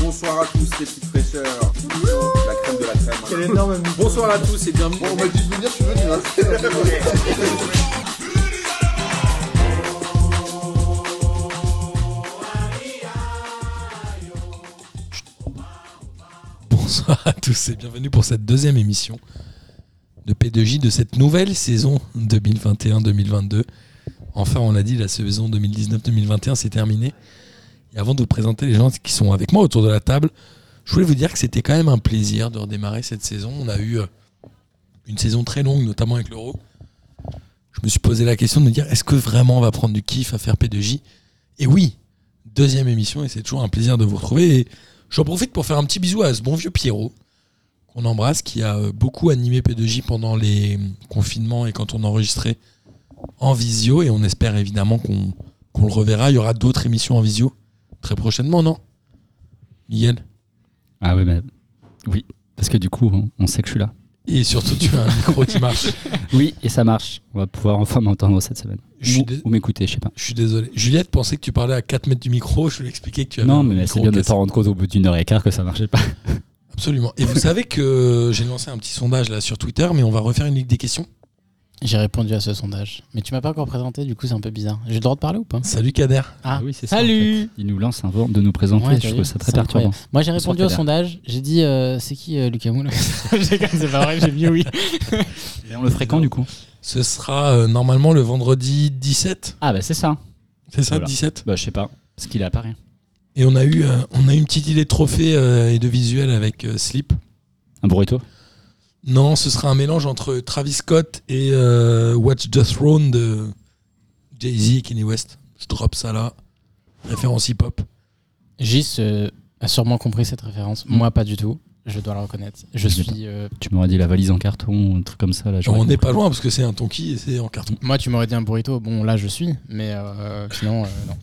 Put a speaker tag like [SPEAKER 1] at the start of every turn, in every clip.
[SPEAKER 1] Bonsoir à tous les petites fraîcheurs. La crème de la crème.
[SPEAKER 2] Quel énorme
[SPEAKER 1] Bonsoir à tous et bienvenue.
[SPEAKER 3] Bon, on m'a dit de venir, je suis venu. hein.
[SPEAKER 4] Bonsoir à tous et bienvenue pour cette deuxième émission de P2J de cette nouvelle saison 2021-2022. Enfin, on l'a dit, la saison 2019-2021 c'est terminée. Et avant de vous présenter les gens qui sont avec moi autour de la table, je voulais vous dire que c'était quand même un plaisir de redémarrer cette saison. On a eu euh, une saison très longue, notamment avec l'Euro. Je me suis posé la question de me dire est-ce que vraiment on va prendre du kiff à faire P2J Et oui, deuxième émission et c'est toujours un plaisir de vous retrouver. Et J'en profite pour faire un petit bisou à ce bon vieux Pierrot, qu'on embrasse, qui a euh, beaucoup animé P2J pendant les hum, confinements et quand on enregistrait en visio. Et on espère évidemment qu'on qu'on le reverra. Il y aura d'autres émissions en visio très prochainement, non Miguel
[SPEAKER 5] Ah oui, mais oui, parce que du coup, on, on sait que je suis là.
[SPEAKER 4] Et surtout, tu as un micro qui marche.
[SPEAKER 5] Oui, et ça marche. On va pouvoir enfin m'entendre cette semaine.
[SPEAKER 4] Je suis
[SPEAKER 5] Ou,
[SPEAKER 4] dé-
[SPEAKER 5] ou m'écouter, je sais pas.
[SPEAKER 4] Je suis désolé. Juliette pensait que tu parlais à 4 mètres du micro. Je lui ai expliqué que tu avais un
[SPEAKER 5] Non, mais
[SPEAKER 4] micro
[SPEAKER 5] c'est bien de
[SPEAKER 4] cassé.
[SPEAKER 5] t'en rendre compte au bout d'une heure et quart que ça marchait pas.
[SPEAKER 4] Absolument. Et vous savez que euh, j'ai lancé un petit sondage là sur Twitter, mais on va refaire une ligue des questions.
[SPEAKER 6] J'ai répondu à ce sondage. Mais tu m'as pas encore présenté, du coup c'est un peu bizarre. J'ai le droit de parler ou pas
[SPEAKER 4] Salut Kader.
[SPEAKER 6] Ah,
[SPEAKER 5] oui, c'est
[SPEAKER 6] Salut
[SPEAKER 5] Il nous lance un vent de nous présenter,
[SPEAKER 6] Ouais, t'as
[SPEAKER 5] je
[SPEAKER 6] vu
[SPEAKER 5] trouve ça très
[SPEAKER 6] C'est
[SPEAKER 5] perturbant.
[SPEAKER 6] incroyable. Moi j'ai
[SPEAKER 5] Bonsoir,
[SPEAKER 6] répondu au
[SPEAKER 5] Kader.
[SPEAKER 6] sondage, j'ai dit euh, c'est qui euh, Lucas Moule J'ai dit, C'est pas vrai, j'ai mis oui.
[SPEAKER 5] on le fréquente du coup
[SPEAKER 4] Ce sera euh, normalement le vendredi 17.
[SPEAKER 5] Ah bah c'est ça.
[SPEAKER 4] C'est ça,
[SPEAKER 5] Voilà.
[SPEAKER 4] 17
[SPEAKER 5] Bah je sais pas, parce qu'il apparaît.
[SPEAKER 4] Et on a eu, euh, on a eu une petite idée de trophée euh, et de visuel avec euh, Sleep.
[SPEAKER 5] Un burrito
[SPEAKER 4] Non, ce sera un mélange entre Travis Scott et euh, Watch the Throne de Jay-Z et Kanye West. Je drop ça là. Référence hip-hop.
[SPEAKER 6] Gis euh, a sûrement compris cette référence, moi pas du tout, je dois la reconnaître. Je
[SPEAKER 5] Mm. Je l'ai
[SPEAKER 6] suis... euh,
[SPEAKER 5] Tu m'aurais dit la valise en carton, un truc comme ça là. j'aurais
[SPEAKER 4] on n'est
[SPEAKER 5] compris.
[SPEAKER 4] pas loin parce que c'est un tonki et c'est en carton.
[SPEAKER 6] moi tu m'aurais dit un burrito, bon là je suis, mais euh, sinon euh, non.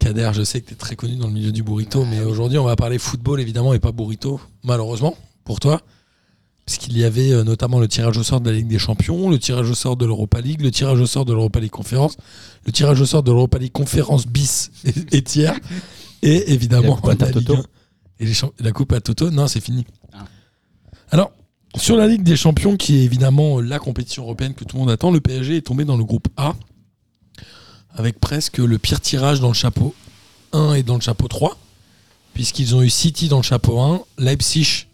[SPEAKER 4] Kader, je sais que tu es très connu dans le milieu du burrito,
[SPEAKER 6] Ah
[SPEAKER 4] mais
[SPEAKER 6] oui.
[SPEAKER 4] aujourd'hui on va parler football évidemment et pas burrito, malheureusement pour toi. Parce qu'il y avait euh, notamment le tirage au sort de la Ligue des Champions, le tirage au sort de l'Europa League, le tirage au sort de l'Europa League Conférence, le tirage au sort de l'Europa League Conférence bis et, et tiers, et évidemment
[SPEAKER 5] Et la Coupe Intertoto.
[SPEAKER 4] Ligue 1. Et les champ- la Coupe à Toto, non, c'est fini.
[SPEAKER 5] Ah.
[SPEAKER 4] Alors, sur la Ligue des Champions, qui est évidemment euh, la compétition européenne que tout le monde attend, le PSG est tombé dans le groupe A, avec presque le pire tirage dans le chapeau 1 et dans le chapeau 3, puisqu'ils ont eu City dans le chapeau 1, Leipzig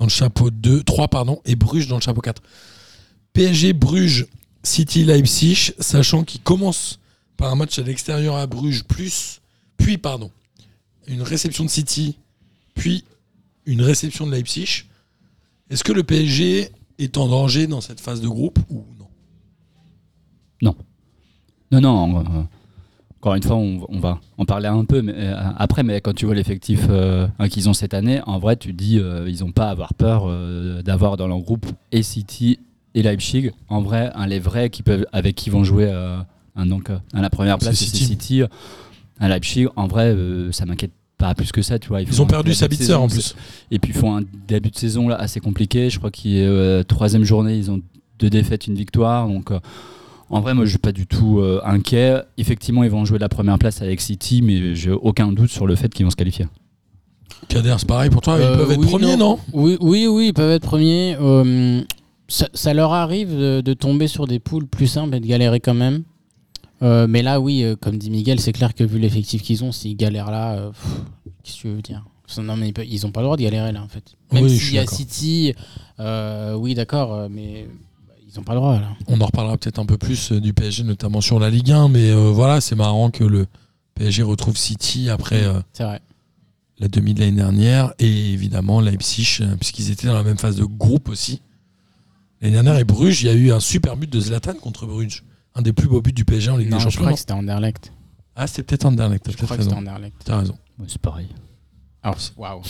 [SPEAKER 4] dans le chapeau 2, 3 pardon, et Bruges dans le chapeau 4. PSG, Bruges, City, Leipzig, sachant qu'ils commencent par un match à l'extérieur à Bruges, plus, puis pardon, une réception de City, puis une réception de Leipzig. Est-ce que le PSG est en danger dans cette phase de groupe ou non
[SPEAKER 5] Non, non, euh, encore une fois, on, on va en parler un peu mais, euh, après, mais quand tu vois l'effectif euh, hein, qu'ils ont cette année, en vrai, tu dis euh, ils n'ont pas à avoir peur euh, d'avoir dans leur groupe et City et Leipzig. En vrai, hein, les vrais qui peuvent, avec qui vont jouer euh, hein, donc, euh, à la première place,
[SPEAKER 4] C'est
[SPEAKER 5] c'est
[SPEAKER 4] City.
[SPEAKER 5] City. euh, À Leipzig, en vrai, euh, ça m'inquiète pas plus que ça. Tu vois,
[SPEAKER 4] Ils ont perdu Sabitzer
[SPEAKER 5] Sabitzer
[SPEAKER 4] en plus.
[SPEAKER 5] et puis ils font un début de saison là assez compliqué. Je crois qu'il est euh, troisième journée, ils ont deux défaites, une victoire. Donc euh, en vrai, moi je suis pas du tout euh, inquiet. Effectivement, ils vont jouer la première place avec City, mais j'ai aucun doute sur le fait qu'ils vont se qualifier.
[SPEAKER 4] Kader, c'est pareil pour toi, ils
[SPEAKER 6] Euh,
[SPEAKER 4] peuvent être
[SPEAKER 6] oui,
[SPEAKER 4] premiers, non,
[SPEAKER 6] Oui, oui, oui, ils peuvent être premiers. Euh, ça, ça leur arrive de, de tomber sur des poules plus simples et de galérer quand même. Euh, mais là, oui, euh, comme dit Miguel, c'est clair que vu l'effectif qu'ils ont, s'ils galèrent là, euh, pff, qu'est-ce que tu veux dire Ça, Non, mais ils peuvent- ils ont pas le droit de galérer là, en fait. Même
[SPEAKER 4] Oui, je suis
[SPEAKER 6] s'il y a
[SPEAKER 4] d'accord.
[SPEAKER 6] City, euh, oui, d'accord, euh, mais bah, ils ont pas le droit là.
[SPEAKER 4] On en reparlera peut-être un peu plus euh, du PSG, notamment sur la Ligue 1, mais euh, voilà, c'est marrant que le PSG retrouve City après euh,
[SPEAKER 6] C'est vrai.
[SPEAKER 4] la demi de l'année dernière et évidemment Leipzig, euh, puisqu'ils étaient dans la même phase de groupe aussi. L'année dernière, et Bruges, il y a eu un super but de Zlatan contre Bruges. Un des plus beaux buts du PSG en Ligue
[SPEAKER 6] Non,
[SPEAKER 4] des
[SPEAKER 6] je
[SPEAKER 4] Champions.
[SPEAKER 6] crois
[SPEAKER 4] non
[SPEAKER 6] que c'était Anderlecht.
[SPEAKER 4] Ah, c'était peut-être Anderlecht, t'as
[SPEAKER 6] Je
[SPEAKER 4] peut-être
[SPEAKER 6] crois que c'était
[SPEAKER 4] raison.
[SPEAKER 6] Anderlecht.
[SPEAKER 4] T'as raison.
[SPEAKER 5] Ouais, c'est pareil.
[SPEAKER 6] Alors, waouh,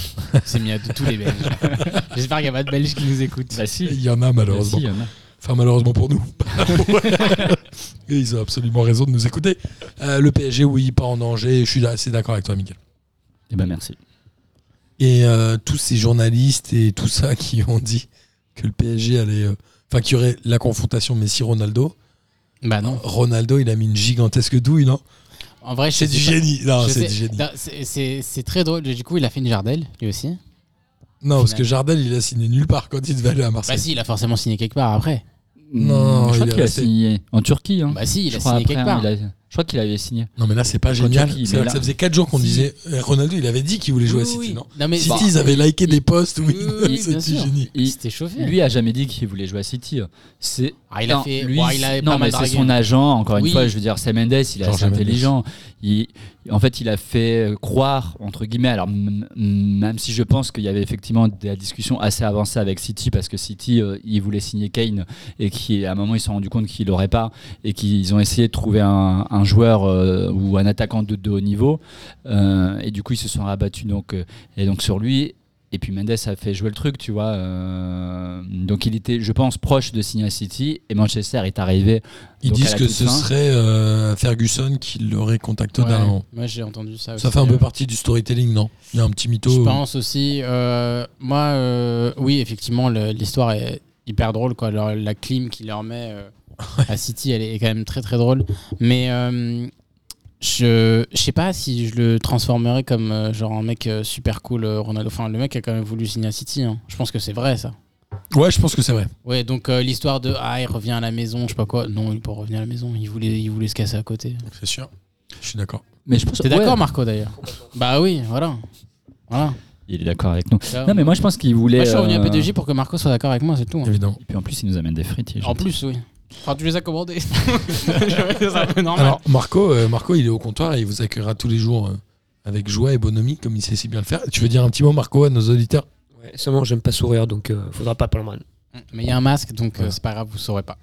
[SPEAKER 6] c'est mis à de tous les Belges. J'espère qu'il n'y a pas de Belges qui nous écoutent.
[SPEAKER 4] Bah, Il y en a hein. malheureusement. Enfin, malheureusement pour nous. Et ils ont absolument raison de nous écouter. Euh, le PSG, oui, pas en danger. Je suis assez d'accord avec toi, Miguel.
[SPEAKER 5] Eh ben merci.
[SPEAKER 4] Et euh, tous ces journalistes et tout ça qui ont dit que le PSG allait. euh, Enfin, qu'il y aurait la confrontation Messi-Ronaldo.
[SPEAKER 6] Bah non.
[SPEAKER 4] Ronaldo, il a mis une gigantesque douille, non
[SPEAKER 6] En vrai, je
[SPEAKER 4] C'est
[SPEAKER 6] sais
[SPEAKER 4] du
[SPEAKER 6] pas.
[SPEAKER 4] génie. Non,
[SPEAKER 6] Je
[SPEAKER 4] c'est
[SPEAKER 6] sais-
[SPEAKER 4] du génie.
[SPEAKER 6] Non, c'est- C'est c'est très drôle. Du coup, il a fait une Jardelle, lui aussi.
[SPEAKER 4] Non, parce
[SPEAKER 6] final.
[SPEAKER 4] que Jardel, il a signé nulle part quand il devait aller à
[SPEAKER 6] Bah
[SPEAKER 4] Marseille.
[SPEAKER 6] si, il a forcément signé quelque part après.
[SPEAKER 4] Non,
[SPEAKER 5] je
[SPEAKER 4] il
[SPEAKER 5] crois
[SPEAKER 4] est
[SPEAKER 5] qu'il a
[SPEAKER 4] resté.
[SPEAKER 5] signé en Turquie.
[SPEAKER 4] Hmm.
[SPEAKER 5] hein.
[SPEAKER 6] Bah si, il
[SPEAKER 5] Je
[SPEAKER 6] a
[SPEAKER 5] crois
[SPEAKER 6] signé
[SPEAKER 5] après,
[SPEAKER 6] quelque
[SPEAKER 5] hein,
[SPEAKER 6] part.
[SPEAKER 5] il a- Je crois qu'il avait signé.
[SPEAKER 4] Non, mais là, c'est pas
[SPEAKER 5] Quand
[SPEAKER 4] génial.
[SPEAKER 5] Turquie,
[SPEAKER 4] C'est-à-dire
[SPEAKER 5] mais
[SPEAKER 4] que
[SPEAKER 5] là-
[SPEAKER 4] Ça faisait 4 jours qu'on
[SPEAKER 6] Si.
[SPEAKER 4] disait. euh, Ronaldo, il avait dit qu'il voulait jouer à
[SPEAKER 6] Oui,
[SPEAKER 4] City,
[SPEAKER 6] oui.
[SPEAKER 4] non
[SPEAKER 6] mais
[SPEAKER 4] City,
[SPEAKER 6] bah,
[SPEAKER 4] ils avaient liké des posts. Oui,
[SPEAKER 6] Oui, oui,
[SPEAKER 4] c'est
[SPEAKER 6] bien
[SPEAKER 4] du
[SPEAKER 6] sûr.
[SPEAKER 4] génie.
[SPEAKER 6] il
[SPEAKER 5] Il-
[SPEAKER 6] s'était chauffé.
[SPEAKER 5] Lui a jamais dit qu'il voulait jouer à City. C'est
[SPEAKER 6] Ah, il a
[SPEAKER 5] Non,
[SPEAKER 6] fait.
[SPEAKER 5] lui,
[SPEAKER 6] bon, il a
[SPEAKER 5] non,
[SPEAKER 6] pas
[SPEAKER 5] mais
[SPEAKER 6] mal
[SPEAKER 5] c'est
[SPEAKER 6] dragué.
[SPEAKER 5] son agent, encore
[SPEAKER 6] Oui.
[SPEAKER 5] une fois, je veux dire, c'est Mendes, il est
[SPEAKER 4] Jorge
[SPEAKER 5] assez
[SPEAKER 4] Mendes.
[SPEAKER 5] intelligent. Il, en fait, il a fait euh, croire, entre guillemets, alors m- m- même si je pense qu'il y avait effectivement de la discussion assez avancée avec City, parce que City, euh, il voulait signer Kane, et qu'à un moment, ils se sont rendus compte qu'il l'aurait pas, et qu'ils ont essayé de trouver un, un joueur euh, ou un attaquant de, de haut niveau, Euh, et du coup, ils se sont rabattus donc, euh, et donc sur lui. Et puis Mendes a fait jouer le truc, tu vois. euh, donc il était, je pense, proche de signer à City. Et Manchester est arrivé.
[SPEAKER 4] Ils
[SPEAKER 5] donc, à
[SPEAKER 4] disent
[SPEAKER 5] la
[SPEAKER 4] que
[SPEAKER 5] toute
[SPEAKER 4] ce
[SPEAKER 5] fin.
[SPEAKER 4] serait euh, Ferguson qui l'aurait contacté
[SPEAKER 6] Ouais,
[SPEAKER 4] d'un moment.
[SPEAKER 6] Moi, j'ai entendu ça.
[SPEAKER 4] Ça
[SPEAKER 6] aussi,
[SPEAKER 4] fait un
[SPEAKER 6] euh,
[SPEAKER 4] peu partie du storytelling, non Il y a un petit mytho.
[SPEAKER 6] Je
[SPEAKER 4] où-
[SPEAKER 6] pense aussi. euh, moi, euh, oui, effectivement, le- l'histoire est hyper drôle. Quoi. Leur- la clim qu'il leur met euh, à City, elle est quand même très très drôle. Mais euh, je je sais pas si je le transformerais comme euh, genre un mec euh, super cool, euh, Ronaldo. Enfin, le mec a quand même voulu signer à City. hein. Je pense que c'est vrai ça.
[SPEAKER 4] Ouais, je pense que c'est vrai.
[SPEAKER 6] Ouais, donc euh, l'histoire de ah il revient à la maison, je sais pas quoi. Non, il peut revenir à la maison. Il voulait il voulait se casser à côté.
[SPEAKER 4] C'est sûr. Je suis d'accord.
[SPEAKER 5] Mais je pense.
[SPEAKER 6] T'es
[SPEAKER 5] ouais,
[SPEAKER 6] d'accord, Marco d'ailleurs Bah oui, voilà. Voilà.
[SPEAKER 5] Il est d'accord avec nous.
[SPEAKER 6] Là,
[SPEAKER 5] Non, mais moi je pense qu'il voulait.
[SPEAKER 6] moi, je suis revenu à
[SPEAKER 5] euh,
[SPEAKER 6] PDG pour que Marco soit d'accord avec moi, c'est tout. hein.
[SPEAKER 4] Évidemment.
[SPEAKER 5] Et puis en plus, il nous amène des frites. il est
[SPEAKER 6] En
[SPEAKER 5] gentil.
[SPEAKER 6] plus, oui. Enfin, tu les as commandés. c'est un peu normal.
[SPEAKER 4] Alors, Marco, euh, Marco, il est au comptoir et il vous accueillera tous les jours euh, avec joie et bonhomie, comme il sait si bien le faire. Tu veux dire un petit mot, Marco, à nos auditeurs
[SPEAKER 2] Ouais, seulement, j'aime pas sourire, donc euh, faudra pas pour le man.
[SPEAKER 6] Mais il y a un masque, donc euh, c'est pas grave, vous saurez pas.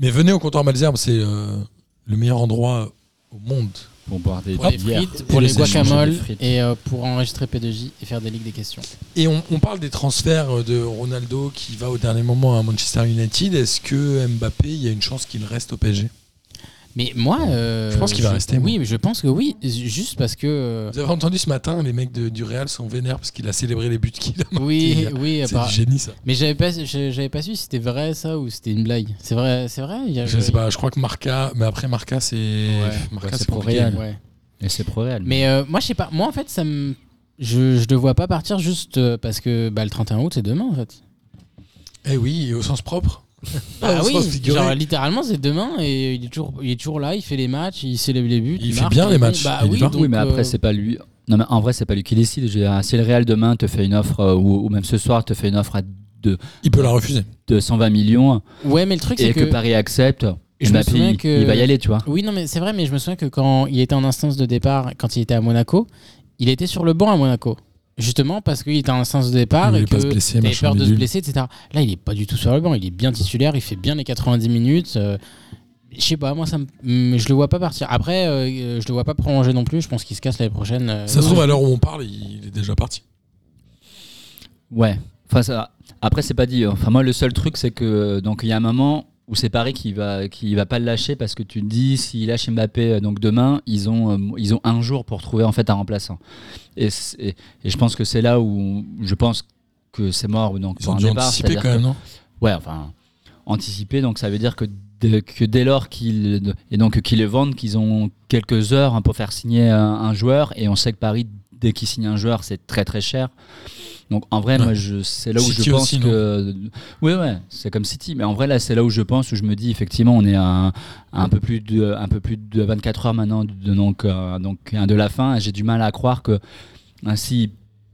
[SPEAKER 4] Mais venez au comptoir Malzerbe, c'est euh, le meilleur endroit euh, au monde.
[SPEAKER 5] Pour boire des
[SPEAKER 6] Pour les
[SPEAKER 5] bières.
[SPEAKER 6] frites, pour
[SPEAKER 4] Et
[SPEAKER 6] les
[SPEAKER 4] les échanges
[SPEAKER 5] des
[SPEAKER 6] guacamoles
[SPEAKER 5] frites.
[SPEAKER 6] et euh, pour enregistrer P2J et faire des ligues des questions.
[SPEAKER 4] Et on, on parle des transferts euh, de Ronaldo qui va au dernier moment à Manchester United. Est-ce que Mbappé, il y a une chance qu'il reste au PSG
[SPEAKER 6] Mais moi. euh,
[SPEAKER 4] Je pense qu'il va rester, moi.
[SPEAKER 6] Oui, mais je pense que oui, juste parce que. euh,
[SPEAKER 4] Vous avez entendu ce matin, les mecs de- du Real sont vénères parce qu'il a célébré les buts qu'il a marqués.
[SPEAKER 6] Oui,
[SPEAKER 4] hier.
[SPEAKER 6] oui,
[SPEAKER 4] c'est
[SPEAKER 6] appara-
[SPEAKER 4] du génie ça.
[SPEAKER 6] mais j'avais pas, je- j'avais pas su si c'était vrai ça ou c'était une blague. C'est vrai, c'est vrai. il y a-
[SPEAKER 4] Je sais pas, je crois que Marca, mais après Marca, c'est Marca,
[SPEAKER 5] ouais, c'est
[SPEAKER 4] c'est
[SPEAKER 5] pro
[SPEAKER 4] compliqué.
[SPEAKER 5] Real.
[SPEAKER 6] Ouais.
[SPEAKER 5] Et c'est pro réel.
[SPEAKER 6] Mais euh, moi, je sais pas. Moi, en fait, ça me. Je, je le vois pas partir juste euh, parce que bah, le 31 août, c'est demain, en fait.
[SPEAKER 4] Eh oui, et au sens propre.
[SPEAKER 6] Ah
[SPEAKER 4] Au
[SPEAKER 6] oui,
[SPEAKER 4] sens figuré.
[SPEAKER 6] genre littéralement c'est demain et il est toujours, il est toujours là, il fait les matchs, il célèbre les buts.
[SPEAKER 4] Il fait
[SPEAKER 6] marque,
[SPEAKER 4] bien
[SPEAKER 6] il
[SPEAKER 4] les
[SPEAKER 6] est bon.
[SPEAKER 4] matchs,
[SPEAKER 6] Bah
[SPEAKER 4] il y
[SPEAKER 6] oui,
[SPEAKER 4] va.
[SPEAKER 6] donc,
[SPEAKER 5] oui, mais après,
[SPEAKER 6] euh,
[SPEAKER 5] c'est pas lui. Non, mais en vrai, c'est pas lui qui décide. Je veux dire, si le Real demain te fait une offre, euh, ou, ou même ce soir te fait une offre à
[SPEAKER 4] Il peut la refuser.
[SPEAKER 5] 220 millions
[SPEAKER 6] Ouais, mais le truc
[SPEAKER 5] et
[SPEAKER 6] c'est
[SPEAKER 5] que...
[SPEAKER 6] que.
[SPEAKER 5] Paris accepte,
[SPEAKER 6] Je me
[SPEAKER 5] Mbappé,
[SPEAKER 6] souviens
[SPEAKER 5] il-
[SPEAKER 6] que-
[SPEAKER 5] il va y aller, tu vois.
[SPEAKER 6] Oui, non, mais c'est vrai, mais je me souviens que quand il était en instance de départ, quand il était à Monaco, il était sur le banc à Monaco. Justement parce qu'il était en instance de départ
[SPEAKER 4] Il voulait
[SPEAKER 6] et que
[SPEAKER 4] pas se blesser,
[SPEAKER 6] t'avais
[SPEAKER 4] machin,
[SPEAKER 6] peur de se
[SPEAKER 4] bidule.
[SPEAKER 6] blesser, etc. Là, il est pas du tout sur le banc, il est bien titulaire, il fait bien les 90 minutes. euh, je sais pas, moi, ça me- mais je le vois pas partir. Après, euh, je le vois pas prolonger non plus, je pense qu'il se casse l'année prochaine. euh,
[SPEAKER 4] Ça se trouve, à l'heure où on parle, il est déjà parti.
[SPEAKER 5] Ouais. Enfin, ça- Après, c'est pas dit. hein. Enfin, moi, le seul truc, c'est que donc il y a un moment où c'est Paris qui va qui va pas le lâcher parce que tu te dis s'il lâche Mbappé euh, donc demain, ils ont euh, ils ont un jour pour trouver en fait un remplaçant. Et, c'est- et, et je pense que c'est là où je pense que c'est mort donc
[SPEAKER 4] Ils
[SPEAKER 5] pour
[SPEAKER 4] ont
[SPEAKER 5] un
[SPEAKER 4] dû
[SPEAKER 5] départ,
[SPEAKER 4] anticiper
[SPEAKER 5] c'est-à-dire
[SPEAKER 4] quand même, non
[SPEAKER 5] que- ouais, enfin anticiper. Donc ça veut dire que dès, que dès lors qu'ils et donc qu'ils le vendent, qu'ils ont quelques heures hein, pour faire signer un, un joueur et on sait que Paris dès qu'il signe un joueur, c'est très très cher. Donc en vrai,
[SPEAKER 4] Ouais.
[SPEAKER 5] moi, je, c'est là où
[SPEAKER 4] City
[SPEAKER 5] je pense
[SPEAKER 4] aussi, non
[SPEAKER 5] que. Oui, ouais, c'est comme City. Mais en vrai, là, c'est là où je pense, où je me dis, effectivement, on est à un, à un peu, plus de, un peu plus de 24 heures maintenant, de, donc, euh, donc hein, de la fin. Et J'ai du mal à croire que ainsi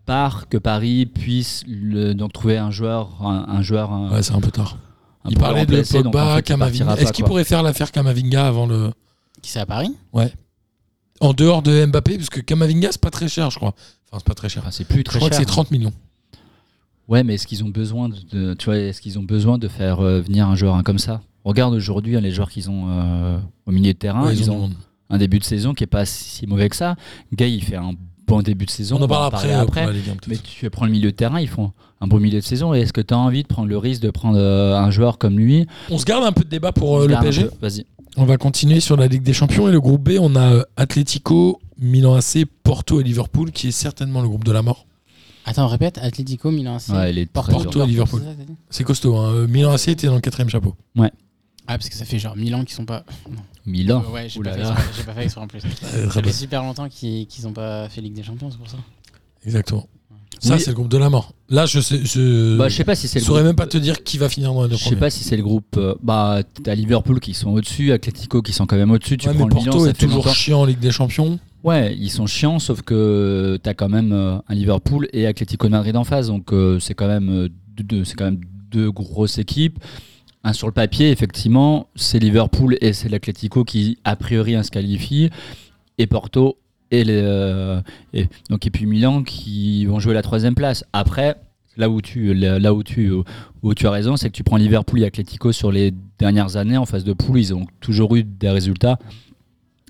[SPEAKER 5] part, que Paris puisse le- donc, trouver un joueur. Un, un joueur un-
[SPEAKER 4] Ouais, c'est un peu tard.
[SPEAKER 5] un
[SPEAKER 4] Il
[SPEAKER 5] pour le
[SPEAKER 4] parlait de
[SPEAKER 5] remplacer, donc, en
[SPEAKER 4] Pogba,
[SPEAKER 5] fait, il partira
[SPEAKER 4] Kamavinga.
[SPEAKER 5] pas,
[SPEAKER 4] Est-ce qu'il
[SPEAKER 5] quoi.
[SPEAKER 4] pourrait faire l'affaire Kamavinga avant le.
[SPEAKER 6] Qui c'est à Paris
[SPEAKER 4] En dehors de Mbappé, parce que Kamavinga, c'est pas très cher, je crois. Enfin, c'est pas très cher. hein.
[SPEAKER 5] Enfin, c'est plus
[SPEAKER 4] je
[SPEAKER 5] très
[SPEAKER 4] crois
[SPEAKER 5] cher. hein.
[SPEAKER 4] que c'est 30 millions.
[SPEAKER 5] Ouais, mais est-ce qu'ils ont besoin de- de, tu vois, est-ce qu'ils ont besoin de faire euh, venir un joueur hein, comme ça Regarde aujourd'hui hein, les joueurs qu'ils ont euh, au milieu de terrain.
[SPEAKER 4] Ouais, ils
[SPEAKER 5] ils
[SPEAKER 4] en
[SPEAKER 5] ont-
[SPEAKER 4] demandent.
[SPEAKER 5] un début de saison qui est pas si mauvais que ça. Gay, il fait un bon début de saison.
[SPEAKER 4] On en parle
[SPEAKER 5] va
[SPEAKER 4] après.
[SPEAKER 5] parler
[SPEAKER 4] euh, pour la Ligue 1, peut-être.
[SPEAKER 5] Mais tu prends le milieu de terrain, ils font un bon milieu de saison. Et est-ce que tu as envie de prendre le risque de prendre euh, un joueur comme lui
[SPEAKER 4] On se garde un peu de débat pour euh,
[SPEAKER 5] On se
[SPEAKER 4] le
[SPEAKER 5] garde un
[SPEAKER 4] PSG.
[SPEAKER 5] peu. Vas-y.
[SPEAKER 4] On va continuer sur la Ligue des Champions et le groupe B. On a euh, Atlético, Milan AC, Porto et Liverpool, qui est certainement le groupe de la mort.
[SPEAKER 6] Attends, répète, Atlético Milan AC.
[SPEAKER 5] Ouais, il est très
[SPEAKER 4] Porto
[SPEAKER 5] dur.
[SPEAKER 4] et Liverpool.
[SPEAKER 6] C'est ça que t'as dit
[SPEAKER 4] C'est costaud. hein. Euh, Milan AC était dans le quatrième chapeau.
[SPEAKER 6] Ah, parce que ça fait genre 1000 ans qu'ils sont pas.
[SPEAKER 5] Milan.
[SPEAKER 6] Euh, ouais, j'ai
[SPEAKER 5] Ouh
[SPEAKER 6] pas,
[SPEAKER 5] là
[SPEAKER 6] fait
[SPEAKER 5] là.
[SPEAKER 6] exprès, j'ai pas fait exprès en plus.
[SPEAKER 4] Euh,
[SPEAKER 6] Ça
[SPEAKER 4] très
[SPEAKER 6] fait
[SPEAKER 4] bien.
[SPEAKER 6] super longtemps qu'ils qu'ils ont pas fait Ligue des Champions, c'est pour ça.
[SPEAKER 4] Exactement. Ça,
[SPEAKER 5] Oui.
[SPEAKER 4] c'est le groupe de la mort. Là, je sais. Je,
[SPEAKER 5] Bah, je sais pas si c'est
[SPEAKER 4] euh, je
[SPEAKER 5] le
[SPEAKER 4] saurais
[SPEAKER 5] groupe-
[SPEAKER 4] même pas te dire qui va finir dans les deux
[SPEAKER 5] Je sais
[SPEAKER 4] premiers.
[SPEAKER 5] pas si c'est le groupe. euh, bah, t'as Liverpool qui sont au-dessus, Atletico qui sont quand même au-dessus. Tu
[SPEAKER 4] Ouais,
[SPEAKER 5] prends
[SPEAKER 4] mais
[SPEAKER 5] le Milan,
[SPEAKER 4] Porto
[SPEAKER 5] ça
[SPEAKER 4] est
[SPEAKER 5] fait
[SPEAKER 4] toujours
[SPEAKER 5] longtemps.
[SPEAKER 4] chiant en Ligue des Champions.
[SPEAKER 5] Ouais, ils sont chiants, sauf que t'as quand même euh, un Liverpool et Atletico de Madrid en face, donc euh, c'est quand même euh, deux, deux- c'est quand même deux grosses équipes. Un sur le papier, effectivement, c'est Liverpool et c'est l'Atletico qui a priori hein, se qualifient, et Porto et les, euh, et donc et puis Milan qui vont jouer la troisième place. Après, là où tu là là où tu où tu as raison, c'est que tu prends Liverpool et Atletico sur les dernières années en phase de poule, ils ont toujours eu des résultats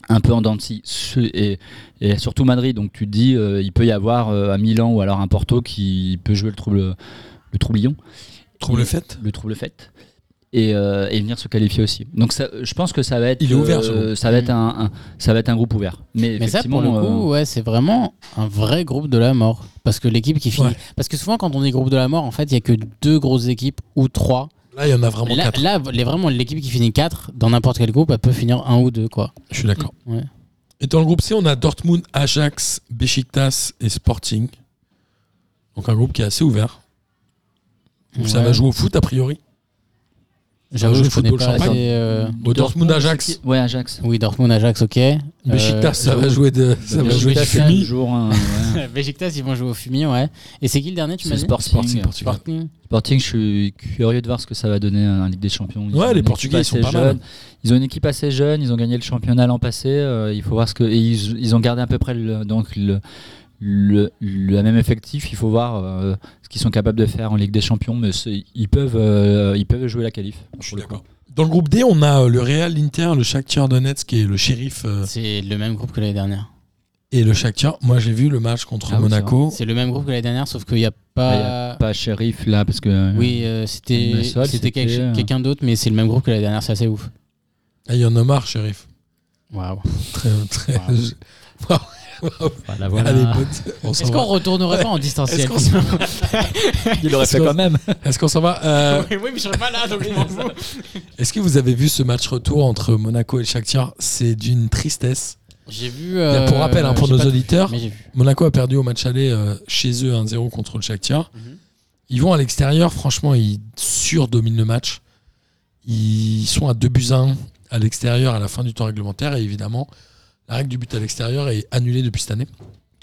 [SPEAKER 5] un peu en dents de scie. Ce- Et, et surtout Madrid, donc tu te dis, euh, il peut y avoir euh, un Milan ou alors un Porto qui peut jouer le trouble, le troublion,
[SPEAKER 4] Trouble
[SPEAKER 5] Oui.
[SPEAKER 4] fait.
[SPEAKER 5] le trouble fête. Et, euh, et venir se qualifier aussi. Donc ça, je pense que ça va être,
[SPEAKER 4] Il est ouvert, ce groupe.
[SPEAKER 5] ça va être un, un- ça va être un groupe ouvert. Mais,
[SPEAKER 6] Mais ça, pour
[SPEAKER 5] effectivement,
[SPEAKER 6] le coup,
[SPEAKER 5] euh,
[SPEAKER 6] ouais, c'est vraiment un vrai groupe de la mort. Parce que l'équipe qui finit.
[SPEAKER 4] Ouais.
[SPEAKER 6] Parce que souvent, quand on dit groupe de la mort, en fait, il y a que deux grosses équipes ou trois.
[SPEAKER 4] Là, il y en a vraiment
[SPEAKER 6] Là,
[SPEAKER 4] quatre.
[SPEAKER 6] là, les- vraiment, l'équipe qui finit quatre, dans n'importe quel groupe, elle peut finir un ou deux, quoi.
[SPEAKER 4] Je suis d'accord.
[SPEAKER 5] Mm.
[SPEAKER 6] Ouais.
[SPEAKER 4] Et dans le groupe C, on a Dortmund, Ajax, Besiktas et Sporting. Donc un groupe qui est assez ouvert. Où Ça
[SPEAKER 6] Ouais.
[SPEAKER 4] va jouer au foot a priori.
[SPEAKER 6] J'avoue,
[SPEAKER 4] jeu
[SPEAKER 6] je
[SPEAKER 4] de
[SPEAKER 6] connais
[SPEAKER 4] football
[SPEAKER 6] pas
[SPEAKER 4] champagne.
[SPEAKER 6] assez, euh,
[SPEAKER 4] Au Dortmund, Ajax.
[SPEAKER 5] Ouais, Ajax.
[SPEAKER 6] Oui, Dortmund, Ajax, ok. Euh,
[SPEAKER 5] Euh,
[SPEAKER 4] Besiktas, ça va jouer de, ça va
[SPEAKER 6] Beşiktaş,
[SPEAKER 4] jouer du
[SPEAKER 6] c'est
[SPEAKER 5] un
[SPEAKER 4] fumi.
[SPEAKER 5] jour, un- ouais.
[SPEAKER 6] Béjiktas, ils vont jouer au fumier, ouais. Et c'est qui le dernier, tu m'as
[SPEAKER 5] C'est
[SPEAKER 6] dit
[SPEAKER 5] Sporting.
[SPEAKER 4] Sporting, Portugal.
[SPEAKER 6] Sporting.
[SPEAKER 5] Sporting, je suis curieux de voir ce que ça va donner en Ligue des Champions. Ils
[SPEAKER 4] Ouais,
[SPEAKER 5] ont
[SPEAKER 4] les
[SPEAKER 5] une équipe
[SPEAKER 4] Portugais, ils sont
[SPEAKER 5] assez
[SPEAKER 4] pas mal.
[SPEAKER 5] jeune. Ils ont une équipe assez jeune, ils ont gagné le championnat l'an passé. euh, il faut voir ce que. et ils, ils ont gardé à peu près le, donc le, le, le même effectif. Il faut voir euh, ce qu'ils sont capables de faire en Ligue des Champions. Mais c'est- ils peuvent, euh, ils peuvent jouer la qualif.
[SPEAKER 4] Je suis
[SPEAKER 5] pour le coup.
[SPEAKER 4] d'accord. Dans le groupe D, on a euh, le Real, l'Inter, le Shakhtar Donetsk et le Sheriff euh,
[SPEAKER 6] C'est le même groupe que l'année dernière.
[SPEAKER 4] et le Shakhtar. Moi, j'ai vu le match contre
[SPEAKER 5] Ah oui,
[SPEAKER 4] Monaco.
[SPEAKER 6] C'est le même groupe que l'année dernière, sauf qu'il n'y a
[SPEAKER 5] Bah,
[SPEAKER 6] pas.
[SPEAKER 5] y a Pas shérif là, parce que.
[SPEAKER 6] Oui, euh, c'était
[SPEAKER 5] Mais Sol,
[SPEAKER 6] c'était quel-
[SPEAKER 5] c'était-
[SPEAKER 6] quelqu'un d'autre, mais c'est le même groupe que la dernière, c'est assez ouf.
[SPEAKER 4] Ah, il y en a marre, Sheriff.
[SPEAKER 6] Waouh.
[SPEAKER 4] Très, très-
[SPEAKER 6] Wow.
[SPEAKER 5] Voilà,
[SPEAKER 4] Allez,
[SPEAKER 5] voilà.
[SPEAKER 4] potes, on s'en
[SPEAKER 6] Est-ce qu'on
[SPEAKER 4] va.
[SPEAKER 6] retournerait pas en distanciel
[SPEAKER 4] Est-ce qu'on s'en va
[SPEAKER 5] Il l'aurait
[SPEAKER 4] Est-ce
[SPEAKER 5] fait
[SPEAKER 4] qu'on-
[SPEAKER 5] quand même.
[SPEAKER 4] Est-ce qu'on s'en va Euh,
[SPEAKER 6] Oui, mais je serais pas là, donc je m'en fous.
[SPEAKER 4] Est-ce que vous avez vu ce match retour entre Monaco et le Shakhtar C'est d'une tristesse.
[SPEAKER 6] J'ai vu. euh,
[SPEAKER 4] pour rappel, hein, pour
[SPEAKER 6] j'ai
[SPEAKER 4] nos
[SPEAKER 6] pas-
[SPEAKER 4] auditeurs,
[SPEAKER 6] Mais j'ai vu.
[SPEAKER 4] Monaco a perdu au match aller euh, chez eux 1-0 contre le Shakhtar.
[SPEAKER 6] Mhm.
[SPEAKER 4] Ils vont à l'extérieur, franchement, ils surdominent le match. Ils sont à 2 buts à 1 à l'extérieur à la fin du temps réglementaire. Et évidemment, la règle du but à l'extérieur est annulée depuis cette année.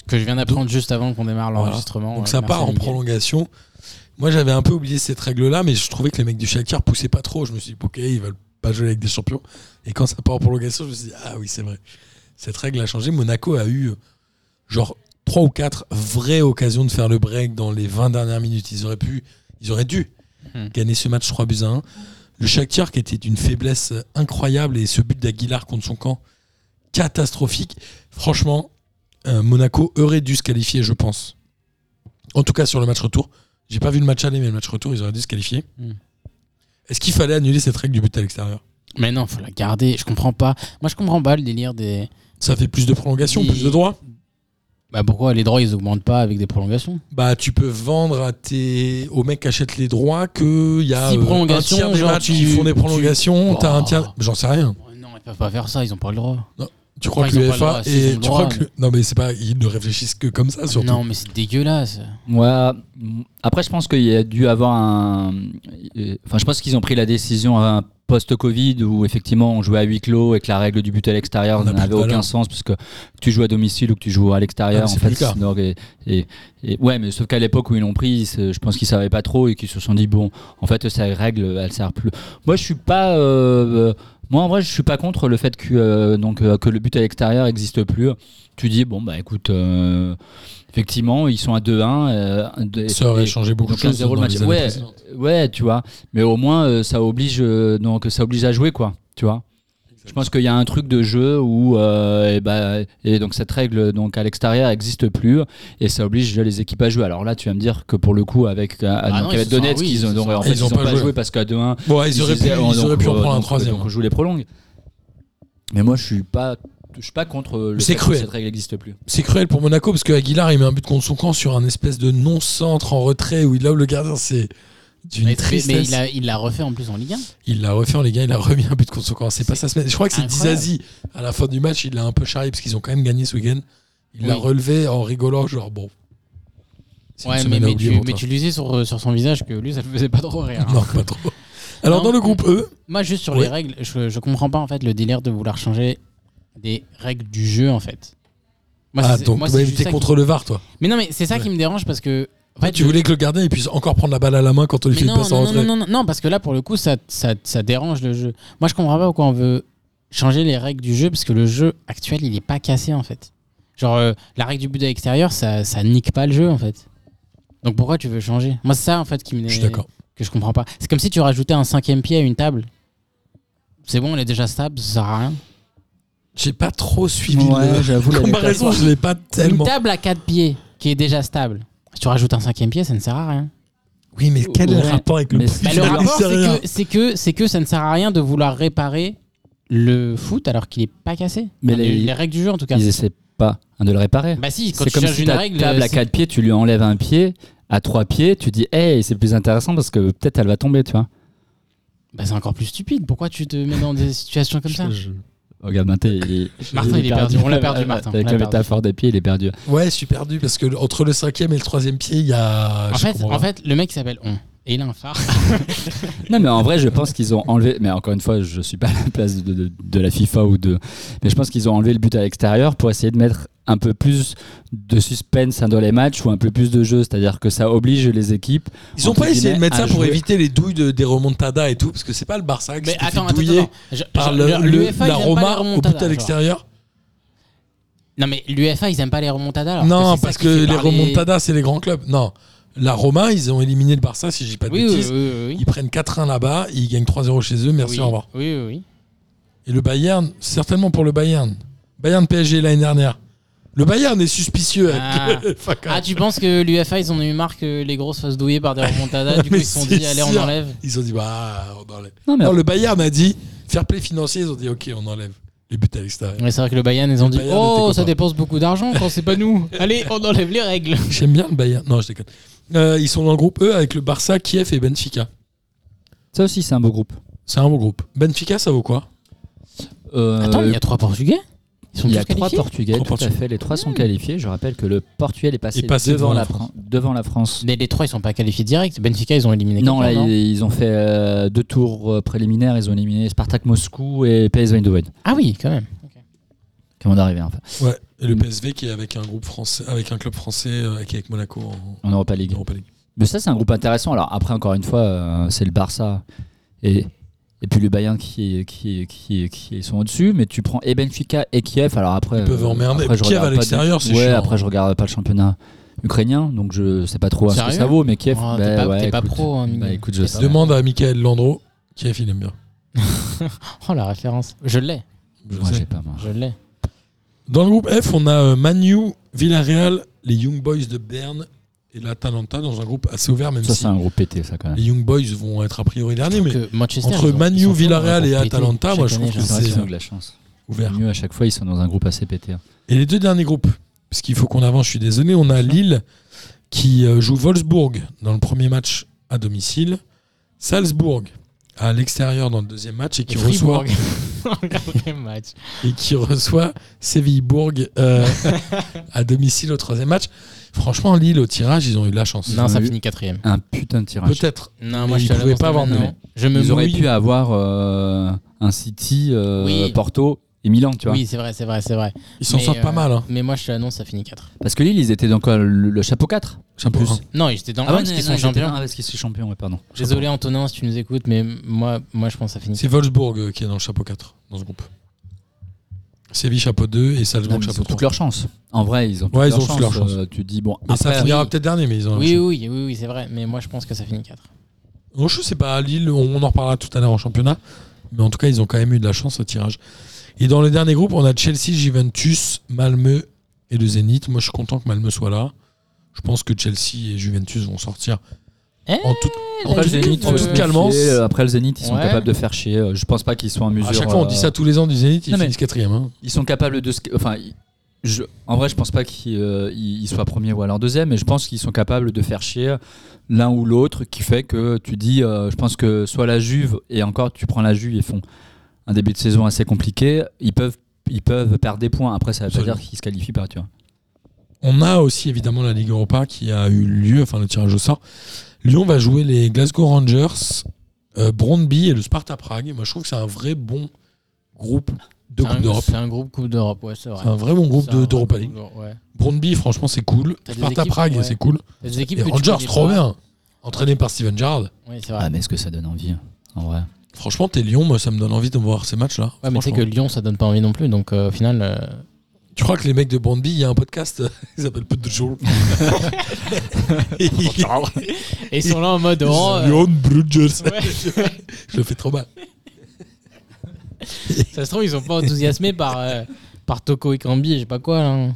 [SPEAKER 6] Que je viens d'apprendre juste avant qu'on démarre
[SPEAKER 4] Voilà.
[SPEAKER 6] l'enregistrement.
[SPEAKER 4] Donc
[SPEAKER 6] euh,
[SPEAKER 4] ça
[SPEAKER 6] merci
[SPEAKER 4] part en
[SPEAKER 6] Miguel.
[SPEAKER 4] prolongation. Moi, j'avais un peu oublié cette règle-là, mais je trouvais que les mecs du Shakhtar poussaient pas trop. Je me suis dit, ok, ils veulent pas jouer avec des champions. Et quand ça part en prolongation, je me suis dit, ah oui, c'est vrai. Cette règle a changé. Monaco a eu euh, genre trois ou quatre vraies occasions de faire le break dans les 20 dernières minutes. Ils auraient pu, ils auraient dû
[SPEAKER 6] Hmm.
[SPEAKER 4] gagner ce match 3 buts à 1. Le Shakhtar qui était d'une faiblesse euh, incroyable et ce but d'Aguilar contre son camp catastrophique. Franchement, euh, Monaco aurait dû se qualifier, je pense. En tout cas sur le match retour. J'ai pas vu le match aller, mais le match retour, ils auraient dû se qualifier.
[SPEAKER 6] Hmm.
[SPEAKER 4] Est-ce qu'il fallait annuler cette règle du but à l'extérieur
[SPEAKER 6] Mais non, faut la garder. Je comprends pas. Moi, je comprends pas le délire des.
[SPEAKER 4] Ça fait plus de prolongations,
[SPEAKER 6] Et-
[SPEAKER 4] plus de droits.
[SPEAKER 6] Bah pourquoi les droits ils augmentent pas avec des prolongations
[SPEAKER 4] Bah, tu peux vendre à tes... aux mecs qui achètent les droits que il y a
[SPEAKER 6] Six
[SPEAKER 4] euh, un
[SPEAKER 6] prolongations,
[SPEAKER 4] tiers des
[SPEAKER 6] genre,
[SPEAKER 4] matchs
[SPEAKER 6] tu-
[SPEAKER 4] qui font des
[SPEAKER 6] tu-
[SPEAKER 4] prolongations.
[SPEAKER 6] Oh.
[SPEAKER 4] T'as un tiers. J'en sais rien.
[SPEAKER 6] Oh Non, ils peuvent pas faire ça, ils ont pas le droit.
[SPEAKER 4] Tu crois
[SPEAKER 6] Enfin,
[SPEAKER 4] que
[SPEAKER 6] ils ont pas le
[SPEAKER 4] l'UEFA
[SPEAKER 6] droit, s'ils ont
[SPEAKER 4] et
[SPEAKER 6] le
[SPEAKER 4] tu crois
[SPEAKER 6] droit,
[SPEAKER 4] que le- non mais c'est pas ils ne réfléchissent que comme ça Ah, surtout.
[SPEAKER 6] Non, mais c'est dégueulasse.
[SPEAKER 5] Moi, mm, après, je pense qu'il y a dû avoir un. euh, Enfin, je pense qu'ils ont pris la décision à post-Covid où effectivement on jouait à huis clos et que la règle du but à
[SPEAKER 4] On
[SPEAKER 5] l'extérieur
[SPEAKER 4] a plus de
[SPEAKER 5] n'avait aucun
[SPEAKER 4] valeur.
[SPEAKER 5] sens parce que tu joues à domicile ou que tu joues à
[SPEAKER 4] Ah,
[SPEAKER 5] l'extérieur,
[SPEAKER 4] mais
[SPEAKER 5] en
[SPEAKER 4] c'est
[SPEAKER 5] fait,
[SPEAKER 4] plus le cas.
[SPEAKER 5] c'est une orgue et, et- et- ouais, mais sauf qu'à l'époque où ils l'ont pris, c'est- je pense qu'ils savaient pas trop et qu'ils se sont dit bon, en fait, cette règle, elle sert plus. Moi, je suis pas. euh, euh, moi, en vrai, je suis pas contre le fait que euh, donc euh, que le but à l'extérieur existe plus. Tu dis bon bah écoute. euh, Effectivement, ils sont à 2-1. euh, de-
[SPEAKER 4] Ça aurait
[SPEAKER 5] et-
[SPEAKER 4] changé beaucoup de
[SPEAKER 5] donc un
[SPEAKER 4] choses.
[SPEAKER 5] zéro
[SPEAKER 4] dans
[SPEAKER 5] le match.
[SPEAKER 4] les années
[SPEAKER 5] Ouais.
[SPEAKER 4] précédentes.
[SPEAKER 5] Ouais, tu vois. Mais au moins, euh, ça oblige, euh, donc ça oblige à jouer, quoi. Tu vois. Je pense qu'il y a un truc de jeu où, euh, et, bah, et donc cette règle donc à l'extérieur n'existe plus et ça oblige les équipes à jouer. Alors là, tu vas me dire que pour le coup, avec, à-
[SPEAKER 6] Ah
[SPEAKER 5] donc
[SPEAKER 6] non, ils
[SPEAKER 5] avec
[SPEAKER 6] se sont-
[SPEAKER 5] Donetsk,
[SPEAKER 6] oui, ils
[SPEAKER 5] ils
[SPEAKER 6] se
[SPEAKER 5] ont,
[SPEAKER 6] sont-
[SPEAKER 5] en
[SPEAKER 4] Ah,
[SPEAKER 5] fait, ils ont pas, joué. parce qu'à 2-1,
[SPEAKER 6] Ah,
[SPEAKER 4] Bon, ils auraient pu,
[SPEAKER 5] disaient, oh,
[SPEAKER 4] ils
[SPEAKER 5] donc,
[SPEAKER 4] auraient pu en
[SPEAKER 5] euh,
[SPEAKER 4] prendre un
[SPEAKER 5] donc,
[SPEAKER 4] troisième.
[SPEAKER 6] hein.
[SPEAKER 5] donc on joue les prolongues. Mais moi, je suis pas, je suis pas contre euh, le
[SPEAKER 4] C'est
[SPEAKER 5] fait que
[SPEAKER 4] cruel.
[SPEAKER 5] cette règle n'existe plus.
[SPEAKER 4] C'est cruel pour Monaco parce que Aguilar il met un but contre son camp sur un espèce de non-centre en retrait où il lobe le gardien. C'est d'une
[SPEAKER 6] Mais- mais,
[SPEAKER 4] tristesse.
[SPEAKER 6] il, a, il l'a refait en plus en Ligue 1.
[SPEAKER 4] Il l'a refait en les gars, il a remis un but contre son camp. C'est pas sa semaine. Je crois que c'est
[SPEAKER 6] incroyable.
[SPEAKER 4] Dizazi à la fin du match, il l'a un peu charrié parce qu'ils ont quand même gagné ce week-end. Il l'a
[SPEAKER 6] Oui.
[SPEAKER 4] relevé en rigolant, genre bon. c'est une
[SPEAKER 6] Ouais, mais,
[SPEAKER 4] semaine à
[SPEAKER 6] mais,
[SPEAKER 4] oublier
[SPEAKER 6] tu,
[SPEAKER 4] pour
[SPEAKER 6] mais
[SPEAKER 4] toi.
[SPEAKER 6] tu le disais sur, euh, sur son visage que lui, ça le faisait pas trop rire. hein.
[SPEAKER 4] Non, pas trop. Alors
[SPEAKER 6] Non.
[SPEAKER 4] dans le groupe E,
[SPEAKER 6] Moi, juste sur
[SPEAKER 4] Ouais.
[SPEAKER 6] les règles, je, je comprends pas en fait le délire de vouloir changer des règles du jeu en fait. Moi,
[SPEAKER 4] ah,
[SPEAKER 6] c'est-
[SPEAKER 4] donc
[SPEAKER 6] moi,
[SPEAKER 4] tu
[SPEAKER 6] c'est juste ça qui-
[SPEAKER 4] contre le VAR, toi.
[SPEAKER 6] Mais non, mais c'est ça
[SPEAKER 4] Ouais.
[SPEAKER 6] qui me dérange parce que. en
[SPEAKER 4] Toi,
[SPEAKER 6] fait,
[SPEAKER 4] tu
[SPEAKER 6] le-
[SPEAKER 4] voulais que le gardien il puisse encore prendre la balle à la main quand on lui
[SPEAKER 6] Mais
[SPEAKER 4] fait une
[SPEAKER 6] non,
[SPEAKER 4] passe en
[SPEAKER 6] non, non,
[SPEAKER 4] retrait.
[SPEAKER 6] non, non, non, parce que là, pour le coup, ça, ça, ça dérange le jeu. Moi, je comprends pas pourquoi on veut changer les règles du jeu, parce que le jeu actuel, il est pas cassé, en fait. Genre, euh, la règle du but à l'extérieur, ça, ça nique pas le jeu, en fait. Donc pourquoi tu veux changer Moi, c'est ça, en fait, qui me...
[SPEAKER 4] Je suis d'accord.
[SPEAKER 6] que je comprends pas. C'est comme si tu rajoutais un cinquième pied à une table. C'est bon, on est déjà stable, ça sert à rien.
[SPEAKER 4] J'ai pas trop suivi
[SPEAKER 5] Ouais,
[SPEAKER 4] le-
[SPEAKER 5] j'avoue. la
[SPEAKER 4] la comparaison,
[SPEAKER 5] métaphore.
[SPEAKER 4] je l'ai pas
[SPEAKER 6] Une
[SPEAKER 4] tellement.
[SPEAKER 6] table à quatre pieds, qui est déjà stable. Si tu rajoutes un cinquième pied, ça ne sert à rien.
[SPEAKER 4] Oui, mais quel
[SPEAKER 5] Ouais.
[SPEAKER 4] rapport avec le
[SPEAKER 5] Mais
[SPEAKER 4] foot
[SPEAKER 6] Bah, le
[SPEAKER 4] J'en ai
[SPEAKER 6] rapport, c'est
[SPEAKER 4] rien.
[SPEAKER 6] que, c'est, que, c'est que ça ne sert à rien de vouloir réparer le foot alors qu'il est pas cassé.
[SPEAKER 5] Mais
[SPEAKER 6] Enfin,
[SPEAKER 5] les-
[SPEAKER 6] les, les règles du jeu, en tout cas.
[SPEAKER 5] Ils essaient pas hein, de le réparer.
[SPEAKER 6] Bah si, quand
[SPEAKER 5] C'est
[SPEAKER 6] tu
[SPEAKER 5] comme
[SPEAKER 6] changes
[SPEAKER 5] si
[SPEAKER 6] une
[SPEAKER 5] ta
[SPEAKER 6] règle,
[SPEAKER 5] table à
[SPEAKER 6] c'est-
[SPEAKER 5] quatre pieds, tu lui enlèves un pied. À trois pieds, tu dis, hey, c'est plus intéressant parce que peut-être elle va tomber, tu vois.
[SPEAKER 6] bah, c'est encore plus stupide. Pourquoi tu te mets dans des situations comme ça
[SPEAKER 5] Je- Regarde, Martin, il est,
[SPEAKER 6] Martin, il est perdu. On l'a perdu, Martin.
[SPEAKER 5] Avec
[SPEAKER 6] On l'a
[SPEAKER 5] la
[SPEAKER 6] perdu.
[SPEAKER 5] métaphore des pieds, il est perdu.
[SPEAKER 4] Ouais, je suis perdu parce que entre le cinquième et le troisième pied, il y a.
[SPEAKER 6] En
[SPEAKER 4] je
[SPEAKER 6] fait,
[SPEAKER 4] comprends
[SPEAKER 6] en
[SPEAKER 4] pas. Ah,
[SPEAKER 6] fait, le mec s'appelle On. Et il a un phare.
[SPEAKER 5] Non, mais en vrai, je pense qu'ils ont enlevé. Mais encore une fois, je suis pas à la place de, de- de la FIFA ou de. Mais je pense qu'ils ont enlevé le but à l'extérieur pour essayer de mettre un peu plus de suspense hein, dans les matchs ou un peu plus de jeu. C'est-à-dire que ça oblige les équipes.
[SPEAKER 4] Ils ont
[SPEAKER 5] entre
[SPEAKER 4] pas essayé de
[SPEAKER 5] guillemets,
[SPEAKER 4] mettre ça
[SPEAKER 5] à
[SPEAKER 4] pour
[SPEAKER 5] jouer.
[SPEAKER 4] éviter les douilles de- des remontadas et tout, parce que c'est pas le Barça qui
[SPEAKER 6] Mais
[SPEAKER 4] s'est fait
[SPEAKER 6] attends, attends,
[SPEAKER 4] douiller
[SPEAKER 6] attends. Je-
[SPEAKER 4] par
[SPEAKER 6] je-
[SPEAKER 4] le-
[SPEAKER 6] le-
[SPEAKER 4] le-
[SPEAKER 6] l'UEFA, ils
[SPEAKER 4] la
[SPEAKER 6] aiment pas les
[SPEAKER 4] Roma au
[SPEAKER 6] remontadas,
[SPEAKER 4] but à
[SPEAKER 6] genre.
[SPEAKER 4] l'extérieur.
[SPEAKER 6] Non mais l'UEFA, ils aiment pas les remontadas. alors
[SPEAKER 4] Non,
[SPEAKER 6] c'est ça
[SPEAKER 4] parce
[SPEAKER 6] qui
[SPEAKER 4] que
[SPEAKER 6] fait
[SPEAKER 4] les
[SPEAKER 6] parler-
[SPEAKER 4] remontadas, c'est les grands clubs. Non, la Roma, ils ont éliminé le Barça, si je dis pas de
[SPEAKER 6] Oui, oui, oui,
[SPEAKER 4] bêtises.
[SPEAKER 6] oui, oui.
[SPEAKER 4] Ils prennent 4-1 là-bas, ils gagnent 3-0 chez eux, merci,
[SPEAKER 6] Oui,
[SPEAKER 4] au revoir.
[SPEAKER 6] Oui, oui, oui.
[SPEAKER 4] Et le Bayern, certainement pour le Bayern. Bayern PSG l'année dernière. Le Bayern est suspicieux.
[SPEAKER 6] Ah.
[SPEAKER 4] avec- Enfin, quand
[SPEAKER 6] Ah,
[SPEAKER 4] même.
[SPEAKER 6] tu penses que l'UFA, ils en ont eu marre que les grosses fassent douiller par des remontadas Du coup,
[SPEAKER 4] Mais
[SPEAKER 6] ils se sont
[SPEAKER 4] c'est
[SPEAKER 6] dit, allez, on
[SPEAKER 4] sûr.
[SPEAKER 6] enlève.
[SPEAKER 4] Ils ont dit, bah, on enlève.
[SPEAKER 5] Non, mais
[SPEAKER 4] Non, le Bayern a dit, fair play financier, ils ont dit, ok, on enlève les buts à l'extérieur.
[SPEAKER 6] Mais c'est vrai que le Bayern, ils ont dit
[SPEAKER 4] Bayern était
[SPEAKER 6] Oh,
[SPEAKER 4] content.
[SPEAKER 6] ça dépense beaucoup d'argent quand c'est pas nous. Allez, on enlève les règles.
[SPEAKER 5] Euh,
[SPEAKER 4] J'aime bien le Bayern. Non, je déconne. Euh, ils sont dans le groupe E avec le Barça, Kiev et Benfica.
[SPEAKER 5] ça aussi, c'est un beau groupe.
[SPEAKER 4] C'est un bon groupe. Benfica, ça vaut quoi
[SPEAKER 5] Euh,
[SPEAKER 6] Attends, il y a trois Portugais Ils sont
[SPEAKER 5] il y a
[SPEAKER 6] tous
[SPEAKER 5] trois
[SPEAKER 6] qualifiés
[SPEAKER 5] Portugais,
[SPEAKER 4] Trois
[SPEAKER 5] tout à
[SPEAKER 4] Portugais.
[SPEAKER 5] fait. Les trois sont qualifiés. Je rappelle que le Portugal est passé,
[SPEAKER 4] Est passé
[SPEAKER 5] devant,
[SPEAKER 4] devant
[SPEAKER 5] la
[SPEAKER 4] la
[SPEAKER 5] Fran- devant la France.
[SPEAKER 6] Mais les trois, ils sont pas qualifiés direct. Benfica, ils ont éliminé.
[SPEAKER 5] Non, là,
[SPEAKER 6] quelqu'un,
[SPEAKER 5] ils, ils ont fait euh, deux tours euh, préliminaires. Ils ont éliminé Spartak Moscou et PSV Eindhoven.
[SPEAKER 6] Ah oui, quand même.
[SPEAKER 5] Comment d'arriver, enfin.
[SPEAKER 4] Ouais. Et le PSV qui est avec un groupe français, avec un club français, euh, qui est avec Monaco en
[SPEAKER 5] En Europa League.
[SPEAKER 4] Europa League.
[SPEAKER 5] Mais ça, c'est un groupe intéressant. Alors, après, encore une fois, euh, c'est le Barça et, et puis le Bayern qui, qui, qui, qui sont au-dessus. Mais tu prends et Benfica et Kiev. Alors, après.
[SPEAKER 4] Ils peuvent
[SPEAKER 5] euh,
[SPEAKER 4] emmerder.
[SPEAKER 5] après, je
[SPEAKER 4] Kiev à
[SPEAKER 5] regarde pas de-
[SPEAKER 4] l'extérieur, c'est
[SPEAKER 5] Ouais,
[SPEAKER 4] chiant.
[SPEAKER 5] après, je regarde pas le championnat ukrainien. Donc, je sais pas trop à ce que
[SPEAKER 6] Sérieux
[SPEAKER 5] ça vaut. Mais Kiev.
[SPEAKER 6] Oh,
[SPEAKER 5] bah,
[SPEAKER 6] t'es pas-
[SPEAKER 5] ouais,
[SPEAKER 6] t'es pas
[SPEAKER 5] écoute.
[SPEAKER 6] pro, hein, Mimi.
[SPEAKER 5] Bah, écoute, je sais.
[SPEAKER 4] Demande à Michael Landreau. Kiev, il aime bien.
[SPEAKER 6] Oh, la référence. Je l'ai,
[SPEAKER 4] Je
[SPEAKER 5] Moi,
[SPEAKER 4] sais.
[SPEAKER 5] j'ai pas, moi.
[SPEAKER 6] je l'ai.
[SPEAKER 4] Dans le groupe F, on a euh, Manu, Villarreal, les Young Boys de Berne et l'Atalanta dans un groupe assez ouvert, même
[SPEAKER 5] Ça,
[SPEAKER 4] si
[SPEAKER 5] c'est un groupe pété, ça, quand même.
[SPEAKER 4] les Young Boys vont être a priori derniers, mais
[SPEAKER 6] Que Manchester,
[SPEAKER 4] entre
[SPEAKER 6] ils ont-
[SPEAKER 4] Man
[SPEAKER 6] ils
[SPEAKER 4] U,
[SPEAKER 6] sont
[SPEAKER 4] Villarreal
[SPEAKER 6] forts,
[SPEAKER 4] et
[SPEAKER 6] ils ont pété.
[SPEAKER 4] Atalanta, moi, je
[SPEAKER 6] Chaque
[SPEAKER 4] trouve
[SPEAKER 6] année,
[SPEAKER 4] que
[SPEAKER 5] C'est vrai
[SPEAKER 4] c'est
[SPEAKER 5] qu'ils ont
[SPEAKER 4] euh,
[SPEAKER 5] de la chance.
[SPEAKER 4] ouvert.
[SPEAKER 5] Mieux à chaque fois, ils sont dans un groupe assez pété. hein.
[SPEAKER 4] Et les deux derniers groupes, parce qu'il faut qu'on avance, je suis désolé, on a Lille qui euh, joue Wolfsburg dans le premier match à domicile, Salzbourg à l'extérieur dans le deuxième match et qui,
[SPEAKER 6] Et
[SPEAKER 4] reçoit,
[SPEAKER 6] Fribourg. Quel match.
[SPEAKER 4] et qui reçoit Séville-Bourg euh, à domicile au troisième match. Franchement, Lille au tirage, ils ont eu de la chance.
[SPEAKER 6] Non, ça
[SPEAKER 5] eu-
[SPEAKER 6] finit quatrième.
[SPEAKER 5] Un putain de tirage.
[SPEAKER 4] Peut-être.
[SPEAKER 6] Non,
[SPEAKER 4] Mais
[SPEAKER 6] moi, je
[SPEAKER 4] ils
[SPEAKER 6] te
[SPEAKER 4] pouvaient
[SPEAKER 6] l'annonce
[SPEAKER 4] pas avoir
[SPEAKER 6] maintenant.
[SPEAKER 4] mieux.
[SPEAKER 6] Je me
[SPEAKER 5] Ils auraient
[SPEAKER 6] mouille.
[SPEAKER 5] pu avoir euh, un City, euh,
[SPEAKER 6] Oui.
[SPEAKER 5] Porto et Milan, tu vois.
[SPEAKER 6] Oui, c'est vrai, c'est vrai, c'est vrai.
[SPEAKER 4] Ils s'en
[SPEAKER 6] Mais,
[SPEAKER 4] sortent pas
[SPEAKER 6] euh,
[SPEAKER 4] mal. Hein.
[SPEAKER 6] Mais moi, je te l'annonce, ça finit 4.
[SPEAKER 5] Parce que Lille, ils étaient dans quoi le, le chapeau 4
[SPEAKER 4] Chapeau
[SPEAKER 5] plus.
[SPEAKER 4] un.
[SPEAKER 6] Ah Non, ils étaient dans
[SPEAKER 5] ouais,
[SPEAKER 6] un,
[SPEAKER 5] non,
[SPEAKER 6] parce qu'ils
[SPEAKER 5] non,
[SPEAKER 6] sont
[SPEAKER 5] ils étaient
[SPEAKER 6] champions.
[SPEAKER 5] dans un, parce qu'ils sont champions, ouais, pardon.
[SPEAKER 6] Désolé Antonin si tu nous écoutes, mais moi, moi je pense que ça finit.
[SPEAKER 4] C'est Wolfsburg euh, qui est dans le chapeau 4 dans ce groupe. Séville chapeau 2 et
[SPEAKER 5] Non,
[SPEAKER 4] Salzbourg
[SPEAKER 5] mais ils
[SPEAKER 4] chapeau
[SPEAKER 5] ont toute
[SPEAKER 4] 3.
[SPEAKER 5] leur chance. En vrai, ils ont toute
[SPEAKER 4] Ouais,
[SPEAKER 5] leur
[SPEAKER 4] ils ont
[SPEAKER 5] chance.
[SPEAKER 4] toute leur chance.
[SPEAKER 5] euh, tu dis, bon,
[SPEAKER 4] Mais ça
[SPEAKER 5] après,
[SPEAKER 4] finira
[SPEAKER 6] oui.
[SPEAKER 4] peut-être dernier, mais ils ont la
[SPEAKER 6] Oui,
[SPEAKER 4] chance.
[SPEAKER 6] oui, oui, oui, c'est vrai, mais moi je pense que ça finit 4.
[SPEAKER 4] Non, je sais pas, à Lille, on on en reparlera tout à l'heure en championnat. Mais en tout cas, ils ont quand même eu de la chance au tirage. Et dans le dernier groupe, on a Chelsea, Juventus, Malmö et le Zénith. Moi, je suis content que Malmö soit là. Je pense que Chelsea et Juventus vont sortir
[SPEAKER 6] Eh,
[SPEAKER 4] en toute, en
[SPEAKER 5] après le
[SPEAKER 4] toute-
[SPEAKER 5] Zénith,
[SPEAKER 4] en
[SPEAKER 5] on
[SPEAKER 6] euh,
[SPEAKER 5] peut se
[SPEAKER 4] toute
[SPEAKER 5] méfier.
[SPEAKER 4] calmance.
[SPEAKER 5] Euh, Après le Zénith, ils sont
[SPEAKER 6] Ouais.
[SPEAKER 5] capables de faire chier. Euh, Je pense pas qu'ils soient en mesure.
[SPEAKER 4] À chaque fois, on
[SPEAKER 5] euh,
[SPEAKER 4] dit ça tous les ans du Zénith, ils
[SPEAKER 5] Non, mais-
[SPEAKER 4] finissent quatrième. hein.
[SPEAKER 5] Ils sont capables de. se- Enfin, ils- Je- en vrai, je pense pas qu'ils euh, ils- ils soient premiers ou alors deuxième, mais je pense qu'ils sont capables de faire chier l'un ou l'autre, qui fait que tu dis, euh, je pense que soit la Juve et encore tu prends la Juve, ils font un début de saison assez compliqué, ils peuvent ils peuvent perdre des points. Après, ça veut pas
[SPEAKER 4] Absolument.
[SPEAKER 5] dire qu'ils se qualifient pas, tu vois.
[SPEAKER 4] On a aussi évidemment la Ligue Europa qui a eu lieu, enfin le tirage au sort. Lyon va jouer les Glasgow Rangers, euh, Brondby et le Sparta Prague. Et moi je trouve que c'est un vrai bon groupe de
[SPEAKER 6] C'est un-
[SPEAKER 4] Coupe d'Europe.
[SPEAKER 6] C'est un groupe Coupe d'Europe, ouais, c'est vrai.
[SPEAKER 4] C'est un vrai bon groupe
[SPEAKER 6] C'est un
[SPEAKER 4] de-
[SPEAKER 6] vrai
[SPEAKER 4] d'Europa
[SPEAKER 6] groupe
[SPEAKER 4] League.
[SPEAKER 6] d'Europe, ouais.
[SPEAKER 4] Brondby, franchement, c'est cool.
[SPEAKER 6] T'as des
[SPEAKER 4] Sparta
[SPEAKER 6] équipes,
[SPEAKER 4] Prague,
[SPEAKER 6] ouais.
[SPEAKER 4] c'est cool.
[SPEAKER 6] Il y a des équipes
[SPEAKER 4] Et
[SPEAKER 6] que tu
[SPEAKER 4] Rangers,
[SPEAKER 6] connais
[SPEAKER 4] trop
[SPEAKER 6] pas.
[SPEAKER 4] bien. Entraîné par Steven Gerrard.
[SPEAKER 6] Oui, c'est vrai.
[SPEAKER 5] Ah, mais est-ce que ça donne envie En vrai.
[SPEAKER 4] Franchement, t'es Lyon, moi ça me donne envie de voir ces matchs-là.
[SPEAKER 6] Ouais, mais tu sais que
[SPEAKER 4] Franchement.
[SPEAKER 6] Lyon, ça donne pas envie non plus, donc euh, au final. euh,
[SPEAKER 4] Tu crois que les mecs de Brondby, il y a un podcast, ils s'appellent Peu de Jour.
[SPEAKER 6] Et ils sont là en mode. oh, euh,
[SPEAKER 4] Lyon Brugers.
[SPEAKER 6] ouais.
[SPEAKER 4] Je le fais trop mal.
[SPEAKER 6] ça se trouve, ils sont pas enthousiasmés par, euh, par Toko et Kambi, je sais pas quoi. Là.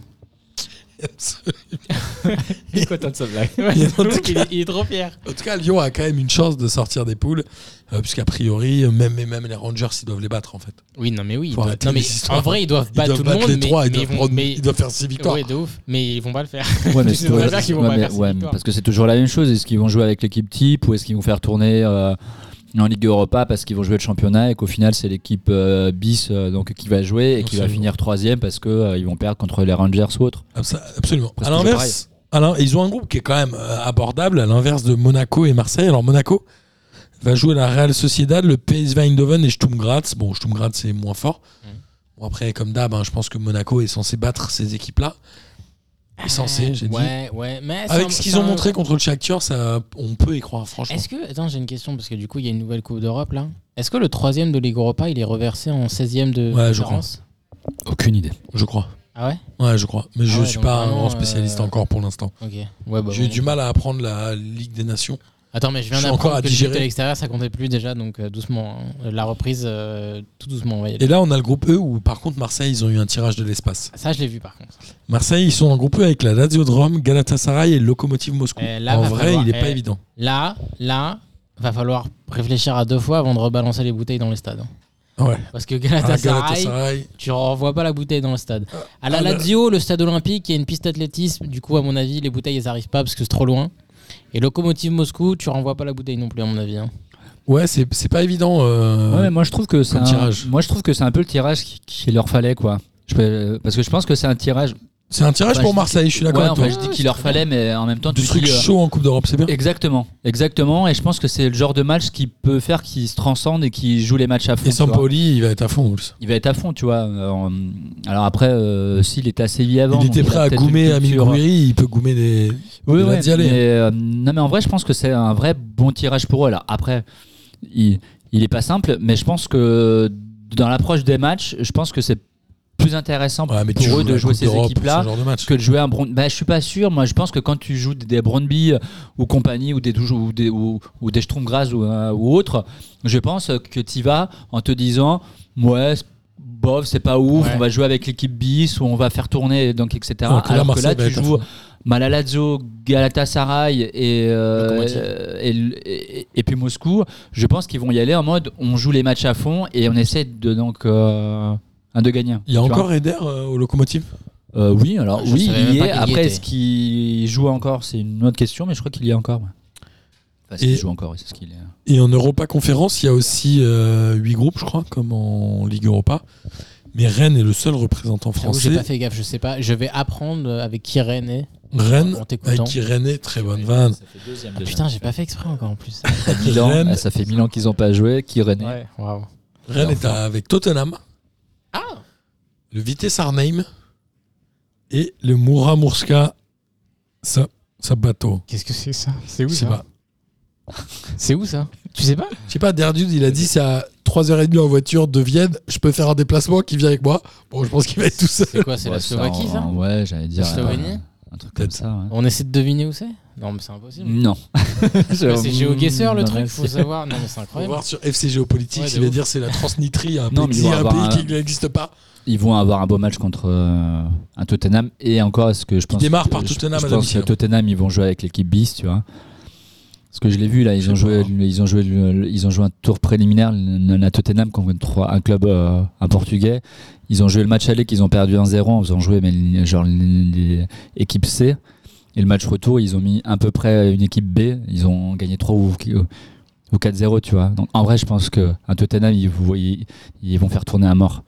[SPEAKER 6] Il est content de sa blague.
[SPEAKER 4] Et en tout
[SPEAKER 6] il, est, il est trop fier.
[SPEAKER 4] En tout cas, Lyon a quand même une chance de sortir des poules, euh, puisqu'a priori, euh, même, mais même les Rangers, ils doivent les battre en fait.
[SPEAKER 6] Oui, non, mais oui. ils
[SPEAKER 4] Faut
[SPEAKER 6] doivent-
[SPEAKER 4] arrêter
[SPEAKER 6] non, mais
[SPEAKER 4] les histoires.
[SPEAKER 6] en vrai, ils doivent
[SPEAKER 4] Ils
[SPEAKER 6] battre
[SPEAKER 4] doivent
[SPEAKER 6] tout le
[SPEAKER 4] battre
[SPEAKER 6] monde,
[SPEAKER 4] les
[SPEAKER 6] mais,
[SPEAKER 4] trois, ils,
[SPEAKER 6] mais
[SPEAKER 4] doivent
[SPEAKER 6] ils vont,
[SPEAKER 4] prendre-
[SPEAKER 6] mais-
[SPEAKER 4] ils doivent faire 6 victoires.
[SPEAKER 6] Ouais, de ouf. Mais ils vont pas le faire.
[SPEAKER 5] Ouais, mais
[SPEAKER 6] Tu
[SPEAKER 5] c'est
[SPEAKER 6] devrais
[SPEAKER 5] toujours-
[SPEAKER 6] faire qu'ils vont
[SPEAKER 5] ouais,
[SPEAKER 6] pas
[SPEAKER 5] mais-
[SPEAKER 6] faire cette
[SPEAKER 5] ouais, mais
[SPEAKER 6] victoire.
[SPEAKER 5] parce que c'est toujours la même chose. Est-ce qu'ils vont jouer avec l'équipe type ou est-ce qu'ils vont faire tourner euh, en Ligue Europa parce qu'ils vont jouer le championnat et qu'au final c'est l'équipe euh, bis euh, donc qui va jouer et qui va
[SPEAKER 4] Absolument.
[SPEAKER 5] finir troisième parce que euh, ils vont perdre contre les Rangers ou autre.
[SPEAKER 4] Abso- Absolument.
[SPEAKER 5] Parce
[SPEAKER 4] À
[SPEAKER 5] que Ah, c'est
[SPEAKER 4] l'inverse, à l'in- ils ont un groupe qui est quand même euh, abordable, à l'inverse de Monaco et Marseille. Alors Monaco va jouer la Real Sociedad, le PSV Eindhoven et Sturm Graz. Bon, Sturm Graz c'est moins fort.
[SPEAKER 5] Mmh.
[SPEAKER 4] Bon après, comme d'hab, hein, je pense que Monaco est censé battre ces équipes-là. Est censé, j'ai dit.
[SPEAKER 6] Ouais, ouais. Mais c'est un-
[SPEAKER 4] Avec ce qu'ils
[SPEAKER 6] c'est
[SPEAKER 4] ont
[SPEAKER 6] un-
[SPEAKER 4] montré contre le Shakhtar, ça, on peut y croire, franchement.
[SPEAKER 6] Est-ce que. Attends, j'ai une question parce que du coup, il y a une nouvelle Coupe d'Europe là. Est-ce que le troisième de Ligue Europa, il est reversé en 16ème de
[SPEAKER 4] Ouais, je
[SPEAKER 6] conférence
[SPEAKER 5] Aucune idée.
[SPEAKER 4] Je crois.
[SPEAKER 6] Ah ouais
[SPEAKER 4] Ouais, je crois. Mais je
[SPEAKER 6] Ah ouais,
[SPEAKER 4] suis
[SPEAKER 6] donc
[SPEAKER 4] pas un
[SPEAKER 6] vraiment,
[SPEAKER 4] grand spécialiste
[SPEAKER 6] euh,
[SPEAKER 4] encore pour l'instant.
[SPEAKER 6] Ok. Ouais, bah,
[SPEAKER 4] J'ai eu
[SPEAKER 6] bon.
[SPEAKER 4] du mal à apprendre la Ligue des Nations.
[SPEAKER 6] Attends, mais je
[SPEAKER 4] Je
[SPEAKER 6] viens
[SPEAKER 4] suis
[SPEAKER 6] d'apprendre
[SPEAKER 4] encore à
[SPEAKER 6] que le but
[SPEAKER 4] digérer.
[SPEAKER 6] à l'extérieur, ça comptait plus déjà, donc euh, doucement. hein. La reprise, euh, tout doucement, on va y aller.
[SPEAKER 4] Et là, on a le groupe E où, par contre, Marseille, ils ont eu un tirage de l'espace.
[SPEAKER 6] Ça, je l'ai vu par contre.
[SPEAKER 4] Marseille, ils sont en groupe E avec la Lazio de Rome, Galatasaray et le Lokomotiv Moscou.
[SPEAKER 6] Eh, là,
[SPEAKER 4] en
[SPEAKER 6] va
[SPEAKER 4] vrai,
[SPEAKER 6] falloir-
[SPEAKER 4] il n'est pas
[SPEAKER 6] eh.
[SPEAKER 4] évident.
[SPEAKER 6] Là, là, va falloir réfléchir à deux fois avant de rebalancer les bouteilles dans les stades. hein.
[SPEAKER 4] Ouais.
[SPEAKER 6] Parce que
[SPEAKER 4] Ah,
[SPEAKER 6] Galatasaray,
[SPEAKER 4] Galatasaray.
[SPEAKER 6] tu renvoies pas la bouteille dans le stade. À la
[SPEAKER 4] ah,
[SPEAKER 6] Lazio, le stade olympique, il y a une piste d'athlétisme. Du coup, à mon avis, les bouteilles, elles arrivent pas parce que c'est trop loin. Et Locomotive Moscou, tu renvoies pas la bouteille non plus, à mon avis. hein.
[SPEAKER 4] Ouais, c'est c'est pas évident. euh,
[SPEAKER 5] Ouais, mais moi je trouve que c'est
[SPEAKER 4] comme
[SPEAKER 5] un,
[SPEAKER 4] tirage.
[SPEAKER 5] moi je trouve que c'est un peu le tirage qui- qu'il leur fallait quoi. Je peux- euh, parce que je pense que c'est un tirage.
[SPEAKER 4] C'est un tirage
[SPEAKER 5] Enfin,
[SPEAKER 4] pour
[SPEAKER 5] bah, je dis-
[SPEAKER 4] Marseille, je suis d'accord
[SPEAKER 5] Ouais,
[SPEAKER 4] avec toi.
[SPEAKER 5] enfin, je dis qu'il leur fallait, mais en même temps
[SPEAKER 4] Du
[SPEAKER 5] tu
[SPEAKER 4] truc
[SPEAKER 5] dis, euh,
[SPEAKER 4] chaud hein. en Coupe d'Europe, c'est bien.
[SPEAKER 5] Exactement, exactement. Et je pense que c'est le genre de match qui peut faire qu'il se transcende et qui joue les matchs à fond.
[SPEAKER 4] Et
[SPEAKER 5] tu vois.
[SPEAKER 4] Sampaoli, il va être à fond. Wolves.
[SPEAKER 5] Il va être à fond, tu vois. Alors, euh, alors après, euh, s'il était à Séville avant.
[SPEAKER 4] Il était
[SPEAKER 5] donc a
[SPEAKER 4] prêt à
[SPEAKER 5] peut-être
[SPEAKER 4] goumer
[SPEAKER 5] une
[SPEAKER 4] à
[SPEAKER 5] culture- hein.
[SPEAKER 4] Minguiri, il peut goumer des.
[SPEAKER 5] Oui,
[SPEAKER 4] Il a
[SPEAKER 5] ouais,
[SPEAKER 4] d'y aller.
[SPEAKER 5] mais, euh, non, mais en vrai, je pense que c'est un vrai bon tirage pour eux. Alors après, il, il est pas simple, mais je pense que dans l'approche des matchs, je pense que c'est plus intéressant
[SPEAKER 4] Ouais, Ah, mais tu
[SPEAKER 5] pour
[SPEAKER 4] joues
[SPEAKER 5] eux
[SPEAKER 4] la
[SPEAKER 5] de jouer
[SPEAKER 4] Coupe
[SPEAKER 5] ces
[SPEAKER 4] d'Europe,
[SPEAKER 5] équipes-là
[SPEAKER 4] Ce genre de match.
[SPEAKER 5] que de jouer un Brown. Bah, je suis pas sûr. Moi, je pense que quand tu joues des, des Brownby euh, ou compagnie ou des Douj- ou des ou, ou des Sturmgras ou, euh, ou autres, je pense euh, que tu vas en te disant, ouais. c'est- Bof, c'est pas ouf,
[SPEAKER 6] Ouais.
[SPEAKER 5] on va jouer avec l'équipe bis ou on va faire tourner, donc etc.
[SPEAKER 4] Alors que là,
[SPEAKER 5] Alors que là,
[SPEAKER 4] Marseille va
[SPEAKER 5] tu
[SPEAKER 4] être à
[SPEAKER 5] joues
[SPEAKER 4] fond.
[SPEAKER 5] Malalazzo, Galatasaray et, euh,
[SPEAKER 6] Lokomotiv.
[SPEAKER 5] et, et- et puis Moscou. Je pense qu'ils vont y aller en mode on joue les matchs à fond et on essaie de donc euh, de gagner.
[SPEAKER 4] Il y a
[SPEAKER 5] tu vois.
[SPEAKER 4] encore Eder euh, au locomotive
[SPEAKER 5] Euh, oui, alors
[SPEAKER 6] Je
[SPEAKER 5] oui,
[SPEAKER 6] savais
[SPEAKER 5] il y est.
[SPEAKER 6] même pas qu'il y
[SPEAKER 5] Après,
[SPEAKER 6] était.
[SPEAKER 5] est-ce qu'il joue encore C'est une autre question, mais je crois qu'il y est encore. ouais. Enfin, est-ce
[SPEAKER 4] Et-
[SPEAKER 5] qu'il joue encore C'est ce qu'il est.
[SPEAKER 6] hein.
[SPEAKER 4] Et en Europa Conférence, il y a aussi 8 groupes, je crois, comme en Ligue Europa. Mais Rennes est le seul représentant
[SPEAKER 6] J'avoue, J'ai
[SPEAKER 4] français.
[SPEAKER 6] pas fait gaffe, je sais pas. Je vais apprendre avec qui Rennes est.
[SPEAKER 4] Rennes,
[SPEAKER 6] En
[SPEAKER 4] avec
[SPEAKER 6] t'écoutant.
[SPEAKER 4] qui Rennes est très bonne vanne.
[SPEAKER 6] Ah, putain, j'ai pas fait exprès encore en plus.
[SPEAKER 5] Milan,
[SPEAKER 4] Rennes-
[SPEAKER 5] ah, ça fait 1000 ans qu'ils n'ont pas joué. Qui René
[SPEAKER 6] ouais, waouh.
[SPEAKER 4] Rennes est
[SPEAKER 5] Enfin.
[SPEAKER 4] avec Tottenham.
[SPEAKER 6] Ah.
[SPEAKER 4] Le Vitesse Arnhem et le Moura Murska Sa- Sabato.
[SPEAKER 6] Qu'est-ce que c'est ça C'est où
[SPEAKER 4] Je sais
[SPEAKER 6] ça
[SPEAKER 4] pas.
[SPEAKER 6] C'est où ça Tu sais pas
[SPEAKER 4] Je sais pas, Derdude, il a dit c'est à 3h30 en voiture de Vienne. Je peux faire un déplacement qui vient avec moi. Bon, je pense qu'il va être tout seul.
[SPEAKER 6] C'est quoi C'est
[SPEAKER 5] Ouais,
[SPEAKER 6] la Slovaquie ça
[SPEAKER 5] en- hein. Ouais, j'allais dire.
[SPEAKER 6] La Slovénie
[SPEAKER 5] euh, Un truc comme
[SPEAKER 4] Peut-être.
[SPEAKER 5] ça. ouais.
[SPEAKER 6] On essaie de deviner où c'est Non, mais c'est impossible.
[SPEAKER 5] Non.
[SPEAKER 6] Ouais, C'est GeoGuessr le
[SPEAKER 5] Non,
[SPEAKER 6] truc,
[SPEAKER 5] mais
[SPEAKER 6] faut
[SPEAKER 5] c'est-
[SPEAKER 6] savoir. Non, mais Mm. bah, c'est
[SPEAKER 4] On va
[SPEAKER 6] incroyable.
[SPEAKER 4] voir sur FC Géopolitique,
[SPEAKER 6] Ouais, de
[SPEAKER 4] il va
[SPEAKER 6] ouf.
[SPEAKER 4] dire c'est la Transnistrie, un,
[SPEAKER 5] Non, mais
[SPEAKER 4] pays,
[SPEAKER 5] ils vont
[SPEAKER 4] un
[SPEAKER 5] avoir
[SPEAKER 4] pays
[SPEAKER 5] un-
[SPEAKER 4] qui n'existe pas.
[SPEAKER 5] Ils vont avoir un beau match contre euh, un Tottenham et encore, est-ce que je pense.
[SPEAKER 4] démarrent
[SPEAKER 5] que-
[SPEAKER 4] par
[SPEAKER 5] je-
[SPEAKER 4] Tottenham
[SPEAKER 5] Je
[SPEAKER 4] à
[SPEAKER 5] pense que
[SPEAKER 4] domicile.
[SPEAKER 5] Tottenham, ils vont jouer avec l'équipe bis, tu vois. Parce que je l'ai vu là,
[SPEAKER 4] Je
[SPEAKER 5] ils
[SPEAKER 4] sais
[SPEAKER 5] ont, joué,
[SPEAKER 4] pas.
[SPEAKER 5] ils, ont joué, le- ils ont joué un tour préliminaire le- à Tottenham contre trois- un club, euh, un portugais. Ils ont joué le match aller qu'ils ont perdu 1-0 en faisant jouer mais, les- genre l'équipe C. Et le match retour, ils ont mis à peu près une équipe B. Ils ont gagné 3 ou, ou 4-0, tu vois. Donc en vrai, je pense que un Tottenham, ils, vous voyez, ils vont faire tourner à mort.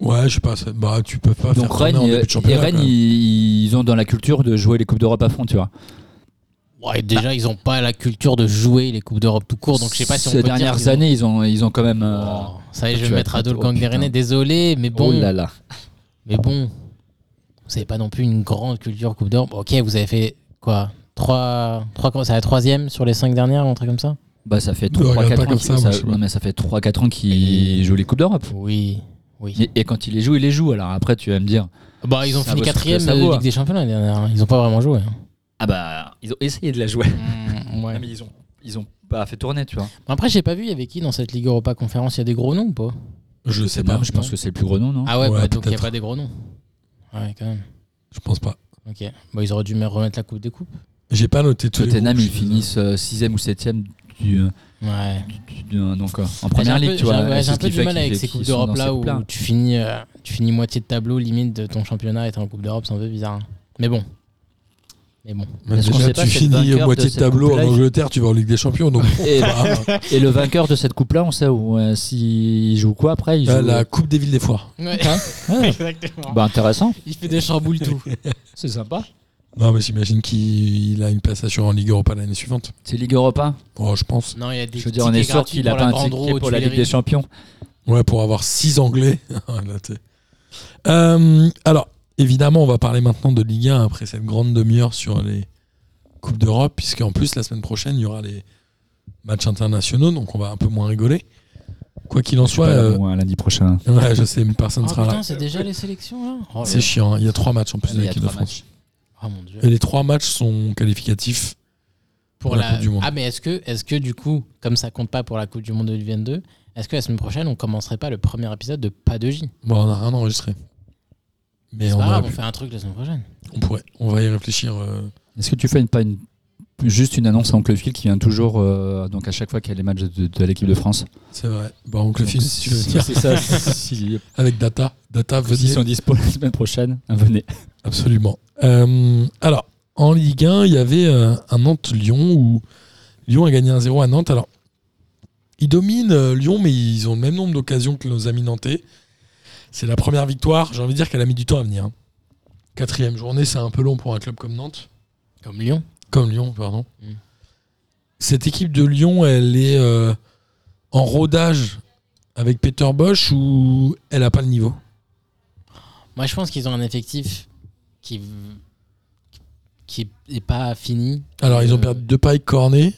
[SPEAKER 4] Ouais, je sais pas. ça- Bah, tu peux pas
[SPEAKER 5] Donc
[SPEAKER 4] faire tourner
[SPEAKER 5] Rennes, euh,
[SPEAKER 4] en début de
[SPEAKER 5] et
[SPEAKER 4] championnat.
[SPEAKER 5] Rennes,
[SPEAKER 4] quand même.
[SPEAKER 5] ils, ils ont dans la culture de jouer les Coupes d'Europe à fond, tu vois.
[SPEAKER 6] Ouais, déjà, ils n'ont pas la culture de jouer les Coupes d'Europe tout court, donc je sais pas si on
[SPEAKER 5] Ces
[SPEAKER 6] peut dire
[SPEAKER 5] dernières
[SPEAKER 6] qu'ils ont-
[SPEAKER 5] années, ils ont, ils ont quand même. euh,
[SPEAKER 6] Oh, ça y
[SPEAKER 5] tu
[SPEAKER 6] est, je vais
[SPEAKER 5] vas
[SPEAKER 6] mettre à dos le
[SPEAKER 5] être-
[SPEAKER 6] gang
[SPEAKER 5] oh,
[SPEAKER 6] des Rennais,
[SPEAKER 5] putain.
[SPEAKER 6] désolé, mais bon.
[SPEAKER 5] oh là là.
[SPEAKER 6] Mais bon, vous n'avez pas non plus une grande culture Coupe d'Europe. Ok, vous avez fait quoi trois, trois, C'est la troisième sur les cinq dernières, ou un truc comme ça
[SPEAKER 5] Bah ça fait
[SPEAKER 4] Ne regarde
[SPEAKER 5] 3-4
[SPEAKER 4] pas
[SPEAKER 5] ans
[SPEAKER 4] comme
[SPEAKER 5] qu'il-
[SPEAKER 4] ça, moi, je sais pas.
[SPEAKER 5] non, mais ça fait 3-4 ans qu'il joue les coupes d'Europe.
[SPEAKER 6] Oui. Oui.
[SPEAKER 5] Et, et quand il les joue, il les joue. Alors après tu vas me dire
[SPEAKER 6] Bah, ils ont
[SPEAKER 5] Ça
[SPEAKER 6] fini
[SPEAKER 5] vaut ce que
[SPEAKER 6] quatrième
[SPEAKER 5] ça
[SPEAKER 6] de
[SPEAKER 5] vaut,
[SPEAKER 6] Ligue des Champions l'année dernière. hein. Ils n'ont pas vraiment joué. hein.
[SPEAKER 5] ah bah ils ont essayé de la jouer.
[SPEAKER 6] Ouais.
[SPEAKER 5] Ah, mais ils ont ils ont pas fait tourner, tu vois.
[SPEAKER 6] Après, j'ai pas vu, il y avait qui dans cette Ligue Europa Conférence Il y a des gros noms ou pas
[SPEAKER 4] Je sais
[SPEAKER 5] Non,
[SPEAKER 4] pas.
[SPEAKER 5] je pense que c'est le plus gros nom, non
[SPEAKER 6] Ah ouais,
[SPEAKER 4] Ouais,
[SPEAKER 6] bah, donc il n'y a
[SPEAKER 4] peut-être.
[SPEAKER 6] pas des gros noms. Ouais, quand même.
[SPEAKER 4] Je pense pas.
[SPEAKER 6] Ok. Bah, ils auraient dû me remettre la Coupe des Coupes.
[SPEAKER 4] J'ai pas noté tous les
[SPEAKER 5] Tottenham
[SPEAKER 4] groupes,
[SPEAKER 5] ils
[SPEAKER 4] je-
[SPEAKER 5] finissent 6ème ou 7ème du, euh,
[SPEAKER 6] Ouais. Bah,
[SPEAKER 5] du- du- euh, donc euh, en première
[SPEAKER 6] J'ai un
[SPEAKER 5] ligue,
[SPEAKER 6] peu-
[SPEAKER 5] tu vois.
[SPEAKER 6] j'ai- ouais,
[SPEAKER 5] Et
[SPEAKER 6] J'ai
[SPEAKER 5] c'est
[SPEAKER 6] un
[SPEAKER 5] ce
[SPEAKER 6] peu
[SPEAKER 5] qui
[SPEAKER 6] du
[SPEAKER 5] fait
[SPEAKER 6] mal
[SPEAKER 5] qu'ils-
[SPEAKER 6] avec ces
[SPEAKER 5] qu'ils
[SPEAKER 6] Coupes
[SPEAKER 5] sont dans
[SPEAKER 6] d'Europe là
[SPEAKER 5] cette
[SPEAKER 6] où
[SPEAKER 5] coupe-là.
[SPEAKER 6] tu finis, euh, tu finis moitié de tableau limite de ton championnat et t'es en Coupe d'Europe, c'est un peu bizarre. hein. Mais bon. Mais bon.
[SPEAKER 4] Mais
[SPEAKER 5] Est-ce qu'on
[SPEAKER 4] déjà,
[SPEAKER 5] sait pas
[SPEAKER 4] tu
[SPEAKER 5] si le
[SPEAKER 4] finis
[SPEAKER 5] vainqueur de
[SPEAKER 4] moitié de
[SPEAKER 5] cette
[SPEAKER 4] tableau en
[SPEAKER 5] coupe-là, il-
[SPEAKER 4] Angleterre, tu vas en Ligue des Champions. Donc,
[SPEAKER 5] Et,
[SPEAKER 4] bah,
[SPEAKER 5] et le vainqueur de cette coupe là, on sait où euh, s'il joue quoi après, il joue
[SPEAKER 4] euh, la Coupe des villes des foires.
[SPEAKER 6] Hein
[SPEAKER 5] Ouais.
[SPEAKER 6] Exactement.
[SPEAKER 5] Bah intéressant.
[SPEAKER 6] Il fait des chamboules tout.
[SPEAKER 5] C'est sympa.
[SPEAKER 4] Non, mais j'imagine qu'il a une place assurée en Ligue Europa l'année suivante.
[SPEAKER 5] C'est Ligue Europa.
[SPEAKER 4] Oh, je pense.
[SPEAKER 6] Non, il y a des
[SPEAKER 5] Je veux dire, on est
[SPEAKER 6] tickets
[SPEAKER 5] sûr
[SPEAKER 6] gratuits
[SPEAKER 5] qu'il a
[SPEAKER 6] pour
[SPEAKER 5] pas
[SPEAKER 6] la
[SPEAKER 5] un
[SPEAKER 6] grande
[SPEAKER 5] ticket
[SPEAKER 6] roue,
[SPEAKER 5] pour
[SPEAKER 6] tu
[SPEAKER 5] la
[SPEAKER 6] les
[SPEAKER 5] Ligue des
[SPEAKER 6] ris.
[SPEAKER 5] Champions.
[SPEAKER 4] Ouais, pour avoir six Anglais. Ah, Là, t'es- Euh, alors, évidemment, on va parler maintenant de Ligue 1 après cette grande demi-heure sur les Coupes d'Europe, puisque en plus, la semaine prochaine, il y aura les matchs internationaux, donc on va un peu moins rigoler. Quoi qu'il en soit, euh,
[SPEAKER 5] hein, lundi prochain.
[SPEAKER 4] ouais, je sais, mais personne ne
[SPEAKER 6] Ah
[SPEAKER 4] sera
[SPEAKER 6] putain,
[SPEAKER 4] là.
[SPEAKER 6] c'est déjà les sélections là Oh là
[SPEAKER 4] C'est chiant, hein. il y a trois matchs en plus
[SPEAKER 5] Ouais,
[SPEAKER 4] de
[SPEAKER 5] mais Ah, il y
[SPEAKER 4] l'équipe
[SPEAKER 5] a
[SPEAKER 4] de
[SPEAKER 5] trois
[SPEAKER 4] France.
[SPEAKER 6] là. Oh mon dieu.
[SPEAKER 5] euh,
[SPEAKER 4] Et les trois matchs sont qualificatifs.
[SPEAKER 6] Pour
[SPEAKER 4] pour la
[SPEAKER 6] la
[SPEAKER 4] Coupe du Monde.
[SPEAKER 6] Ah, mais est-ce que, est que du coup, comme ça compte pas pour la Coupe du Monde 2022, est-ce que la semaine prochaine on commencerait pas le premier épisode de Pas de J
[SPEAKER 4] Bon, on n'a rien enregistré. Mais
[SPEAKER 6] C'est
[SPEAKER 4] on,
[SPEAKER 6] pas
[SPEAKER 4] aurait
[SPEAKER 6] grave, on
[SPEAKER 4] pu-
[SPEAKER 6] fait un truc la semaine prochaine.
[SPEAKER 4] on pourrait. On va y réfléchir. euh,
[SPEAKER 5] Est-ce que tu fais une, pas une, juste une annonce à Oncle Phil qui vient toujours, euh, donc à chaque fois qu'il y a les matchs de, de l'équipe de France
[SPEAKER 4] C'est vrai. Bon, oncle
[SPEAKER 5] Donc,
[SPEAKER 4] Phil, si tu veux dire.
[SPEAKER 5] C'est ça. si,
[SPEAKER 4] Avec Data. Data,
[SPEAKER 5] s'ils
[SPEAKER 4] venez.
[SPEAKER 5] sont dispo la semaine prochaine, Ah, venez.
[SPEAKER 4] Absolument. Euh, alors, en Ligue 1, il y avait euh, un Nantes-Lyon où Lyon a gagné 1-0 à Nantes. Alors, ils dominent euh, Lyon, mais ils ont le même nombre d'occasions que nos amis nantais. C'est la première victoire. J'ai envie de dire qu'elle a mis du temps à venir. hein. Quatrième journée, c'est un peu long pour un club comme Nantes.
[SPEAKER 6] Comme Lyon.
[SPEAKER 4] Comme Lyon, pardon.
[SPEAKER 6] Mm.
[SPEAKER 4] Cette équipe de Lyon, elle est euh, en rodage avec Peter Bosch ou elle n'a pas le niveau
[SPEAKER 6] Moi, je pense qu'ils ont un effectif qui qui est pas fini.
[SPEAKER 4] Alors, ils ont
[SPEAKER 6] Euh,
[SPEAKER 4] perdu deux pailles cornées.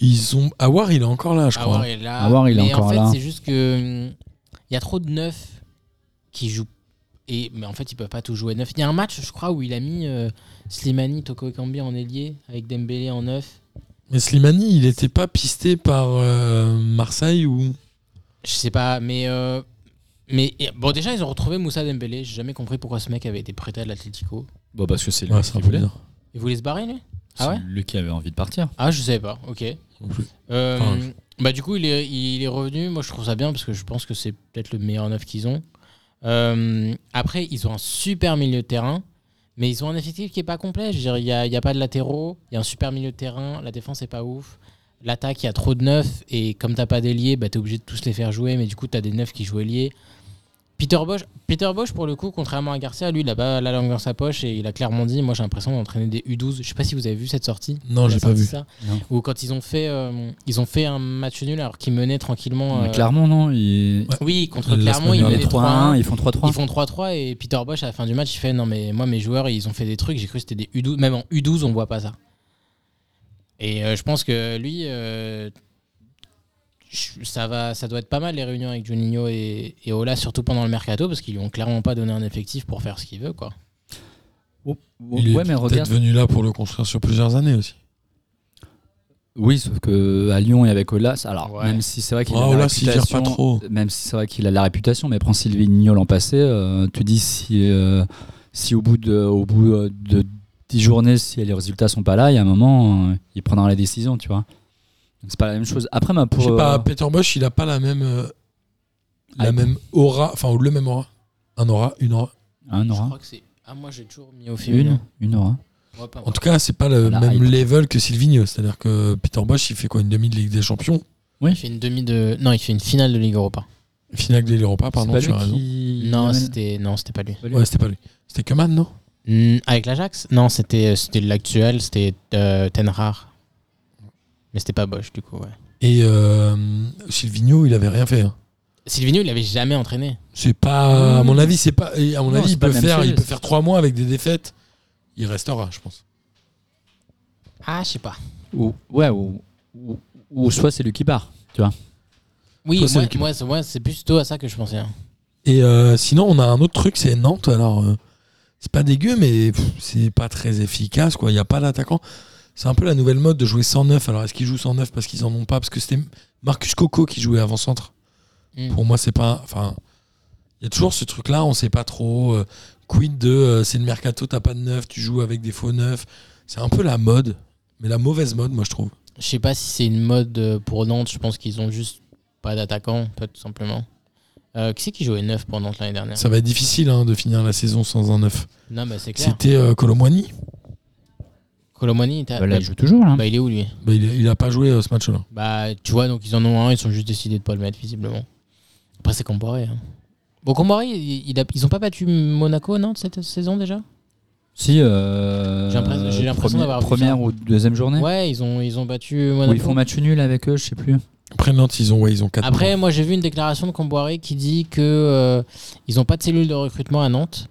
[SPEAKER 4] Ils ont. Awar, il est encore là, je crois.
[SPEAKER 6] Awar est là.
[SPEAKER 5] Awar, il est
[SPEAKER 6] mais en
[SPEAKER 5] encore
[SPEAKER 6] fait,
[SPEAKER 5] là.
[SPEAKER 6] c'est juste que hum, il y a trop de neufs qui jouent et mais en fait, ils peuvent pas tout jouer neuf. Il y a un match, je crois, où il a mis euh, Slimani, Toko Ekambi en ailier avec Dembélé en neuf.
[SPEAKER 4] Mais Slimani, il n'était pas pisté par euh, Marseille ou.
[SPEAKER 6] Je sais pas, mais euh, mais et- bon, déjà, ils ont retrouvé Moussa Dembélé. J'ai jamais compris pourquoi ce mec avait été prêté à l'Atlético.
[SPEAKER 5] Bon, parce que c'est
[SPEAKER 4] Ouais, c'est un peu bizarre.
[SPEAKER 6] Il voulait se barrer, lui Ah ouais
[SPEAKER 5] lui qui avait envie de partir.
[SPEAKER 6] Ah, je savais pas. Ok.
[SPEAKER 4] Non plus.
[SPEAKER 6] Euh,
[SPEAKER 4] Enfin,
[SPEAKER 6] bah du coup il est, il est revenu, moi je trouve ça bien parce que je pense que c'est peut-être le meilleur neuf qu'ils ont. Euh, après ils ont un super milieu de terrain, mais ils ont un effectif qui est pas complet. Je veux dire, il n'y a, il y a pas de latéraux, il y a un super milieu de terrain, la défense est pas ouf, l'attaque il y a trop de neufs et comme t'as pas d'ailier, bah t'es obligé de tous les faire jouer, mais du coup t'as des neufs qui jouent ailier. Peter Bosch, Peter Bosch, pour le coup, contrairement à Garcia, lui, il a pas la langue dans sa poche et il a clairement dit Moi, j'ai l'impression d'entraîner des U12. Je sais pas si vous avez vu cette sortie.
[SPEAKER 4] Non,
[SPEAKER 6] Il a
[SPEAKER 4] j'ai pas
[SPEAKER 6] sorti
[SPEAKER 4] vu.
[SPEAKER 6] ça.
[SPEAKER 5] Non.
[SPEAKER 6] Ou quand ils ont fait, euh, ils ont fait un match nul alors qu'ils menaient tranquillement. euh,
[SPEAKER 5] Clairement, non. Ils,
[SPEAKER 6] Oui, contre
[SPEAKER 4] La semaine
[SPEAKER 6] Clermont, ils
[SPEAKER 4] dernière.
[SPEAKER 5] ils
[SPEAKER 6] menaient
[SPEAKER 5] menaient 3-1,
[SPEAKER 6] 3-1.
[SPEAKER 5] ils font 3-3.
[SPEAKER 6] Ils font 3-3 et Peter Bosch à la fin du match il fait non mais moi mes joueurs ils ont fait des trucs j'ai cru que c'était des U12 même en U12 on voit pas ça et euh, je pense que lui euh, je- ça va ça doit être pas mal les réunions avec Juninho et, et Ola surtout pendant le mercato parce qu'ils lui ont clairement pas donné un effectif pour faire ce qu'il veut quoi
[SPEAKER 4] Il
[SPEAKER 5] Ouais,
[SPEAKER 4] est
[SPEAKER 5] mais
[SPEAKER 4] peut-être
[SPEAKER 5] regarde.
[SPEAKER 4] venu là pour le construire sur plusieurs années aussi.
[SPEAKER 5] Oui, sauf que euh, à Lyon et avec Olas, alors
[SPEAKER 6] Ouais.
[SPEAKER 5] même si c'est vrai qu'il
[SPEAKER 4] Ah,
[SPEAKER 5] a la
[SPEAKER 4] Olas, il gère pas
[SPEAKER 5] réputation,
[SPEAKER 4] trop.
[SPEAKER 5] même si c'est vrai qu'il a la réputation, mais prends Sylvie Niol en passé, euh, tu dis si euh, si au bout de au bout euh, de 10 journées, si les résultats sont pas là, il y a un moment, euh, il prendra la décision, tu vois. Donc c'est pas la même chose. Après, ma
[SPEAKER 4] Je
[SPEAKER 5] pour.
[SPEAKER 4] sais
[SPEAKER 5] euh,
[SPEAKER 4] pas, Peter Bosch, il a pas la même, euh, la
[SPEAKER 5] Hype.
[SPEAKER 4] même aura, enfin ou le même aura. Un aura, une aura.
[SPEAKER 5] un
[SPEAKER 6] Je
[SPEAKER 5] aura.
[SPEAKER 6] crois que c'est. Ah, moi j'ai toujours mis au
[SPEAKER 5] euh, hein, Une,
[SPEAKER 6] féminin.
[SPEAKER 5] une aura.
[SPEAKER 6] Ouais, pas
[SPEAKER 4] En
[SPEAKER 6] moi.
[SPEAKER 4] tout cas, c'est pas le
[SPEAKER 5] La
[SPEAKER 4] même
[SPEAKER 5] hype.
[SPEAKER 4] level que Silvino. C'est-à-dire que Peter Bosch, il fait quoi Une demi de Ligue des Champions
[SPEAKER 6] Il fait une demi de. Non, il fait une finale de Ligue Europa.
[SPEAKER 4] Finale de l'Europa, pardon,
[SPEAKER 5] c'est
[SPEAKER 4] tu as
[SPEAKER 5] pas lui
[SPEAKER 4] raison.
[SPEAKER 5] qui.
[SPEAKER 6] Non,
[SPEAKER 5] l'amène-
[SPEAKER 6] c'était non, c'était pas lui.
[SPEAKER 5] pas lui.
[SPEAKER 4] Ouais, c'était pas lui. C'était Keman, non
[SPEAKER 6] Hmm, avec l'Ajax Non, c'était euh, c'était l'actuel, c'était euh, Ten Hag. Mais c'était pas Bosch du coup, ouais.
[SPEAKER 4] Et euh, Silvino, il avait rien fait. hein.
[SPEAKER 6] Silvino, il avait jamais entraîné.
[SPEAKER 4] C'est pas, à mon avis, c'est pas. et À mon
[SPEAKER 5] Non,
[SPEAKER 4] avis,
[SPEAKER 5] c'est
[SPEAKER 4] il
[SPEAKER 5] pas
[SPEAKER 4] peut
[SPEAKER 5] le même
[SPEAKER 4] faire, il
[SPEAKER 5] chose.
[SPEAKER 4] peut faire trois mois avec des défaites. Il restera, je pense.
[SPEAKER 6] Ah, je sais pas.
[SPEAKER 5] Ou, ouais, ou, ou, ou soit c'est lui qui part, tu vois.
[SPEAKER 6] Oui,
[SPEAKER 4] Toi, c'est
[SPEAKER 6] moi,
[SPEAKER 4] lui qui
[SPEAKER 6] moi, c'est- moi, c'est plutôt à ça que je pensais. hein.
[SPEAKER 4] Et euh, sinon, on a un autre truc, c'est Nantes. Alors, euh, c'est pas dégueu, mais pff, c'est pas très efficace. quoi. Il n'y a pas d'attaquant. C'est un peu la nouvelle mode de jouer 109. Alors, est-ce qu'ils jouent 109 parce qu'ils en ont pas Parce que c'était Marcus Coco qui jouait avant-centre.
[SPEAKER 6] Mm.
[SPEAKER 4] Pour moi, c'est pas. Enfin, il y a toujours ce truc-là, on sait pas trop. euh, quid de euh, c'est le mercato, t'as pas de neuf, tu joues avec des faux neufs. C'est un peu la mode, mais la mauvaise mode, moi, je trouve.
[SPEAKER 6] Je sais pas si c'est une mode euh, pour Nantes. Je pense qu'ils ont juste pas d'attaquant, peut-être tout simplement. Euh, qui c'est qui jouait 9 pour Nantes l'année dernière
[SPEAKER 4] Ça va être difficile hein, de finir la saison sans un neuf.
[SPEAKER 6] Non, mais c'est clair.
[SPEAKER 4] C'était euh, Colomboigny.
[SPEAKER 6] Colomani,
[SPEAKER 5] Bah, là, il joue toujours, là.
[SPEAKER 6] il est où lui
[SPEAKER 4] Bah, il, il a pas joué euh, ce match-là.
[SPEAKER 6] Bah, tu vois, donc ils en ont un, ils sont juste décidés de pas le mettre, visiblement. Après, c'est comparé. Hein. Bon, comparé, il, il a- ils ont pas battu Monaco, non, cette saison déjà
[SPEAKER 5] Si. euh,
[SPEAKER 6] J'ai l'impression- j'ai l'impression
[SPEAKER 5] premi-
[SPEAKER 6] d'avoir vu
[SPEAKER 5] Première
[SPEAKER 6] ça.
[SPEAKER 5] ou deuxième journée
[SPEAKER 6] Ouais, ils ont, ils ont battu
[SPEAKER 5] Ou
[SPEAKER 6] Monaco.
[SPEAKER 5] ils font match nul avec eux, je sais plus.
[SPEAKER 4] Après Nantes, ils ont, ouais, ils ont 4
[SPEAKER 6] Après, moi, j'ai vu une déclaration de Comboiré qui dit que euh, ils ont pas de cellule de recrutement à Nantes.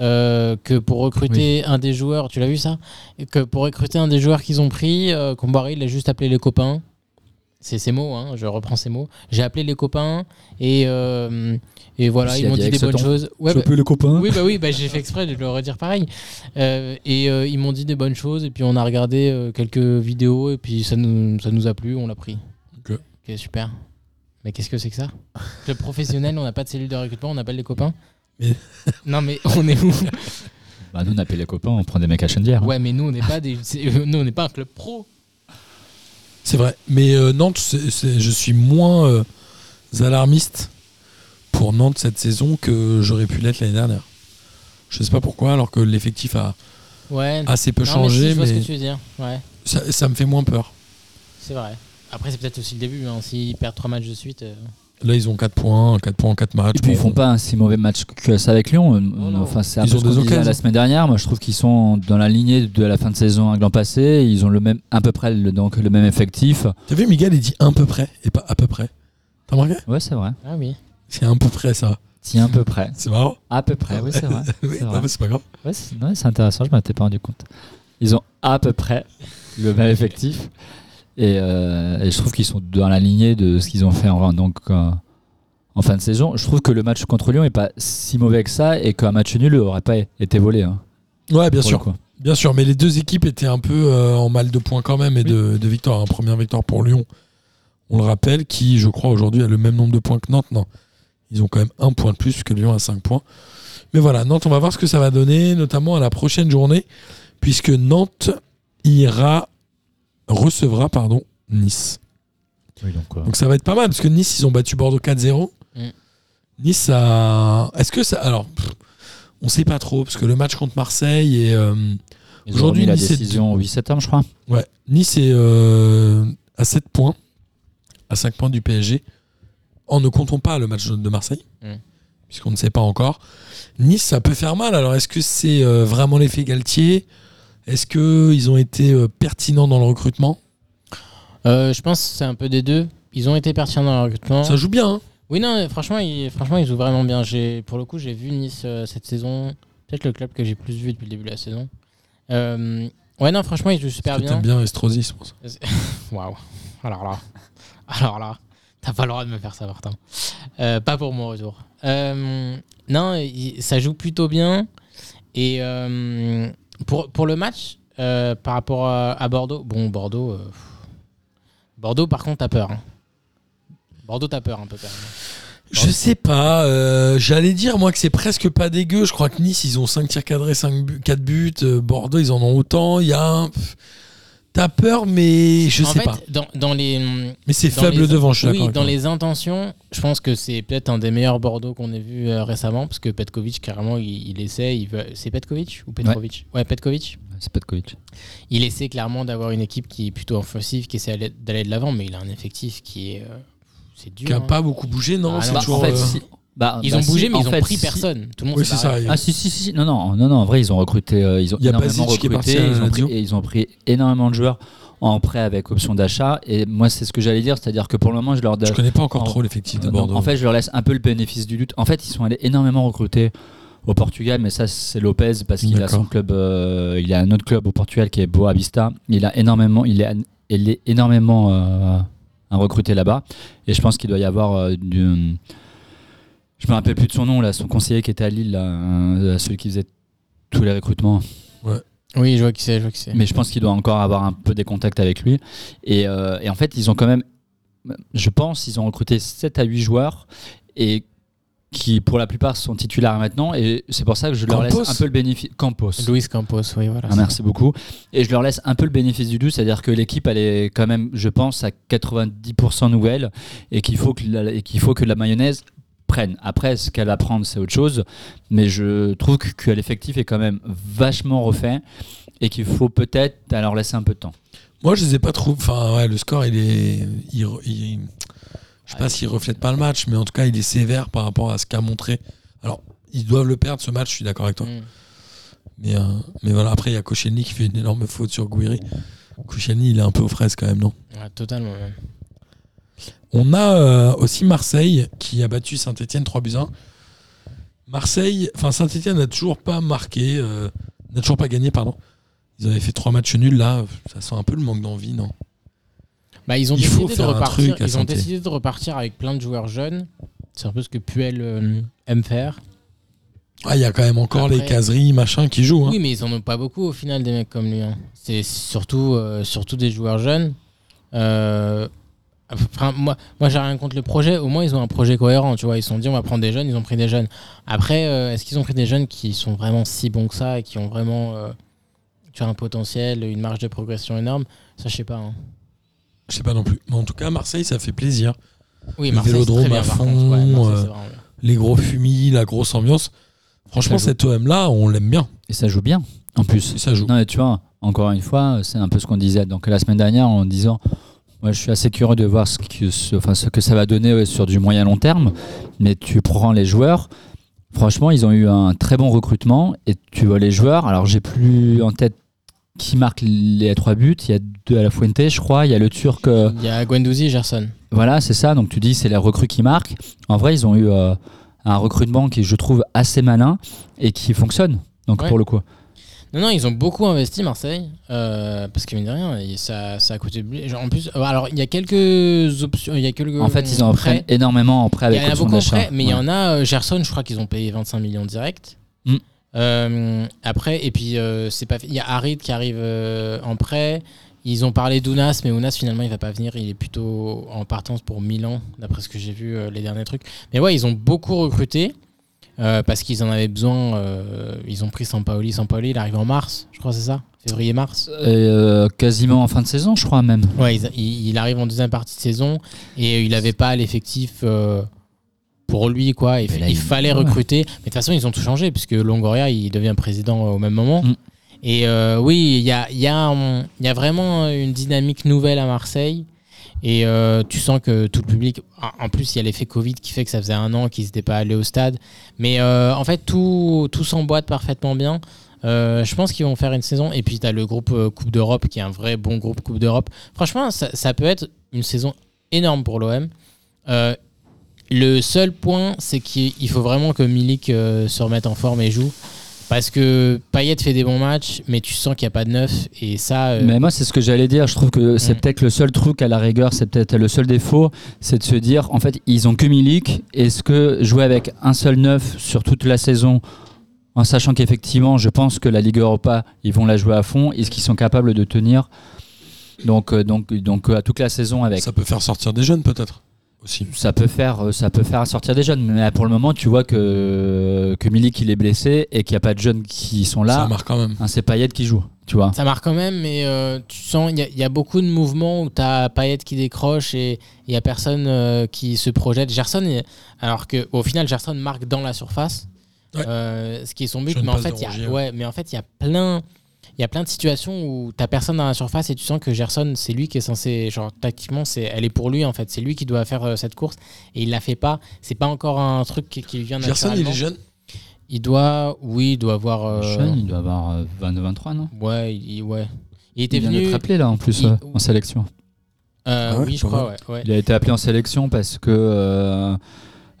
[SPEAKER 6] euh, que pour recruter un des joueurs, tu l'as vu ça Et Que pour recruter un des joueurs qu'ils ont pris, euh, Comboiré, il a juste appelé les copains. C'est ses mots, hein, je reprends ses mots. J'ai appelé les copains et, euh, et voilà,
[SPEAKER 5] S'il
[SPEAKER 6] ils
[SPEAKER 5] a
[SPEAKER 6] m'ont
[SPEAKER 5] dit
[SPEAKER 6] dit
[SPEAKER 5] avec
[SPEAKER 6] des
[SPEAKER 5] ce
[SPEAKER 6] bonnes
[SPEAKER 5] ton.
[SPEAKER 6] choses. Ouais, bah-
[SPEAKER 5] le copain.
[SPEAKER 6] Oui, bah oui, bah, j'ai fait exprès de le redire pareil. Euh, et euh, ils m'ont dit des bonnes choses, et puis on a regardé euh, quelques vidéos, et puis ça nous, ça nous a plu, on l'a pris.
[SPEAKER 4] Ok.
[SPEAKER 6] super. Mais qu'est-ce que c'est que ça Club professionnel, on n'a pas de cellule de recrutement, on appelle les copains
[SPEAKER 4] Mais-
[SPEAKER 6] Non, mais on est où
[SPEAKER 5] Bah, nous, on appelle les copains, on prend des mecs à Chendière.
[SPEAKER 6] Ouais, mais nous, on n'est pas, des... c'est- euh, nous, on n'est pas un club pro.
[SPEAKER 4] C'est vrai. Mais euh, Nantes, c'est- c'est- je suis moins euh, alarmiste pour Nantes cette saison que j'aurais pu l'être l'année dernière. Je sais pas pourquoi, alors que l'effectif a
[SPEAKER 6] Ouais.
[SPEAKER 4] assez peu
[SPEAKER 6] Non, mais si,
[SPEAKER 4] changé,
[SPEAKER 6] je vois
[SPEAKER 4] mais,
[SPEAKER 6] ce que tu veux dire. Ouais,
[SPEAKER 4] ça, ça me fait moins peur.
[SPEAKER 6] c'est vrai. Après, c'est peut-être aussi le début. Hein. S'ils perdent trois matchs de suite. euh,
[SPEAKER 4] Là, ils ont 4 points, 4 points en 4 matchs.
[SPEAKER 5] Et puis ils
[SPEAKER 4] Bon,
[SPEAKER 5] font pas un si mauvais match que ça avec Lyon. Enfin, c'est un
[SPEAKER 4] Ils
[SPEAKER 5] peu
[SPEAKER 4] ont
[SPEAKER 5] ce qu'on
[SPEAKER 4] des
[SPEAKER 5] disait
[SPEAKER 4] occasions.
[SPEAKER 5] la semaine dernière. Moi, je trouve qu'ils sont dans la lignée de la fin de saison avec l'an passé. Ils ont le même, à peu près le, donc, le même effectif.
[SPEAKER 4] T'as vu, Miguel, il dit un peu près et pas à peu près. T'as remarqué
[SPEAKER 5] Ouais, c'est vrai.
[SPEAKER 6] Ah oui.
[SPEAKER 4] C'est un peu près ça.
[SPEAKER 5] Si, à peu près.
[SPEAKER 4] C'est marrant.
[SPEAKER 5] À peu près, oui, c'est vrai.
[SPEAKER 4] Oui,
[SPEAKER 5] C'est
[SPEAKER 4] non,
[SPEAKER 5] vrai.
[SPEAKER 4] mais c'est pas grave.
[SPEAKER 5] Ouais, c'est ouais, c'est intéressant, je m'étais pas rendu compte. Ils ont à peu près le même effectif. Et, euh, et je trouve qu'ils sont dans la lignée de ce qu'ils ont fait en, donc, euh, en fin de saison. Je trouve que le match contre Lyon est pas si mauvais que ça et qu'un match nul aurait pas été volé. hein,
[SPEAKER 4] Ouais, bien
[SPEAKER 5] pour le
[SPEAKER 4] sûr.
[SPEAKER 5] coup.
[SPEAKER 4] Bien sûr, mais les deux équipes étaient un peu euh, en mal de points quand même et de, de victoire. hein. Première victoire pour Lyon, on le rappelle, qui, je crois, aujourd'hui a le même nombre de points que Nantes. Non, ils ont quand même un point de plus que Lyon à 5 points. Mais voilà, Nantes, on va voir ce que ça va donner, notamment à la prochaine journée, puisque Nantes ira, recevra, pardon, Nice.
[SPEAKER 5] Oui, donc, euh,
[SPEAKER 4] Donc ça va être pas mal, parce que Nice, ils ont battu Bordeaux 4-0.
[SPEAKER 6] Mm.
[SPEAKER 4] Nice a... Est-ce que ça... Alors, pff, on sait pas trop, parce que le match contre Marseille et... euh,
[SPEAKER 5] Ils ont
[SPEAKER 4] Aujourd'hui,
[SPEAKER 5] remis la
[SPEAKER 4] Nice est-
[SPEAKER 5] décision au 8 septembre, je crois.
[SPEAKER 4] Ouais, Nice est euh, à 7 points, à 5 points du PSG, en ne comptant pas le match de Marseille,
[SPEAKER 6] Mm.
[SPEAKER 4] puisqu'on ne sait pas encore. Nice, ça peut faire mal, alors est-ce que c'est euh, vraiment l'effet Galtier Est-ce qu'ils ont été euh, pertinents dans le recrutement
[SPEAKER 6] Euh, je pense que c'est un peu des deux. Ils ont été pertinents dans le recrutement.
[SPEAKER 4] Ça joue bien, hein
[SPEAKER 6] Oui, non, mais franchement, ils, franchement, ils jouent vraiment bien. J'ai, pour le coup, j'ai vu Nice euh, cette saison. Peut-être le club que j'ai plus vu depuis le début de la saison. Euh, ouais, non, franchement, ils jouent super
[SPEAKER 4] Parce que
[SPEAKER 6] bien.
[SPEAKER 4] T'aimes bien Estrosi, c'est pour ça.
[SPEAKER 6] Waouh. Alors là. Alors là. T'as pas le droit de me faire ça, Martin. Euh, pas pour mon retour. Euh, non, il- ça joue plutôt bien. Et euh, pour, pour le match, euh, par rapport à, à Bordeaux, bon, Bordeaux. euh, Bordeaux, par contre, t'as peur. hein. Bordeaux, t'as peur un peu quand même.
[SPEAKER 4] Je sais pas. euh, J'allais dire, moi, que c'est presque pas dégueu. Je crois que Nice, ils ont 5 tirs cadrés, 5 4 buts. Euh, Bordeaux, ils en ont autant. Il y a un. pff, T'as peur, mais je
[SPEAKER 6] en
[SPEAKER 4] sais
[SPEAKER 6] fait,
[SPEAKER 4] pas.
[SPEAKER 6] Dans, dans les. hum,
[SPEAKER 4] Mais c'est
[SPEAKER 6] dans
[SPEAKER 4] faible
[SPEAKER 6] les-
[SPEAKER 4] devant, je suis d'accord
[SPEAKER 6] Oui,
[SPEAKER 4] avec
[SPEAKER 6] dans
[SPEAKER 4] toi.
[SPEAKER 6] les intentions, je pense que c'est peut-être un des meilleurs Bordeaux qu'on ait vu euh, récemment, parce que Petkovic, carrément, il, il essaie. Il veut... C'est Petkovic ou Petrovic ouais. Petkovic.
[SPEAKER 5] C'est pas de coach.
[SPEAKER 6] Il essaie clairement d'avoir une équipe qui est plutôt offensive, qui essaie d'aller- d'aller de l'avant, mais il a un effectif qui est. euh, C'est dur.
[SPEAKER 4] Qui a
[SPEAKER 6] hein.
[SPEAKER 4] pas beaucoup bougé, non
[SPEAKER 6] Ah
[SPEAKER 4] c'est
[SPEAKER 6] non, bah,
[SPEAKER 4] toujours,
[SPEAKER 6] en fait,
[SPEAKER 4] euh,
[SPEAKER 6] si-
[SPEAKER 5] bah,
[SPEAKER 6] bah, Ils ont bougé, mais ils ont pris personne. Tout le monde
[SPEAKER 4] Oui,
[SPEAKER 6] s'est
[SPEAKER 4] c'est
[SPEAKER 6] barré.
[SPEAKER 4] ça.
[SPEAKER 5] Ah si si si si. non non non non en vrai ils ont recruté euh, ils ont
[SPEAKER 4] Il y a
[SPEAKER 5] énormément
[SPEAKER 4] Basic qui est parti
[SPEAKER 5] recruté
[SPEAKER 4] à
[SPEAKER 5] ils ont, pris,
[SPEAKER 4] Lazio.
[SPEAKER 5] et ils ont pris énormément de joueurs en prêt avec option d'achat et moi c'est ce que j'allais dire c'est-à-dire que pour le moment je
[SPEAKER 6] bah,
[SPEAKER 5] leur donne
[SPEAKER 4] Je connais pas encore
[SPEAKER 5] en-
[SPEAKER 4] trop l'effectif de
[SPEAKER 5] Donc,
[SPEAKER 4] Bordeaux.
[SPEAKER 5] Euh, en fait, je leur laisse un peu le bénéfice du doute. En fait, ils sont allés énormément recruter au Portugal, mais ça, c'est Lopez parce qu'il a
[SPEAKER 4] D'accord.
[SPEAKER 5] son club, euh, il a un autre club au Portugal qui est Boa Vista. Il a énormément, il est, il est énormément euh, un recruté là-bas, et je pense qu'il doit y avoir euh, du. Je me rappelle plus de son nom là, son conseiller qui était à Lille, là, un- euh, celui qui faisait tous les recrutements.
[SPEAKER 6] Oui, je vois qui c'est, je vois qui c'est.
[SPEAKER 5] Mais je pense qu'il doit encore avoir un peu des contacts avec lui. Et, euh, et en fait, ils ont quand même, je pense, ils ont recruté 7 à 8 joueurs et qui, pour la plupart, sont titulaires maintenant. Et c'est pour ça que je leur
[SPEAKER 4] Campos
[SPEAKER 5] laisse un peu le bénéfice. Campos.
[SPEAKER 6] Luis Campos, oui, voilà.
[SPEAKER 5] Ah, merci beaucoup. Et je leur laisse un peu le bénéfice du doute, c'est-à-dire que l'équipe, elle est quand même, je pense, à 90% nouvelle et qu'il faut, que la- et qu'il faut que la mayonnaise prenne. Après, ce qu'elle va prendre, c'est autre chose, mais je trouve que, que l'effectif est quand même vachement refait et qu'il faut peut-être leur laisser un peu de temps.
[SPEAKER 4] Moi, je les ai pas trouvés. Enfin, ouais, le score, il est. il re- il- je sais pas s'il reflète pas le match, mais en tout cas, il est sévère par rapport à ce qu'a montré. Alors, ils doivent le perdre, ce match, je suis d'accord avec toi.
[SPEAKER 6] Mm.
[SPEAKER 4] Mais, euh, mais voilà, après, il y a Koscielny qui fait une énorme faute sur Gouiri. Koscielny, il est un peu aux fraises quand même, non
[SPEAKER 6] Ouais, totalement. ouais.
[SPEAKER 4] On a euh, aussi Marseille qui a battu Saint-Etienne 3 buts 1. Marseille, enfin Saint-Etienne n'a toujours pas marqué, euh, n'a toujours pas gagné, pardon. Ils avaient fait trois matchs nuls là, ça sent un peu le manque d'envie, non
[SPEAKER 6] Bah, ils ont
[SPEAKER 4] Il faut
[SPEAKER 6] décidé de
[SPEAKER 4] faire un
[SPEAKER 6] repartir.
[SPEAKER 4] truc à
[SPEAKER 6] Ils ont
[SPEAKER 4] santé.
[SPEAKER 6] décidé de repartir avec plein de joueurs jeunes. C'est un peu ce que Puel euh, aime faire.
[SPEAKER 4] Ah, il y a quand même encore
[SPEAKER 6] Après-
[SPEAKER 4] les caseries, machin qui jouent. hein.
[SPEAKER 6] Oui, mais ils en ont pas beaucoup au final des mecs comme lui. hein. C'est surtout, euh, surtout des joueurs jeunes. Euh, enfin, moi, moi j'ai rien contre le projet. Au moins, ils ont un projet cohérent. Tu vois, ils se sont dit on va prendre des jeunes. Ils ont pris des jeunes. Après, euh, est-ce qu'ils ont pris des jeunes qui sont vraiment si bons que ça et qui ont vraiment euh, tu vois, un potentiel, une marge de progression énorme Ça, je sais pas. hein.
[SPEAKER 4] Je sais pas non plus. Mais en tout cas, Marseille, ça fait plaisir.
[SPEAKER 6] Oui,
[SPEAKER 4] Le
[SPEAKER 6] Marseille, c'est
[SPEAKER 4] Vélodrome
[SPEAKER 6] très bien,
[SPEAKER 4] à
[SPEAKER 6] par
[SPEAKER 4] fond,
[SPEAKER 6] contre. Ouais, Marseille,
[SPEAKER 4] euh,
[SPEAKER 6] c'est vraiment bien.
[SPEAKER 4] Les gros fumis, la grosse ambiance. Franchement,
[SPEAKER 5] Ça joue.
[SPEAKER 4] cet OM là, on l'aime bien.
[SPEAKER 5] Et ça joue bien, en plus.
[SPEAKER 4] Et ça joue.
[SPEAKER 5] Non, mais tu vois, encore une fois, c'est un peu ce qu'on disait donc, la semaine dernière en disant Moi, je suis assez curieux de voir ce que, ce- enfin, ce que ça va donner ouais, sur du moyen long terme, mais tu prends les joueurs. Franchement, ils ont eu un très bon recrutement et tu vois les joueurs. Alors, j'ai plus en tête qui marque les trois buts. Il y a deux à la Fuente, je crois. Il y a le Turc. euh,
[SPEAKER 6] Il y a Guendouzi et Gerson.
[SPEAKER 5] voilà, c'est ça. Donc tu dis c'est la recrue qui marque. En vrai, ils ont eu euh, un recrutement qui je trouve assez malin et qui fonctionne. Donc
[SPEAKER 6] Ouais.
[SPEAKER 5] pour le coup,
[SPEAKER 6] Non, non, ils ont beaucoup investi Marseille, euh, parce que mine de rien, et ça, ça a coûté. blé- genre, en plus, euh, alors il y a quelques options, il y a quelques.
[SPEAKER 5] en fait, ils en
[SPEAKER 6] prêts.
[SPEAKER 5] prennent énormément en prêt
[SPEAKER 6] Il
[SPEAKER 5] avec
[SPEAKER 6] y en a
[SPEAKER 5] option
[SPEAKER 6] beaucoup en
[SPEAKER 5] d'achat.
[SPEAKER 6] prêt, mais il y
[SPEAKER 5] Ouais.
[SPEAKER 6] en a. euh, Gerson, je crois qu'ils ont payé 25 millions direct.
[SPEAKER 5] Mm.
[SPEAKER 6] Euh, après, et puis euh, c'est pas. fait. Il y a Harid qui arrive euh, en prêt. Ils ont parlé d'Ounas, mais Ounas finalement il va pas venir. Il est plutôt en partance pour Milan, d'après ce que j'ai vu euh, les derniers trucs. Mais ouais, ils ont beaucoup recruté euh, parce qu'ils en avaient besoin. euh, ils ont pris Sampaoli. Sampaoli, il arrive en mars, je crois, c'est ça Février-mars.
[SPEAKER 5] Et, euh, quasiment en fin de saison, je crois même.
[SPEAKER 6] Ouais, ils- il, il arrive en deuxième partie de saison et il n'avait pas l'effectif euh, pour lui, quoi. Il,
[SPEAKER 5] Mais là,
[SPEAKER 6] il
[SPEAKER 5] il-
[SPEAKER 6] fallait
[SPEAKER 5] ouais.
[SPEAKER 6] recruter. Mais de toute façon, ils ont tout changé puisque Longoria, il devient président euh, au même moment.
[SPEAKER 5] Mm.
[SPEAKER 6] Et euh, oui, il y a, il y, a, hum, il y a vraiment une dynamique nouvelle à Marseille. Et euh, tu sens que tout le public. en- En plus, il y a l'effet Covid qui fait que ça faisait un an qu'ils n'étaient pas allés au stade. Mais euh, en fait, tout, tout s'emboîte parfaitement bien. Euh, je pense qu'ils vont faire une saison. Et puis, tu as le groupe euh, Coupe d'Europe qui est un vrai bon groupe Coupe d'Europe. Franchement, ça, ça peut être une saison énorme pour l'OM. Euh, le seul point, c'est qu'il il faut vraiment que Milik euh, se remette en forme et joue. Parce que Payet fait des bons matchs, mais tu sens qu'il n'y a pas de neuf. Et ça. euh,
[SPEAKER 5] Mais moi, c'est ce que j'allais dire. Je trouve que c'est
[SPEAKER 6] Mm.
[SPEAKER 5] peut-être le seul truc à la rigueur, c'est peut-être le seul défaut, c'est de se dire en fait, ils ont que Milik. Est-ce que jouer avec un seul neuf sur toute la saison, en sachant qu'effectivement, je pense que la Ligue Europa, ils vont la jouer à fond, est-ce qu'ils sont capables de tenir donc, euh, donc, donc, euh, à toute la saison avec
[SPEAKER 4] Ça peut faire sortir des jeunes peut-être. aussi.
[SPEAKER 5] ça peut faire euh, ça peut faire sortir des jeunes mais pour le moment tu vois que que Milik il est blessé et qu'il n'y a pas de jeunes qui sont
[SPEAKER 4] ça
[SPEAKER 5] là
[SPEAKER 4] marque quand même.
[SPEAKER 5] hein, c'est Payet qui joue tu vois
[SPEAKER 6] Ça marque quand même, mais euh, tu sens, il y, a- il y a beaucoup de mouvements où tu as Payet qui décroche et il n'y a personne euh, qui se projette. Gerson, il- alors qu'au final, Gerson marque dans la surface,
[SPEAKER 4] Ouais.
[SPEAKER 6] euh, ce qui est son but.
[SPEAKER 4] Sur une
[SPEAKER 6] Mais en,
[SPEAKER 4] passe
[SPEAKER 6] fait,
[SPEAKER 4] de
[SPEAKER 6] il y a-
[SPEAKER 4] Rongier, ouais.
[SPEAKER 6] ouais, mais en fait, il y a plein. Il y a plein de situations où t'as personne dans la surface et tu sens que Gerson, c'est lui qui est censé, genre tactiquement, c'est, elle est pour lui en fait, c'est lui qui doit faire euh, cette course et il la fait pas. C'est pas encore un truc qui, qui lui vient
[SPEAKER 4] Gerson, il
[SPEAKER 6] naturellement.
[SPEAKER 4] est jeune.
[SPEAKER 6] Il doit, oui, il doit avoir. euh,
[SPEAKER 5] Jeune, il doit avoir euh, 22 23 non
[SPEAKER 6] ouais, il, il- ouais. Il était
[SPEAKER 5] il vient
[SPEAKER 6] venu.
[SPEAKER 5] d'être appelé là en plus
[SPEAKER 6] il-
[SPEAKER 5] euh, en sélection
[SPEAKER 6] Euh,
[SPEAKER 4] Ah ouais,
[SPEAKER 6] oui, je
[SPEAKER 4] pas
[SPEAKER 6] crois, ouais. ouais.
[SPEAKER 5] il a été appelé en sélection parce que euh,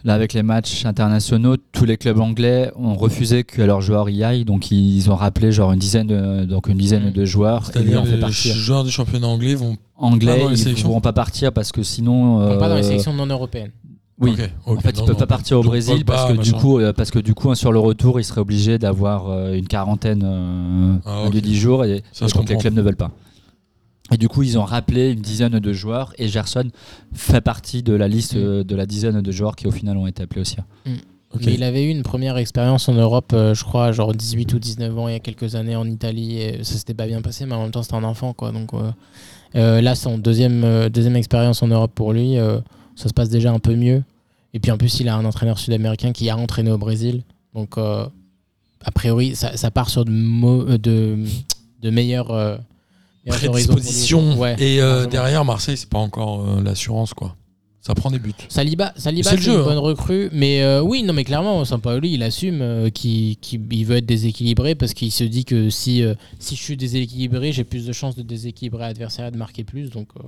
[SPEAKER 5] là avec les matchs internationaux tous les clubs anglais ont refusé que leurs joueurs y aillent donc ils ont rappelé genre une dizaine de, donc une dizaine
[SPEAKER 6] Mm.
[SPEAKER 5] de joueurs et lui
[SPEAKER 4] C'est-à-dire
[SPEAKER 5] en fait
[SPEAKER 4] les
[SPEAKER 5] partir
[SPEAKER 4] joueurs du championnat anglais vont.
[SPEAKER 5] anglais
[SPEAKER 4] Pas dans les
[SPEAKER 5] ils ne
[SPEAKER 4] sélections
[SPEAKER 5] pourront pas partir parce que sinon
[SPEAKER 6] Ils sont Pas dans les
[SPEAKER 5] euh,
[SPEAKER 6] sélections non européennes.
[SPEAKER 5] oui
[SPEAKER 4] Ok, ok,
[SPEAKER 5] En fait,
[SPEAKER 4] non,
[SPEAKER 5] il peut
[SPEAKER 4] non.
[SPEAKER 5] pas partir au
[SPEAKER 4] Donc,
[SPEAKER 5] Brésil
[SPEAKER 4] Pogba,
[SPEAKER 5] parce, que du
[SPEAKER 4] machin.
[SPEAKER 5] coup, euh, parce que du coup, hein, sur le retour, il serait obligé d'avoir euh, une quarantaine euh,
[SPEAKER 4] Ah,
[SPEAKER 5] au lieu
[SPEAKER 4] ok.
[SPEAKER 5] de 10 jours et,
[SPEAKER 4] Ça,
[SPEAKER 5] et
[SPEAKER 4] je
[SPEAKER 5] donc les
[SPEAKER 4] comprends.
[SPEAKER 5] clubs ne veulent pas. Et du coup, ils ont rappelé une dizaine de joueurs et Gerson fait partie de la liste
[SPEAKER 6] Mm.
[SPEAKER 5] euh, de la dizaine de joueurs qui au final ont été appelés aussi.
[SPEAKER 4] Ok.
[SPEAKER 6] Mais il avait eu une première expérience en Europe, euh, je crois, genre 18 ou 19 ans, il y a quelques années en Italie. Et ça s'était pas bien passé, mais en même temps, c'était un enfant, quoi. Donc euh, euh, là, son deuxième, euh, deuxième expérience en Europe pour lui, euh, ça se passe déjà un peu mieux. Et puis en plus, il a un entraîneur sud-américain qui a entraîné au Brésil. Donc euh, a priori, ça, ça part sur de, mo- euh, de, de meilleurs. euh, meilleurs horizons pour lui.
[SPEAKER 4] Prédisposition.
[SPEAKER 6] Ouais.
[SPEAKER 4] Et euh,
[SPEAKER 6] largement.
[SPEAKER 4] derrière, Marseille, c'est pas encore euh, l'assurance, quoi. Ça prend des buts.
[SPEAKER 6] Saliba, Saliba
[SPEAKER 4] C'est
[SPEAKER 6] c'est
[SPEAKER 4] le
[SPEAKER 6] une
[SPEAKER 4] jeu, hein.
[SPEAKER 6] bonne recrue, mais euh, oui, non, mais clairement, Sampaoli, il assume euh, qu'il qu'il- il veut être déséquilibré parce qu'il se dit que si, euh, si je suis déséquilibré, j'ai plus de chances de déséquilibrer l'adversaire et de marquer plus. Donc, euh,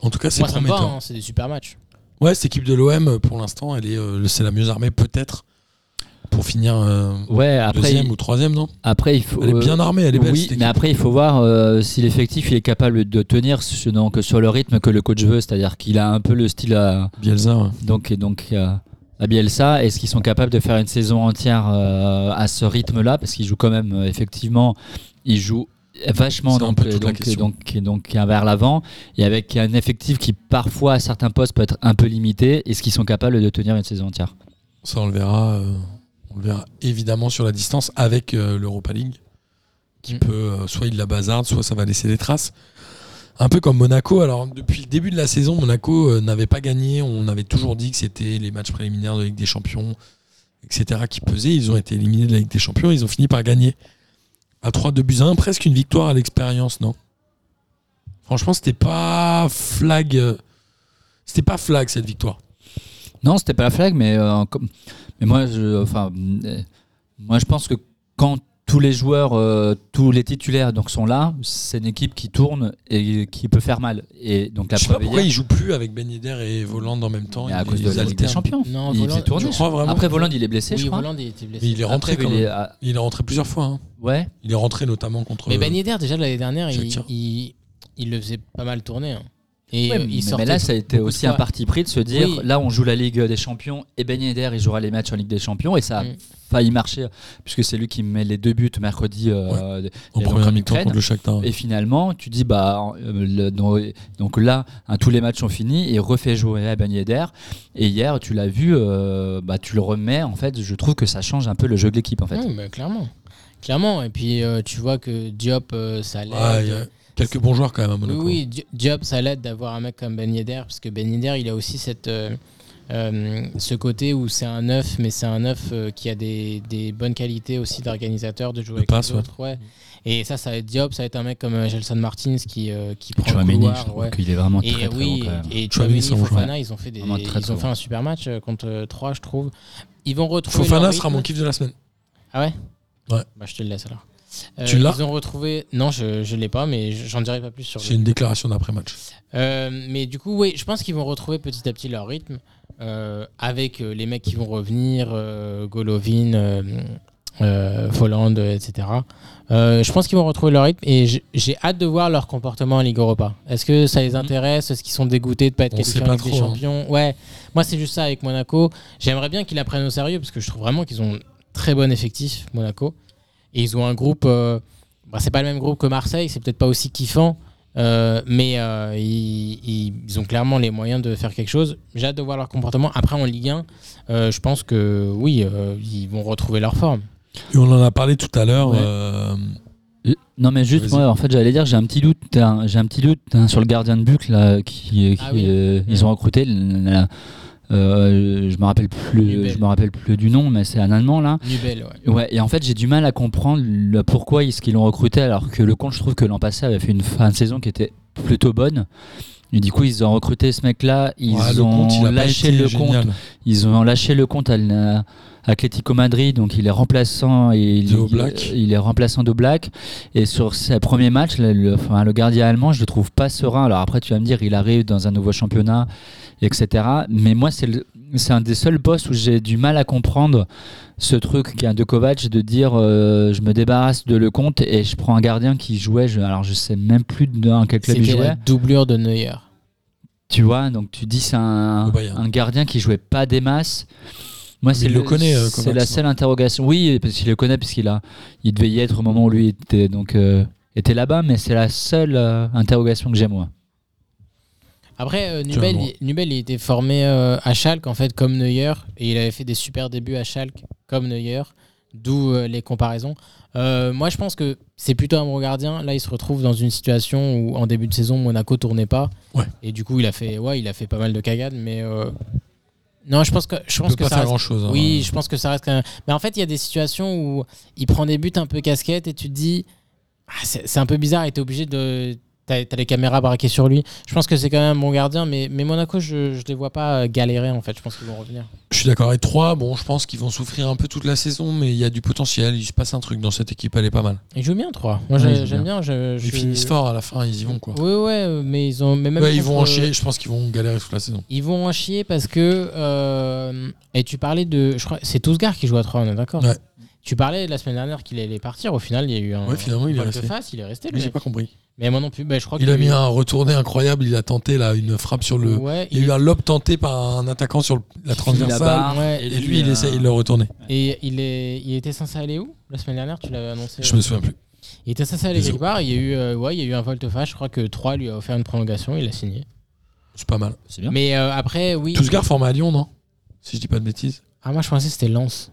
[SPEAKER 4] En tout cas, c'est
[SPEAKER 6] moi, ça me va,
[SPEAKER 4] prometteur.
[SPEAKER 6] hein, c'est des super matchs.
[SPEAKER 4] Ouais, cette équipe de l'OM, pour l'instant, elle est, euh, c'est la mieux armée, peut-être, pour finir euh,
[SPEAKER 5] Ouais, après,
[SPEAKER 4] deuxième
[SPEAKER 5] il,
[SPEAKER 4] ou troisième, non
[SPEAKER 5] après, il faut.
[SPEAKER 4] Elle est
[SPEAKER 5] euh,
[SPEAKER 4] bien armée, elle est belle.
[SPEAKER 5] oui,
[SPEAKER 4] cette équipe.
[SPEAKER 5] mais après, il faut voir euh, si l'effectif il est capable de tenir sur, donc, sur le rythme que le coach veut, c'est-à-dire qu'il a un peu le style à.
[SPEAKER 4] Bielsa, ouais.
[SPEAKER 5] Donc, et donc euh, à Bielsa, est-ce qu'ils sont capables de faire une saison entière euh, à ce rythme-là Parce qu'ils jouent quand même, euh, effectivement, ils jouent vachement
[SPEAKER 4] C'est un
[SPEAKER 5] donc,
[SPEAKER 4] peu
[SPEAKER 5] euh,
[SPEAKER 4] toute la
[SPEAKER 5] donc, et
[SPEAKER 4] question.
[SPEAKER 5] donc, et donc, euh, vers l'avant et avec un effectif qui parfois à certains postes peut être un peu limité. Est-ce qu'ils sont capables de tenir une saison entière
[SPEAKER 4] ça on le verra. euh, on le verra évidemment sur la distance avec euh, l'Europa League, qui
[SPEAKER 6] Mm.
[SPEAKER 4] peut euh, soit il la bazarde, soit ça va laisser des traces. Un peu comme Monaco. Alors depuis le début de la saison, Monaco euh, n'avait pas gagné. On avait toujours dit que c'était les matchs préliminaires de Ligue des Champions, etc. qui pesaient. Ils ont été éliminés de la Ligue des Champions. Ils ont fini par gagner à 3 2 buts à 1, presque une victoire à l'expérience, non Franchement, c'était pas flag. euh, C'était pas flag cette victoire.
[SPEAKER 5] Non, c'était pas la flag, mais, euh, comme- mais moi, je, enfin, euh, moi, je pense que quand tous les joueurs, euh, tous les titulaires donc, sont là, c'est une équipe qui tourne et qui peut faire mal. Et donc, la
[SPEAKER 4] je sais pas
[SPEAKER 5] preuve
[SPEAKER 4] pourquoi
[SPEAKER 5] hier-
[SPEAKER 4] ils jouent plus avec Ben Yedder et Voland en même temps.
[SPEAKER 5] Mais à
[SPEAKER 4] Ils-
[SPEAKER 5] cause
[SPEAKER 4] ils
[SPEAKER 5] de la Ligue des
[SPEAKER 4] alternent.
[SPEAKER 5] Champions.
[SPEAKER 6] Non,
[SPEAKER 5] il
[SPEAKER 6] Voland-
[SPEAKER 5] faisait tourner.
[SPEAKER 4] Je crois vraiment.
[SPEAKER 5] Après Voland, il est blessé,
[SPEAKER 6] oui,
[SPEAKER 5] je crois.
[SPEAKER 6] Voland, il était blessé.
[SPEAKER 4] Mais il est rentré
[SPEAKER 5] Après,
[SPEAKER 4] quand
[SPEAKER 5] il
[SPEAKER 4] même.
[SPEAKER 5] est à-
[SPEAKER 4] Il est rentré plusieurs fois. hein.
[SPEAKER 5] Ouais.
[SPEAKER 4] Il est rentré notamment contre. euh,
[SPEAKER 6] Mais Ben Yedder, déjà l'année dernière, il,
[SPEAKER 4] Chacun.
[SPEAKER 6] il, il le faisait pas mal tourner. hein. Et
[SPEAKER 5] Ouais,
[SPEAKER 6] euh, il
[SPEAKER 5] mais,
[SPEAKER 6] sortait
[SPEAKER 5] mais là, ça a été
[SPEAKER 6] beaucoup de
[SPEAKER 5] aussi un
[SPEAKER 6] fois.
[SPEAKER 5] parti pris de se dire
[SPEAKER 6] Oui.
[SPEAKER 5] là, on joue la Ligue des Champions et Ben Yedder, il jouera les matchs en Ligue des Champions et ça a
[SPEAKER 6] Mm.
[SPEAKER 5] failli marcher puisque c'est lui qui met les deux buts mercredi euh,
[SPEAKER 4] en
[SPEAKER 5] et donc
[SPEAKER 4] première
[SPEAKER 5] en
[SPEAKER 4] mi-temps
[SPEAKER 5] Ukraine.
[SPEAKER 4] contre le Shakhtar.
[SPEAKER 5] Et finalement, tu dis, bah, euh, le- donc, donc là, hein, tous les matchs sont finis et refait jouer à Ben Yedder. Et hier, tu l'as vu, euh, bah, tu le remets. En fait, je trouve que ça change un peu le jeu de l'équipe. En fait.
[SPEAKER 6] Oui, bah, clairement. Clairement. Et puis, euh, tu vois que Diop, euh, ça l'aide.
[SPEAKER 4] Ouais, il y a quelques bons joueurs quand même à
[SPEAKER 6] Oui,
[SPEAKER 4] Monaco.
[SPEAKER 6] oui, Di- Diop, ça l'aide d'avoir un mec comme Ben Yedder, parce que Ben Yedder, il a aussi cette, euh, euh, ce côté où c'est un neuf, mais c'est un neuf euh, qui a des, des bonnes qualités aussi d'organisateur, de jouer
[SPEAKER 4] De
[SPEAKER 6] avec
[SPEAKER 4] passe,
[SPEAKER 6] les
[SPEAKER 4] ouais.
[SPEAKER 6] autres. ouais. Et ça, ça va être Diop, ça va être un mec comme euh, Gelson Martins qui, euh, qui prend le
[SPEAKER 5] Chouameni, je
[SPEAKER 6] couloir.
[SPEAKER 5] trouve
[SPEAKER 6] ouais.
[SPEAKER 5] qu'il est vraiment
[SPEAKER 6] Et
[SPEAKER 5] très, très
[SPEAKER 6] oui,
[SPEAKER 5] bon, quand même.
[SPEAKER 6] et
[SPEAKER 4] Chouameni,
[SPEAKER 6] Chouameni
[SPEAKER 4] ils sont joués.
[SPEAKER 6] Fofana, ils ont fait, des,
[SPEAKER 5] Vraiment très,
[SPEAKER 6] ils
[SPEAKER 5] très
[SPEAKER 6] ont
[SPEAKER 5] bon.
[SPEAKER 6] fait un super match euh, contre euh, 3, je trouve. Ils vont retrouver.
[SPEAKER 4] Fofana
[SPEAKER 6] leur
[SPEAKER 4] sera
[SPEAKER 6] rythme.
[SPEAKER 4] mon kiff de la semaine.
[SPEAKER 6] Bah, je te le laisse alors. Euh,
[SPEAKER 4] Tu l'as
[SPEAKER 6] Ils ont retrouvé. Non, je ne l'ai pas, mais j'en dirai pas plus sur
[SPEAKER 4] C'est
[SPEAKER 6] le
[SPEAKER 4] une déclaration d'après-match.
[SPEAKER 6] Euh, mais du coup, oui, je pense qu'ils vont retrouver petit à petit leur rythme euh, avec euh, les mecs qui vont revenir, euh, Golovin, euh, euh, Folland, euh, etc. Euh, je pense qu'ils vont retrouver leur rythme et j- j'ai hâte de voir leur comportement en Ligue Europa. Est-ce que ça les intéresse Est-ce qu'ils sont dégoûtés de pas être
[SPEAKER 4] Mhm. On
[SPEAKER 6] qualifiés
[SPEAKER 4] sait pas
[SPEAKER 6] en Ligue des
[SPEAKER 4] trop, hein.
[SPEAKER 6] Champions Ouais, moi c'est juste ça avec Monaco. J'aimerais bien qu'ils la prennent au sérieux parce que je trouve vraiment qu'ils ont un très bon effectif, Monaco. Et ils ont un groupe. euh, bah, c'est pas le même groupe que Marseille, c'est peut-être pas aussi kiffant, Euh, mais euh, ils, ils ont clairement les moyens de faire quelque chose. J'ai hâte de voir leur comportement. Après, en Ligue 1, euh, je pense que oui, euh, ils vont retrouver leur forme.
[SPEAKER 4] Et on en a parlé tout à l'heure.
[SPEAKER 5] Ouais.
[SPEAKER 4] euh,
[SPEAKER 5] Euh, Non mais juste
[SPEAKER 4] Vas-y.
[SPEAKER 5] moi en fait j'allais dire j'ai un petit doute hein, j'ai un petit doute hein, sur le gardien de but là qui, qui,
[SPEAKER 6] Ah oui.
[SPEAKER 5] euh, ils ont recruté le- la- euh, je me rappelle plus
[SPEAKER 6] Nubel.
[SPEAKER 5] je me rappelle plus du nom mais c'est un allemand là
[SPEAKER 6] Nubel, ouais.
[SPEAKER 5] ouais et en fait j'ai du mal à comprendre le pourquoi ils ce qu'ils l'ont recruté alors que le compte je trouve que l'an passé avait fait une fin de saison qui était plutôt bonne et du coup ils ont recruté ce mec là ils
[SPEAKER 4] ouais, le
[SPEAKER 5] ont
[SPEAKER 4] compte, il a pas
[SPEAKER 5] lâché
[SPEAKER 4] été
[SPEAKER 5] le compte
[SPEAKER 4] génial.
[SPEAKER 5] ils ont lâché le compte à l- à Atlético Madrid, donc il est remplaçant et il,
[SPEAKER 4] De Oblak.
[SPEAKER 5] il est remplaçant d'Oblak. Et sur ses premiers matchs, le, le- enfin, le gardien allemand, je le trouve pas serein. Alors après, tu vas me dire, il arrive dans un nouveau championnat, etc. Mais moi, c'est le- c'est un des seuls boss où j'ai du mal à comprendre ce truc qu'a de Kovac de dire euh, je me débarrasse de le compte et je prends un gardien qui jouait. je- alors je sais même plus dans quel club il
[SPEAKER 6] C'était la
[SPEAKER 5] jouait.
[SPEAKER 6] doublure de Neuer.
[SPEAKER 5] Tu vois, donc tu dis c'est un,
[SPEAKER 4] Au Bayern.
[SPEAKER 5] un gardien qui jouait pas des masses. Moi, c'est
[SPEAKER 4] il le connaît, euh,
[SPEAKER 5] C'est
[SPEAKER 4] Kovacs,
[SPEAKER 5] la
[SPEAKER 4] non
[SPEAKER 5] seule interrogation. Oui, parce qu'il le connaît, puisqu'il a, il devait y être au moment où lui était donc euh, était là-bas, mais c'est la seule euh, interrogation que j'ai moi.
[SPEAKER 6] Après, euh,
[SPEAKER 4] Tu vas
[SPEAKER 6] Nubel,
[SPEAKER 4] me
[SPEAKER 6] il, Nubel, il était formé euh, à Schalke, en fait, comme Neuer. Et il avait fait des super débuts à Schalke, comme Neuer. D'où euh, les comparaisons. Euh, moi, je pense que c'est plutôt un bon gardien. Là, il se retrouve dans une situation où, en début de saison, Monaco tournait pas.
[SPEAKER 4] Ouais.
[SPEAKER 6] Et du coup, il a fait, ouais, il a fait pas mal de cagades. Mais euh, non, je pense que, je
[SPEAKER 4] Tu
[SPEAKER 6] pense
[SPEAKER 4] peux
[SPEAKER 6] que
[SPEAKER 4] pas
[SPEAKER 6] ça
[SPEAKER 4] faire
[SPEAKER 6] reste-
[SPEAKER 4] grand-chose. hein.
[SPEAKER 6] Oui, je pense que ça reste quand même. Mais en fait, il y a des situations où il prend des buts un peu casquette et tu te dis, Ah, c'est c'est un peu bizarre, et t'es obligé de. T'as t'as les caméras braquées sur lui. Je pense que c'est quand même un bon gardien, mais, mais Monaco, je, je les vois pas euh, galérer en fait. Je pense qu'ils vont revenir.
[SPEAKER 4] Je suis d'accord. Et 3, bon, je pense qu'ils vont souffrir un peu toute la saison, mais il y a du potentiel. Il se passe un truc dans cette équipe, elle est pas mal.
[SPEAKER 6] Ils jouent bien, 3. Moi,
[SPEAKER 5] Ouais,
[SPEAKER 6] j'ai-
[SPEAKER 5] ils jouent
[SPEAKER 6] j'aime bien. je,
[SPEAKER 4] Ils
[SPEAKER 6] je-
[SPEAKER 4] finissent fort à la fin, ils y vont quoi.
[SPEAKER 6] Oui, ouais, euh, mais ils ont. Mais même
[SPEAKER 4] Ouais, ils vont en
[SPEAKER 6] contre- euh,
[SPEAKER 4] chier. Je pense qu'ils vont galérer toute la saison.
[SPEAKER 6] Ils vont en chier parce que. euh, et tu parlais de. Je crois c'est Tousgar qui joue à 3, on est d'accord
[SPEAKER 4] Ouais.
[SPEAKER 6] Tu parlais la semaine dernière qu'il allait partir. Au final, il y a eu un.
[SPEAKER 4] Ouais, finalement, il est
[SPEAKER 6] volte
[SPEAKER 4] resté.
[SPEAKER 6] face, il est resté. le
[SPEAKER 4] Mais j'ai
[SPEAKER 6] mec.
[SPEAKER 4] pas compris.
[SPEAKER 6] Mais moi non plus, bah, je crois
[SPEAKER 4] Il
[SPEAKER 6] que-
[SPEAKER 4] a mis un retourné incroyable. Il a tenté là une frappe sur le.
[SPEAKER 6] Ouais,
[SPEAKER 4] Il y a eu un lob tenté par un attaquant sur le- la transversale.
[SPEAKER 6] ouais,
[SPEAKER 4] Et lui, il
[SPEAKER 5] euh,
[SPEAKER 4] essaye de le retourner.
[SPEAKER 6] Et il, est, il était censé aller où la semaine dernière Tu l'avais annoncé
[SPEAKER 4] Je me souviens plus.
[SPEAKER 6] Il était censé aller
[SPEAKER 4] Désolé.
[SPEAKER 6] quelque part. Il y a eu, euh, ouais, il y a eu un volte-face. Je crois que 3 lui a offert une prolongation. Il a signé.
[SPEAKER 4] C'est pas mal.
[SPEAKER 5] C'est bien.
[SPEAKER 6] Mais euh, après, oui.
[SPEAKER 4] Tousgar formé à Lyon, non Si je dis pas de bêtises.
[SPEAKER 6] Ah, moi, je pensais que c'était Lens.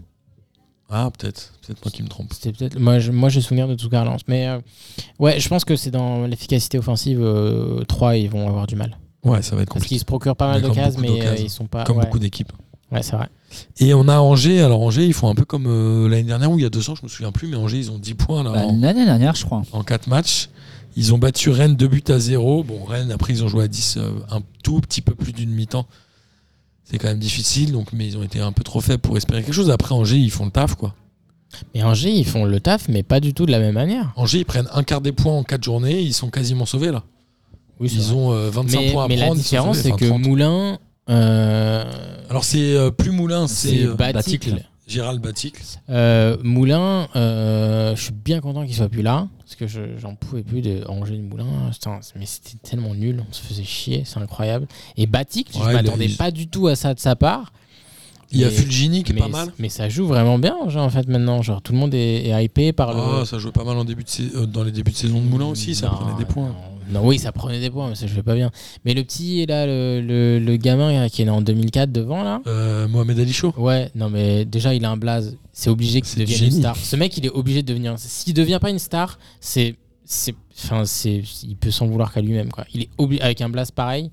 [SPEAKER 4] Ah, peut-être. Peut-être moi qui me trompe.
[SPEAKER 6] C'était peut-être. Moi, je, moi, j'ai souvenir de Tousgar Lens. Mais euh, ouais, je pense que c'est dans l'efficacité offensive. 3 ils vont avoir du mal.
[SPEAKER 4] Ouais, ça va être
[SPEAKER 6] Parce qu'ils
[SPEAKER 4] compliqué.
[SPEAKER 6] se procurent pas mal
[SPEAKER 4] Mais
[SPEAKER 6] de
[SPEAKER 4] comme
[SPEAKER 6] cases,
[SPEAKER 4] beaucoup
[SPEAKER 6] mais euh,
[SPEAKER 4] d'occasions.
[SPEAKER 6] ils sont pas.
[SPEAKER 4] Comme
[SPEAKER 6] ouais.
[SPEAKER 4] beaucoup d'équipes.
[SPEAKER 6] Ouais, c'est vrai.
[SPEAKER 4] Et on a Angers. Alors Angers, ils font un peu comme euh, l'année dernière où il y a 200, je me souviens plus, mais Angers, ils ont 10 points là,
[SPEAKER 5] Bah,
[SPEAKER 4] en,
[SPEAKER 5] L'année dernière, je crois.
[SPEAKER 4] 4 matchs. Ils ont battu Rennes 2 buts à 0. Bon, Rennes, après, ils ont joué à 10 euh, un tout petit peu plus d'une mi-temps. C'est quand même difficile, donc, mais ils ont été un peu trop faibles pour espérer quelque chose. Après, Angers, ils font le taf. quoi.
[SPEAKER 6] Mais Angers, ils font le taf, mais pas du tout de la même manière.
[SPEAKER 4] Angers, ils prennent un quart des points en 4 journées. Ils sont quasiment sauvés là.
[SPEAKER 6] Oui, c'est
[SPEAKER 4] Ils
[SPEAKER 6] vrai.
[SPEAKER 4] ont euh, 25
[SPEAKER 6] mais,
[SPEAKER 4] points à
[SPEAKER 6] mais
[SPEAKER 4] prendre.
[SPEAKER 6] la
[SPEAKER 4] ils sont
[SPEAKER 6] différence,
[SPEAKER 4] sauvés,
[SPEAKER 6] c'est
[SPEAKER 4] enfin,
[SPEAKER 6] que
[SPEAKER 4] 30.
[SPEAKER 6] Moulin. euh,
[SPEAKER 4] Alors, c'est euh, plus Moulin, c'est
[SPEAKER 6] C'est
[SPEAKER 4] euh,
[SPEAKER 6] Baticle.
[SPEAKER 5] Baticle.
[SPEAKER 4] Gérald Baticle.
[SPEAKER 6] Euh, Moulin, euh, je suis bien content qu'il soit plus là. Parce que je- j'en pouvais plus de Angers de Moulin. Putain, mais c'était tellement nul. On se faisait chier. C'est incroyable. Et Batik,
[SPEAKER 4] Ouais,
[SPEAKER 6] je
[SPEAKER 4] il-
[SPEAKER 6] m'attendais
[SPEAKER 4] il-
[SPEAKER 6] pas du tout à ça de sa part.
[SPEAKER 4] Il y a
[SPEAKER 6] Mais-
[SPEAKER 4] Fulgini qui est
[SPEAKER 6] Mais,
[SPEAKER 4] pas mal.
[SPEAKER 6] mais ça joue vraiment bien, genre, en fait, maintenant. Genre, tout le monde est, est hypé par le.
[SPEAKER 4] Ah, ça jouait pas mal en début de sais- euh, dans les débuts de saison de Moulin aussi, ça
[SPEAKER 6] Euh, Non,
[SPEAKER 4] prenait des points.
[SPEAKER 6] Non, non, oui, ça prenait des points, mais ça jouait pas bien. Mais le petit, là, le, le- le gamin là, qui est né en 2004 devant, là.
[SPEAKER 4] Euh, Mohamed Ali Chaud
[SPEAKER 6] Ouais, non, mais déjà, il a un blaze. C'est obligé
[SPEAKER 4] C'est du
[SPEAKER 6] qu'il devienne une
[SPEAKER 4] génie.
[SPEAKER 6] star. Ce mec, il est obligé de devenir. S'il devient pas une star, c'est. c'est- Enfin, c'est. Il peut s'en vouloir qu'à lui-même, quoi. Il est obligé. Avec un blaze pareil.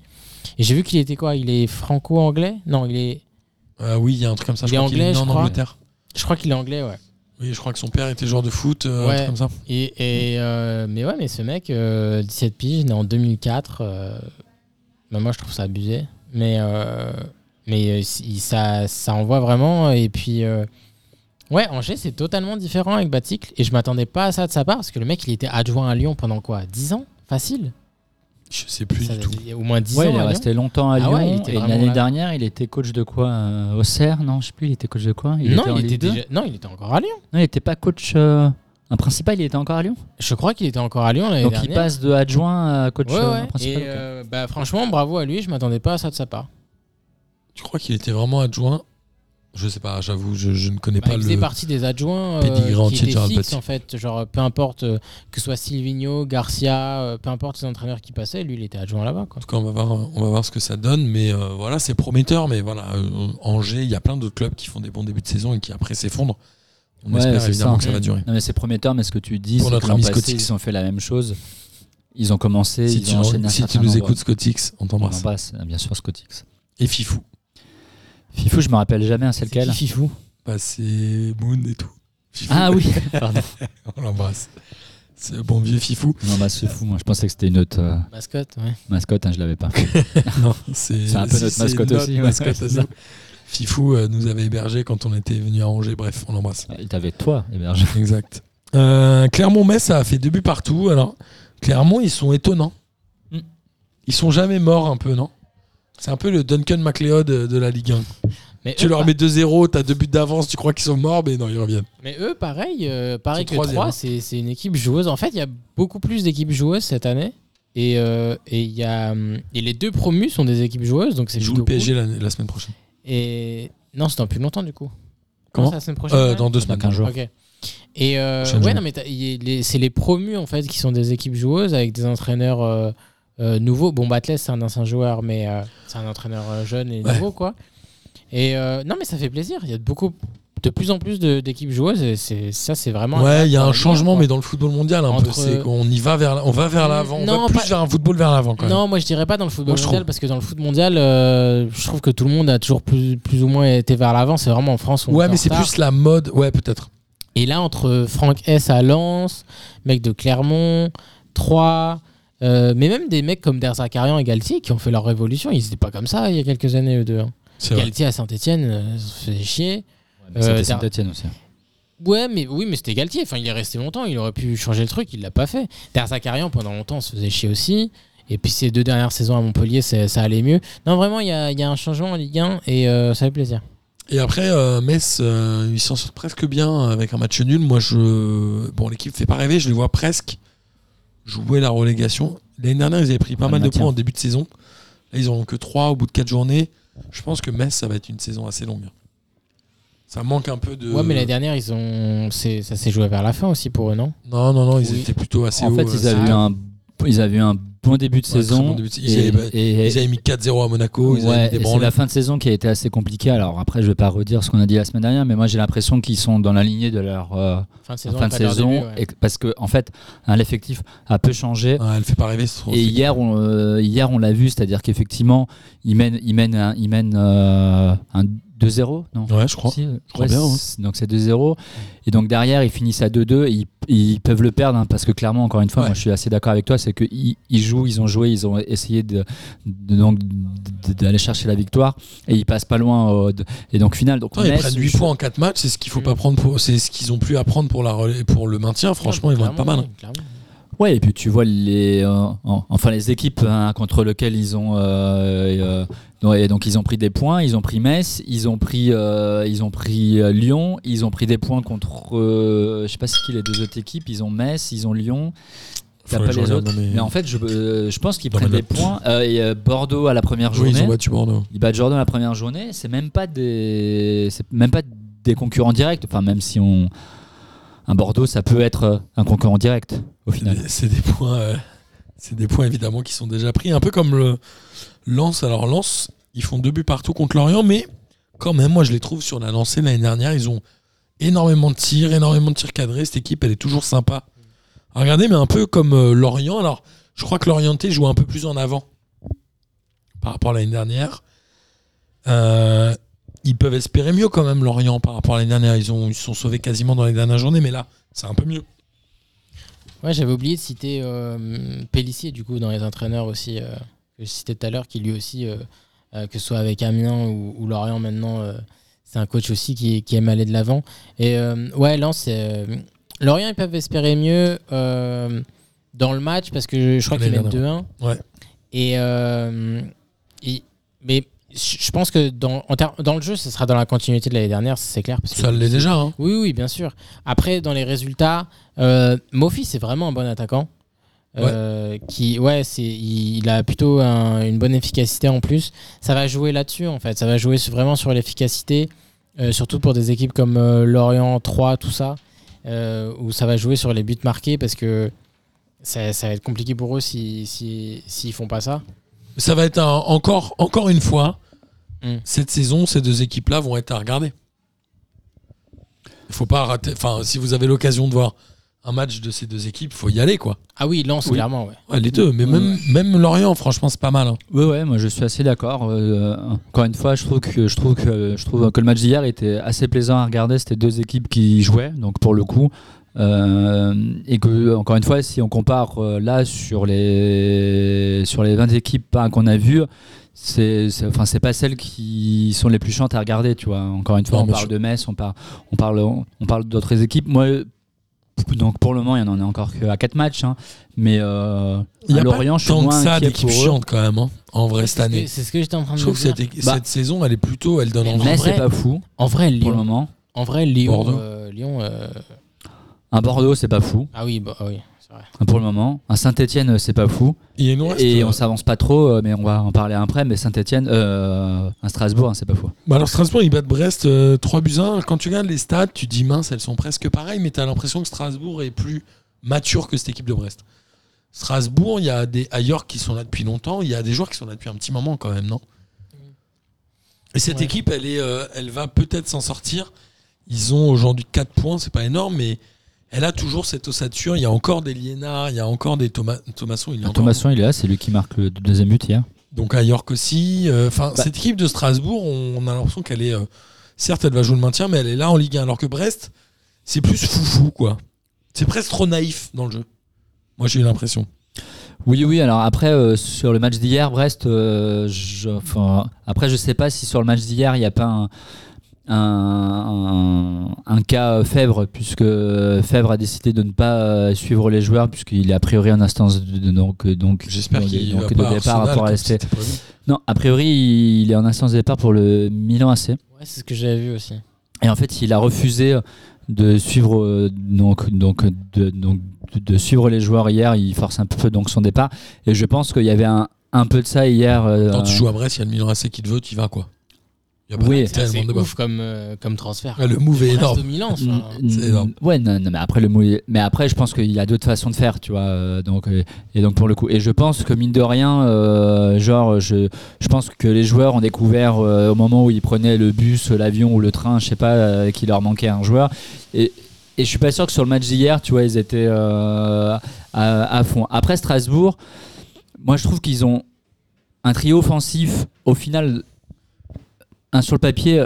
[SPEAKER 6] Et j'ai vu qu'il était quoi Il est franco-anglais Non, il est.
[SPEAKER 4] Ah oui, il y a un truc comme ça.
[SPEAKER 6] Il est
[SPEAKER 4] crois qu'il
[SPEAKER 6] anglais,
[SPEAKER 4] né
[SPEAKER 6] je
[SPEAKER 4] en
[SPEAKER 6] crois.
[SPEAKER 4] Angleterre.
[SPEAKER 6] Je crois qu'il est anglais, ouais.
[SPEAKER 4] Oui, je crois que son père était joueur de foot, euh, un
[SPEAKER 6] Ouais.
[SPEAKER 4] truc comme ça.
[SPEAKER 6] Et.
[SPEAKER 5] Mm.
[SPEAKER 6] et, euh, mais ouais, mais ce mec, euh, 17 piges, né en 2004. euh, bah, moi, je trouve ça abusé. Mais. euh, mais euh, si- ça, ça envoie vraiment. Et puis. euh, Ouais, Angers, c'est totalement différent avec Baticle. Et je m'attendais pas à ça de sa part, parce que le mec, il était adjoint à Lyon pendant quoi 10 ans Facile
[SPEAKER 4] Je sais plus
[SPEAKER 6] Ça
[SPEAKER 4] du
[SPEAKER 6] veut
[SPEAKER 4] tout.
[SPEAKER 6] dire- Au moins 10
[SPEAKER 5] Ouais,
[SPEAKER 6] ans.
[SPEAKER 5] il est
[SPEAKER 6] à Lyon.
[SPEAKER 5] resté longtemps à
[SPEAKER 6] Ah
[SPEAKER 5] Lyon.
[SPEAKER 6] ouais, il était
[SPEAKER 5] et
[SPEAKER 6] vraiment
[SPEAKER 5] l'année
[SPEAKER 6] là.
[SPEAKER 5] dernière, il était coach de quoi euh, Auxerre Non, je sais plus. Il était coach de quoi
[SPEAKER 6] non,
[SPEAKER 5] en
[SPEAKER 6] il
[SPEAKER 5] Ligue
[SPEAKER 6] était
[SPEAKER 5] 2?
[SPEAKER 6] déjà... non, il était encore à Lyon.
[SPEAKER 5] Non, il était pas coach. euh, Un principal, il était encore à Lyon.
[SPEAKER 6] Je crois qu'il était encore à Lyon l'année
[SPEAKER 5] Donc
[SPEAKER 6] dernière.
[SPEAKER 5] il passe de adjoint à coach
[SPEAKER 6] Ouais,
[SPEAKER 5] euh,
[SPEAKER 6] ouais.
[SPEAKER 5] principal. ok.
[SPEAKER 6] Et euh, bah, franchement, bravo à lui, je m'attendais pas à ça de sa part.
[SPEAKER 4] Tu crois qu'il était vraiment adjoint Je sais pas, j'avoue, je, je ne connais
[SPEAKER 6] Bah,
[SPEAKER 4] pas
[SPEAKER 6] il
[SPEAKER 4] le.
[SPEAKER 6] faisait partie des adjoints euh,
[SPEAKER 4] pedigree entier
[SPEAKER 6] qui
[SPEAKER 4] de
[SPEAKER 6] étaient
[SPEAKER 4] Gérald
[SPEAKER 6] fixes
[SPEAKER 4] Petit.
[SPEAKER 6] en fait, genre peu importe euh, que ce soit Silvino, Garcia, euh, peu importe les entraîneurs qui passaient, lui il était adjoint là-bas quoi.
[SPEAKER 4] En tout cas, on va voir, on va voir ce que ça donne. Mais euh, voilà, c'est prometteur. Mais voilà, euh, Angers, il y a plein d'autres clubs qui font des bons débuts de saison et qui après s'effondrent. On
[SPEAKER 5] Ouais,
[SPEAKER 4] espère
[SPEAKER 5] c'est
[SPEAKER 4] évidemment
[SPEAKER 5] ça.
[SPEAKER 4] que ça va durer.
[SPEAKER 5] Non, mais c'est prometteur, mais ce que tu dis,
[SPEAKER 4] Pour
[SPEAKER 5] c'est que
[SPEAKER 4] notre
[SPEAKER 5] l'an
[SPEAKER 4] ami
[SPEAKER 5] passé,
[SPEAKER 4] Scotix.
[SPEAKER 5] ils ont fait la même chose. Ils ont commencé,
[SPEAKER 4] Si
[SPEAKER 5] ils
[SPEAKER 4] tu,
[SPEAKER 5] ont enchaîné un
[SPEAKER 4] si tu
[SPEAKER 5] certain
[SPEAKER 4] nous
[SPEAKER 5] nombre.
[SPEAKER 4] écoutes, Scotix, on
[SPEAKER 5] on
[SPEAKER 4] t'embrasse.
[SPEAKER 5] embrasse, euh, bien sûr, Scotix.
[SPEAKER 4] Et Fifou.
[SPEAKER 5] Fifou, je me rappelle jamais, hein, c'est lequel
[SPEAKER 6] Fifou.
[SPEAKER 4] Bah, c'est Moon et tout. Fifou,
[SPEAKER 5] Ah oui, pardon.
[SPEAKER 4] on l'embrasse. C'est le bon vieux Fifou.
[SPEAKER 5] Non, bah c'est fou, moi je pensais que c'était une autre euh,
[SPEAKER 6] Mascotte, ouais.
[SPEAKER 5] mascotte, hein, je l'avais pas.
[SPEAKER 4] Non, c'est
[SPEAKER 5] C'est un peu
[SPEAKER 4] si,
[SPEAKER 5] notre
[SPEAKER 4] c'est
[SPEAKER 5] mascotte
[SPEAKER 4] notre
[SPEAKER 5] aussi, ouais,
[SPEAKER 4] mascotte
[SPEAKER 5] c'est
[SPEAKER 4] à
[SPEAKER 5] ça.
[SPEAKER 4] nous. Fifou euh, nous avait hébergés quand on était venu à Angers. Bref, on l'embrasse.
[SPEAKER 5] Ah, Il t'avait toi, héberge.
[SPEAKER 4] Exact. Euh, Clermont-Metz a fait deux buts partout. Alors, Clermont, ils sont étonnants.
[SPEAKER 5] Mm.
[SPEAKER 4] Ils sont jamais morts un peu, non C'est un peu le Duncan MacLeod de de la Ligue 1.
[SPEAKER 6] Mais
[SPEAKER 4] Tu
[SPEAKER 6] eux,
[SPEAKER 4] leur
[SPEAKER 6] pa-
[SPEAKER 4] mets 2-0, t'as deux buts d'avance, tu crois qu'ils sont morts, mais non, ils reviennent.
[SPEAKER 6] mais eux, pareil, euh, pareil
[SPEAKER 4] Ils sont
[SPEAKER 6] que
[SPEAKER 4] troisième, hein.
[SPEAKER 6] 3, c'est c'est une équipe joueuse. En fait, il y a beaucoup plus d'équipes joueuses cette année. Et, euh, et, il y a, hum, et les deux promus sont des équipes joueuses, donc c'est
[SPEAKER 4] Ils jouent
[SPEAKER 6] plutôt
[SPEAKER 4] le PSG la, la semaine prochaine.
[SPEAKER 6] cool. Et non, c'est dans plus longtemps du coup.
[SPEAKER 4] Comment
[SPEAKER 6] Non, c'est la semaine prochaine.
[SPEAKER 4] Euh,
[SPEAKER 6] ouais
[SPEAKER 4] Dans deux
[SPEAKER 5] Dans
[SPEAKER 4] semaines.
[SPEAKER 5] 15 jours.
[SPEAKER 6] Ok. Et euh,
[SPEAKER 4] Prochaine
[SPEAKER 6] ouais,
[SPEAKER 4] journée.
[SPEAKER 6] non, mais t'as- y- les- c'est les promus en fait qui sont des équipes joueuses avec des entraîneurs euh, euh, nouveaux. Bon, Batles, c'est un ancien joueur, mais euh, c'est un entraîneur euh, jeune et
[SPEAKER 4] Ouais.
[SPEAKER 6] nouveau quoi. Et euh, non, mais ça fait plaisir. Il y a de beaucoup, de plus en plus de- d'équipes joueuses. Et c'est ça, c'est vraiment.
[SPEAKER 4] Ouais, il y a
[SPEAKER 6] pour
[SPEAKER 4] un
[SPEAKER 6] la
[SPEAKER 4] changement,
[SPEAKER 6] Ligue,
[SPEAKER 4] mais dans le football mondial, un peu.
[SPEAKER 6] Entre-
[SPEAKER 4] C'est qu'on y va vers, on va vers
[SPEAKER 6] Mm,
[SPEAKER 4] l'avant. On va
[SPEAKER 6] non,
[SPEAKER 4] plus
[SPEAKER 6] pas-
[SPEAKER 4] vers un football vers l'avant, quand même.
[SPEAKER 6] Non, moi je dirais pas dans le football
[SPEAKER 4] Moi, je
[SPEAKER 6] mondial
[SPEAKER 4] trouve.
[SPEAKER 6] parce que dans le foot mondial, euh, je trouve que tout le monde a toujours plus, plus ou moins été vers l'avant. C'est vraiment en France. où on
[SPEAKER 4] ouais,
[SPEAKER 6] est
[SPEAKER 4] mais
[SPEAKER 6] en
[SPEAKER 4] c'est
[SPEAKER 6] retard.
[SPEAKER 4] plus la mode. Ouais, peut-être.
[SPEAKER 6] Et là, entre Franck S à Lens, mec de Clermont, 3, mais même des mecs comme Derzakarian et Galtier qui ont fait leur révolution, ils n'étaient pas comme ça il y a quelques années, eux deux. hein.
[SPEAKER 4] C'est vrai.
[SPEAKER 6] Galtier à Saint-Etienne, ils se faisaient chier.
[SPEAKER 5] Mais C'était
[SPEAKER 6] Euh,
[SPEAKER 5] Saint-Etienne aussi.
[SPEAKER 6] Ouais, mais oui, mais c'était Galtier. Enfin, il est resté longtemps, il aurait pu changer le truc, il l'a pas fait. Derzakarian, pendant longtemps, se faisait chier aussi. Et puis ces deux dernières saisons à Montpellier, c'est- ça allait mieux. Non, vraiment, il y a, il y a un changement en Ligue 1 et euh, ça fait plaisir.
[SPEAKER 4] Et après, euh, Metz, euh, ils s'en sortent presque bien avec un match nul. Moi, je. Bon, l'équipe fait pas rêver, je les vois presque jouer la relégation. L'année dernière, ils avaient pris pas
[SPEAKER 5] Ouais,
[SPEAKER 4] mal de
[SPEAKER 5] maintien.
[SPEAKER 4] points en début de saison. Là, ils en ont que 3 au bout de 4 journées. Je pense que Metz, ça va être une saison assez longue. hein. Ça manque un
[SPEAKER 5] Euh.
[SPEAKER 4] peu de.
[SPEAKER 6] Ouais, mais la dernière, ils ont... c'est- ça s'est joué vers la fin aussi pour eux, non
[SPEAKER 4] Non, non, non, ils
[SPEAKER 6] Oui.
[SPEAKER 4] étaient plutôt assez
[SPEAKER 5] En
[SPEAKER 4] hauts,
[SPEAKER 5] fait,
[SPEAKER 4] euh,
[SPEAKER 5] ils
[SPEAKER 4] c'est
[SPEAKER 5] avaient, eu
[SPEAKER 4] tout.
[SPEAKER 5] un, ils avaient eu un bon début de
[SPEAKER 4] Ouais,
[SPEAKER 5] saison.
[SPEAKER 4] très bon début de- ils
[SPEAKER 5] et,
[SPEAKER 4] avaient-
[SPEAKER 5] et-
[SPEAKER 4] Ils avaient mis 4-0 à Monaco, ils
[SPEAKER 5] ouais,
[SPEAKER 4] avaient mis
[SPEAKER 5] et
[SPEAKER 4] des
[SPEAKER 5] c'est
[SPEAKER 4] branlées.
[SPEAKER 5] la fin de saison qui a été assez compliquée. Alors après, je vais pas redire ce qu'on a dit la semaine dernière, mais moi j'ai l'impression qu'ils sont dans la lignée de leur euh,
[SPEAKER 6] Fin de
[SPEAKER 5] fin de
[SPEAKER 6] pas leur
[SPEAKER 5] saison,
[SPEAKER 6] début, ouais.
[SPEAKER 5] et que- parce que en fait, hein, l'effectif a peu changé.
[SPEAKER 4] Ah, elle fait pas rêver, ce
[SPEAKER 5] Et hier, on, euh, hier, on l'a vu, c'est-à-dire qu'effectivement, ils mènent, ils mènent, un, ils mènent euh, un 2-0, non
[SPEAKER 4] Ouais, je crois.
[SPEAKER 5] Si, euh,
[SPEAKER 4] crois
[SPEAKER 5] ouais,
[SPEAKER 4] bien, ouais.
[SPEAKER 5] c'est- Donc c'est 2-0. Et donc derrière, ils finissent à 2-2 et ils, ils peuvent le perdre hein, parce que clairement, encore une fois,
[SPEAKER 4] Ouais.
[SPEAKER 5] moi je suis assez d'accord avec toi, c'est qu'ils ils jouent, ils ont joué, ils ont essayé de, de- donc de- d'aller chercher la victoire et ils passent pas loin. au- de- et donc final, donc
[SPEAKER 4] Putain, ils
[SPEAKER 5] Metz,
[SPEAKER 4] prennent 8
[SPEAKER 5] je-
[SPEAKER 4] points en 4 matchs, c'est ce qu'il faut
[SPEAKER 6] Mm.
[SPEAKER 4] pas prendre pour, c'est ce qu'ils ont plus à prendre pour la relais- pour le maintien. Franchement, ils vont être pas mal. hein.
[SPEAKER 6] Clairement, oui, clairement.
[SPEAKER 5] Ouais, et puis tu vois les, euh, en- enfin les équipes hein, contre lesquelles ils ont, euh, euh, non, et donc ils ont pris des points, ils ont pris Metz, ils ont pris, euh, ils ont pris euh, Lyon, ils ont pris des points contre, euh, je sais pas c'est qui les deux autres équipes, ils ont Metz, ils ont Lyon.
[SPEAKER 4] Faudrait
[SPEAKER 5] T'as pas
[SPEAKER 4] que je
[SPEAKER 5] les
[SPEAKER 4] regarde
[SPEAKER 5] autres.
[SPEAKER 4] dans mes-
[SPEAKER 5] Mais en fait, je, euh, je pense qu'ils
[SPEAKER 4] Dans
[SPEAKER 5] prennent
[SPEAKER 4] mes
[SPEAKER 5] des
[SPEAKER 4] notes.
[SPEAKER 5] points. Euh, et, euh, Bordeaux à la première
[SPEAKER 4] Oui,
[SPEAKER 5] journée.
[SPEAKER 4] ils ont battu Bordeaux.
[SPEAKER 5] Ils battent Jordan la première journée, c'est même pas des c'est même pas des concurrents directs, enfin même si on un Bordeaux ça peut être euh, un concurrent direct au final.
[SPEAKER 4] C'est des points, euh, c'est des points évidemment qui sont déjà pris. Un peu comme le Lens. Alors Lens, ils font deux buts partout contre Lorient, mais quand même, moi je les trouve sur la lancée de l'année dernière. Ils ont énormément de tirs, énormément de tirs cadrés. Cette équipe, elle est toujours sympa. à regarder, mais un peu comme euh, Lorient. Alors, je crois que l'Orienté joue un peu plus en avant par rapport à l'année dernière. Euh, ils peuvent espérer mieux quand même Lorient par rapport à l'année dernière. Ils ont ils se sont sauvés quasiment dans les dernières journées, mais là, c'est un peu mieux.
[SPEAKER 6] Ouais, j'avais oublié de citer euh, Pellissier, du coup, dans les entraîneurs aussi, euh, que je citais tout à l'heure, qui lui aussi, euh, euh, que ce soit avec Amiens ou, ou Lorient maintenant, euh, c'est un coach aussi qui, qui aime aller de l'avant. Et euh, ouais, Lens, c'est, euh, Lorient, ils peuvent espérer mieux euh, dans le match parce que je, je crois
[SPEAKER 4] Les
[SPEAKER 6] qu'ils mènent
[SPEAKER 4] derniers.
[SPEAKER 6] 2-1.
[SPEAKER 4] Ouais.
[SPEAKER 6] Et, euh, il- mais je je pense que dans, en ter- dans le jeu, ce sera dans la continuité de l'année dernière, c'est clair. Parce que
[SPEAKER 4] Ça l'est déjà. hein.
[SPEAKER 6] oui, oui, bien sûr. Après, dans les résultats, euh, Mofi, c'est vraiment un bon attaquant. Euh, qui ouais c'est il, il a plutôt un- une bonne efficacité en plus ça va jouer là-dessus en fait ça va jouer sur- vraiment sur l'efficacité Euh, surtout pour des équipes comme euh, Lorient 3, tout ça, euh, où ça va jouer sur les buts marqués parce que ça, ça va être compliqué pour eux s'ils si, s'ils font pas ça.
[SPEAKER 4] Ça va être un- encore, encore une fois,
[SPEAKER 6] Mm.
[SPEAKER 4] cette saison, ces deux équipes-là vont être à regarder. Il faut pas rater. Enfin, si vous avez l'occasion de voir un match de ces deux équipes, il faut y aller, quoi.
[SPEAKER 6] Ah oui, Lens,
[SPEAKER 5] Oui.
[SPEAKER 6] clairement, ouais.
[SPEAKER 4] Ouais, les deux, mais même, même Lorient, franchement, c'est pas mal. hein.
[SPEAKER 5] Ouais, ouais, moi je suis assez d'accord. Euh, encore une fois, je trouve que je trouve que je trouve que le match d'hier était assez plaisant à regarder. C'était deux équipes qui jouaient, donc pour le coup, Euh, et que encore une fois, si on compare euh, là sur les sur les 20 équipes hein, qu'on a vues, c'est c'est- enfin c'est pas celles qui sont les plus chiantes à regarder, tu vois. Encore une fois,
[SPEAKER 4] Non,
[SPEAKER 5] on
[SPEAKER 4] mais
[SPEAKER 5] parle
[SPEAKER 4] je-
[SPEAKER 5] de Metz, on parle on parle on parle d'autres équipes. Moi, donc pour le moment, il y en a encore qu'à 4 matchs, hein. mais euh,
[SPEAKER 4] Il y
[SPEAKER 5] à
[SPEAKER 4] a
[SPEAKER 5] Lorient,
[SPEAKER 4] pas
[SPEAKER 5] je suis
[SPEAKER 4] tant que
[SPEAKER 5] moins
[SPEAKER 4] ça
[SPEAKER 5] inquiet
[SPEAKER 4] d'équipes
[SPEAKER 5] pour eux.
[SPEAKER 4] chiantes, quand même, hein, en vrai, cette
[SPEAKER 6] C'est ce que-
[SPEAKER 4] année.
[SPEAKER 6] C'est ce que j'étais en train de
[SPEAKER 4] Je trouve que
[SPEAKER 6] dire.
[SPEAKER 4] cette, équi-
[SPEAKER 5] Bah.
[SPEAKER 4] cette saison, elle est plutôt, elle donne
[SPEAKER 6] Mais
[SPEAKER 4] envie.
[SPEAKER 6] non.
[SPEAKER 5] Metz,
[SPEAKER 6] vrai-
[SPEAKER 5] c'est pas fou
[SPEAKER 6] En vrai,
[SPEAKER 5] pour le
[SPEAKER 6] Lyon.
[SPEAKER 5] moment.
[SPEAKER 6] En vrai, Lyon.
[SPEAKER 4] Bordeaux.
[SPEAKER 6] euh, Lyon euh,
[SPEAKER 5] Un Bordeaux, c'est pas fou
[SPEAKER 6] Ah oui, bah, ah oui c'est vrai.
[SPEAKER 5] hein, pour le moment. Un Saint-Etienne, c'est pas fou.
[SPEAKER 4] Et il nous reste,
[SPEAKER 5] Et
[SPEAKER 4] euh,
[SPEAKER 5] on s'avance pas trop, euh, mais on va en parler après. Mais Saint-Etienne, euh, un Strasbourg, hein, c'est pas fou.
[SPEAKER 4] Bah alors Strasbourg, ils battent Brest 3 buts 1. Quand tu regardes les stats, tu dis mince, elles sont presque pareilles, mais tu as l'impression que Strasbourg est plus mature que cette équipe de Brest. Strasbourg, il y a des ailleurs qui sont là depuis longtemps, il y a des joueurs qui sont là depuis un petit moment quand même, non Et cette
[SPEAKER 6] Ouais.
[SPEAKER 4] équipe, elle, est, euh, elle va peut-être s'en sortir. Ils ont aujourd'hui 4 points, c'est pas énorme, mais elle a toujours cette ossature. Il y a encore des Liénards, il y a encore des Thomas, Thomasson, il est encore-
[SPEAKER 5] Thomasson, il est là, c'est lui qui marque le deuxième but hier.
[SPEAKER 4] donc à York aussi. euh, Enfin,
[SPEAKER 5] Bah.
[SPEAKER 4] cette équipe de Strasbourg, on a l'impression qu'elle est. euh, certes, elle va jouer le maintien, mais elle est là en Ligue 1. Alors que Brest, c'est plus foufou, quoi. C'est presque trop naïf dans le jeu. Moi, j'ai eu l'impression.
[SPEAKER 5] Oui, oui, alors après, euh, sur le match d'hier, Brest, euh, je, enfin, après, je sais pas si sur le match d'hier, il n'y a pas un, un, un- un cas euh, Fèvre, puisque Fèvre a décidé de ne pas euh, suivre les joueurs, puisqu'il est a priori en instance de, de- donc, euh, donc,
[SPEAKER 4] J'espère
[SPEAKER 5] donc,
[SPEAKER 4] qu'il
[SPEAKER 5] donc,
[SPEAKER 4] va
[SPEAKER 5] de
[SPEAKER 4] pas à
[SPEAKER 5] départ
[SPEAKER 4] Arsenal,
[SPEAKER 5] pour
[SPEAKER 4] comme
[SPEAKER 5] rester.
[SPEAKER 4] c'était prévu.
[SPEAKER 5] Non, a priori, il est en instance de départ pour le Milan AC.
[SPEAKER 6] Ouais, c'est ce que j'avais vu aussi.
[SPEAKER 5] Et en fait, il a refusé de suivre euh, donc donc de, donc de- de suivre les joueurs hier. Il force un peu donc son départ. Et je pense qu'il y avait un, un peu de ça hier. euh,
[SPEAKER 4] Quand tu joues à Brest, il y a le Milan AC qui te veut, tu y vas, quoi. Il y a pas
[SPEAKER 5] Oui.
[SPEAKER 4] de-
[SPEAKER 6] C'est assez
[SPEAKER 4] tellement de
[SPEAKER 6] ouf comme, euh, comme transfert.
[SPEAKER 4] Ouais, Le move est
[SPEAKER 6] Brest
[SPEAKER 4] énorme. Mm.
[SPEAKER 6] au Milan,
[SPEAKER 5] n-
[SPEAKER 6] enfin.
[SPEAKER 5] n-
[SPEAKER 4] hein. c'est énorme.
[SPEAKER 5] ouais, non, non, mais après le mou- mais après, je pense qu'il y a d'autres façons de faire, tu vois. euh, donc euh, et donc pour le coup, et je pense que mine de rien, euh, genre je je pense que les joueurs ont découvert euh, au moment où ils prenaient le bus, l'avion ou le train, je sais pas, euh, qu'il leur manquait un joueur. Et, et je suis pas sûr que sur le match d'hier, tu vois, ils étaient euh, à, à fond. Après Strasbourg, moi je trouve qu'ils ont un trio offensif au final, un sur le papier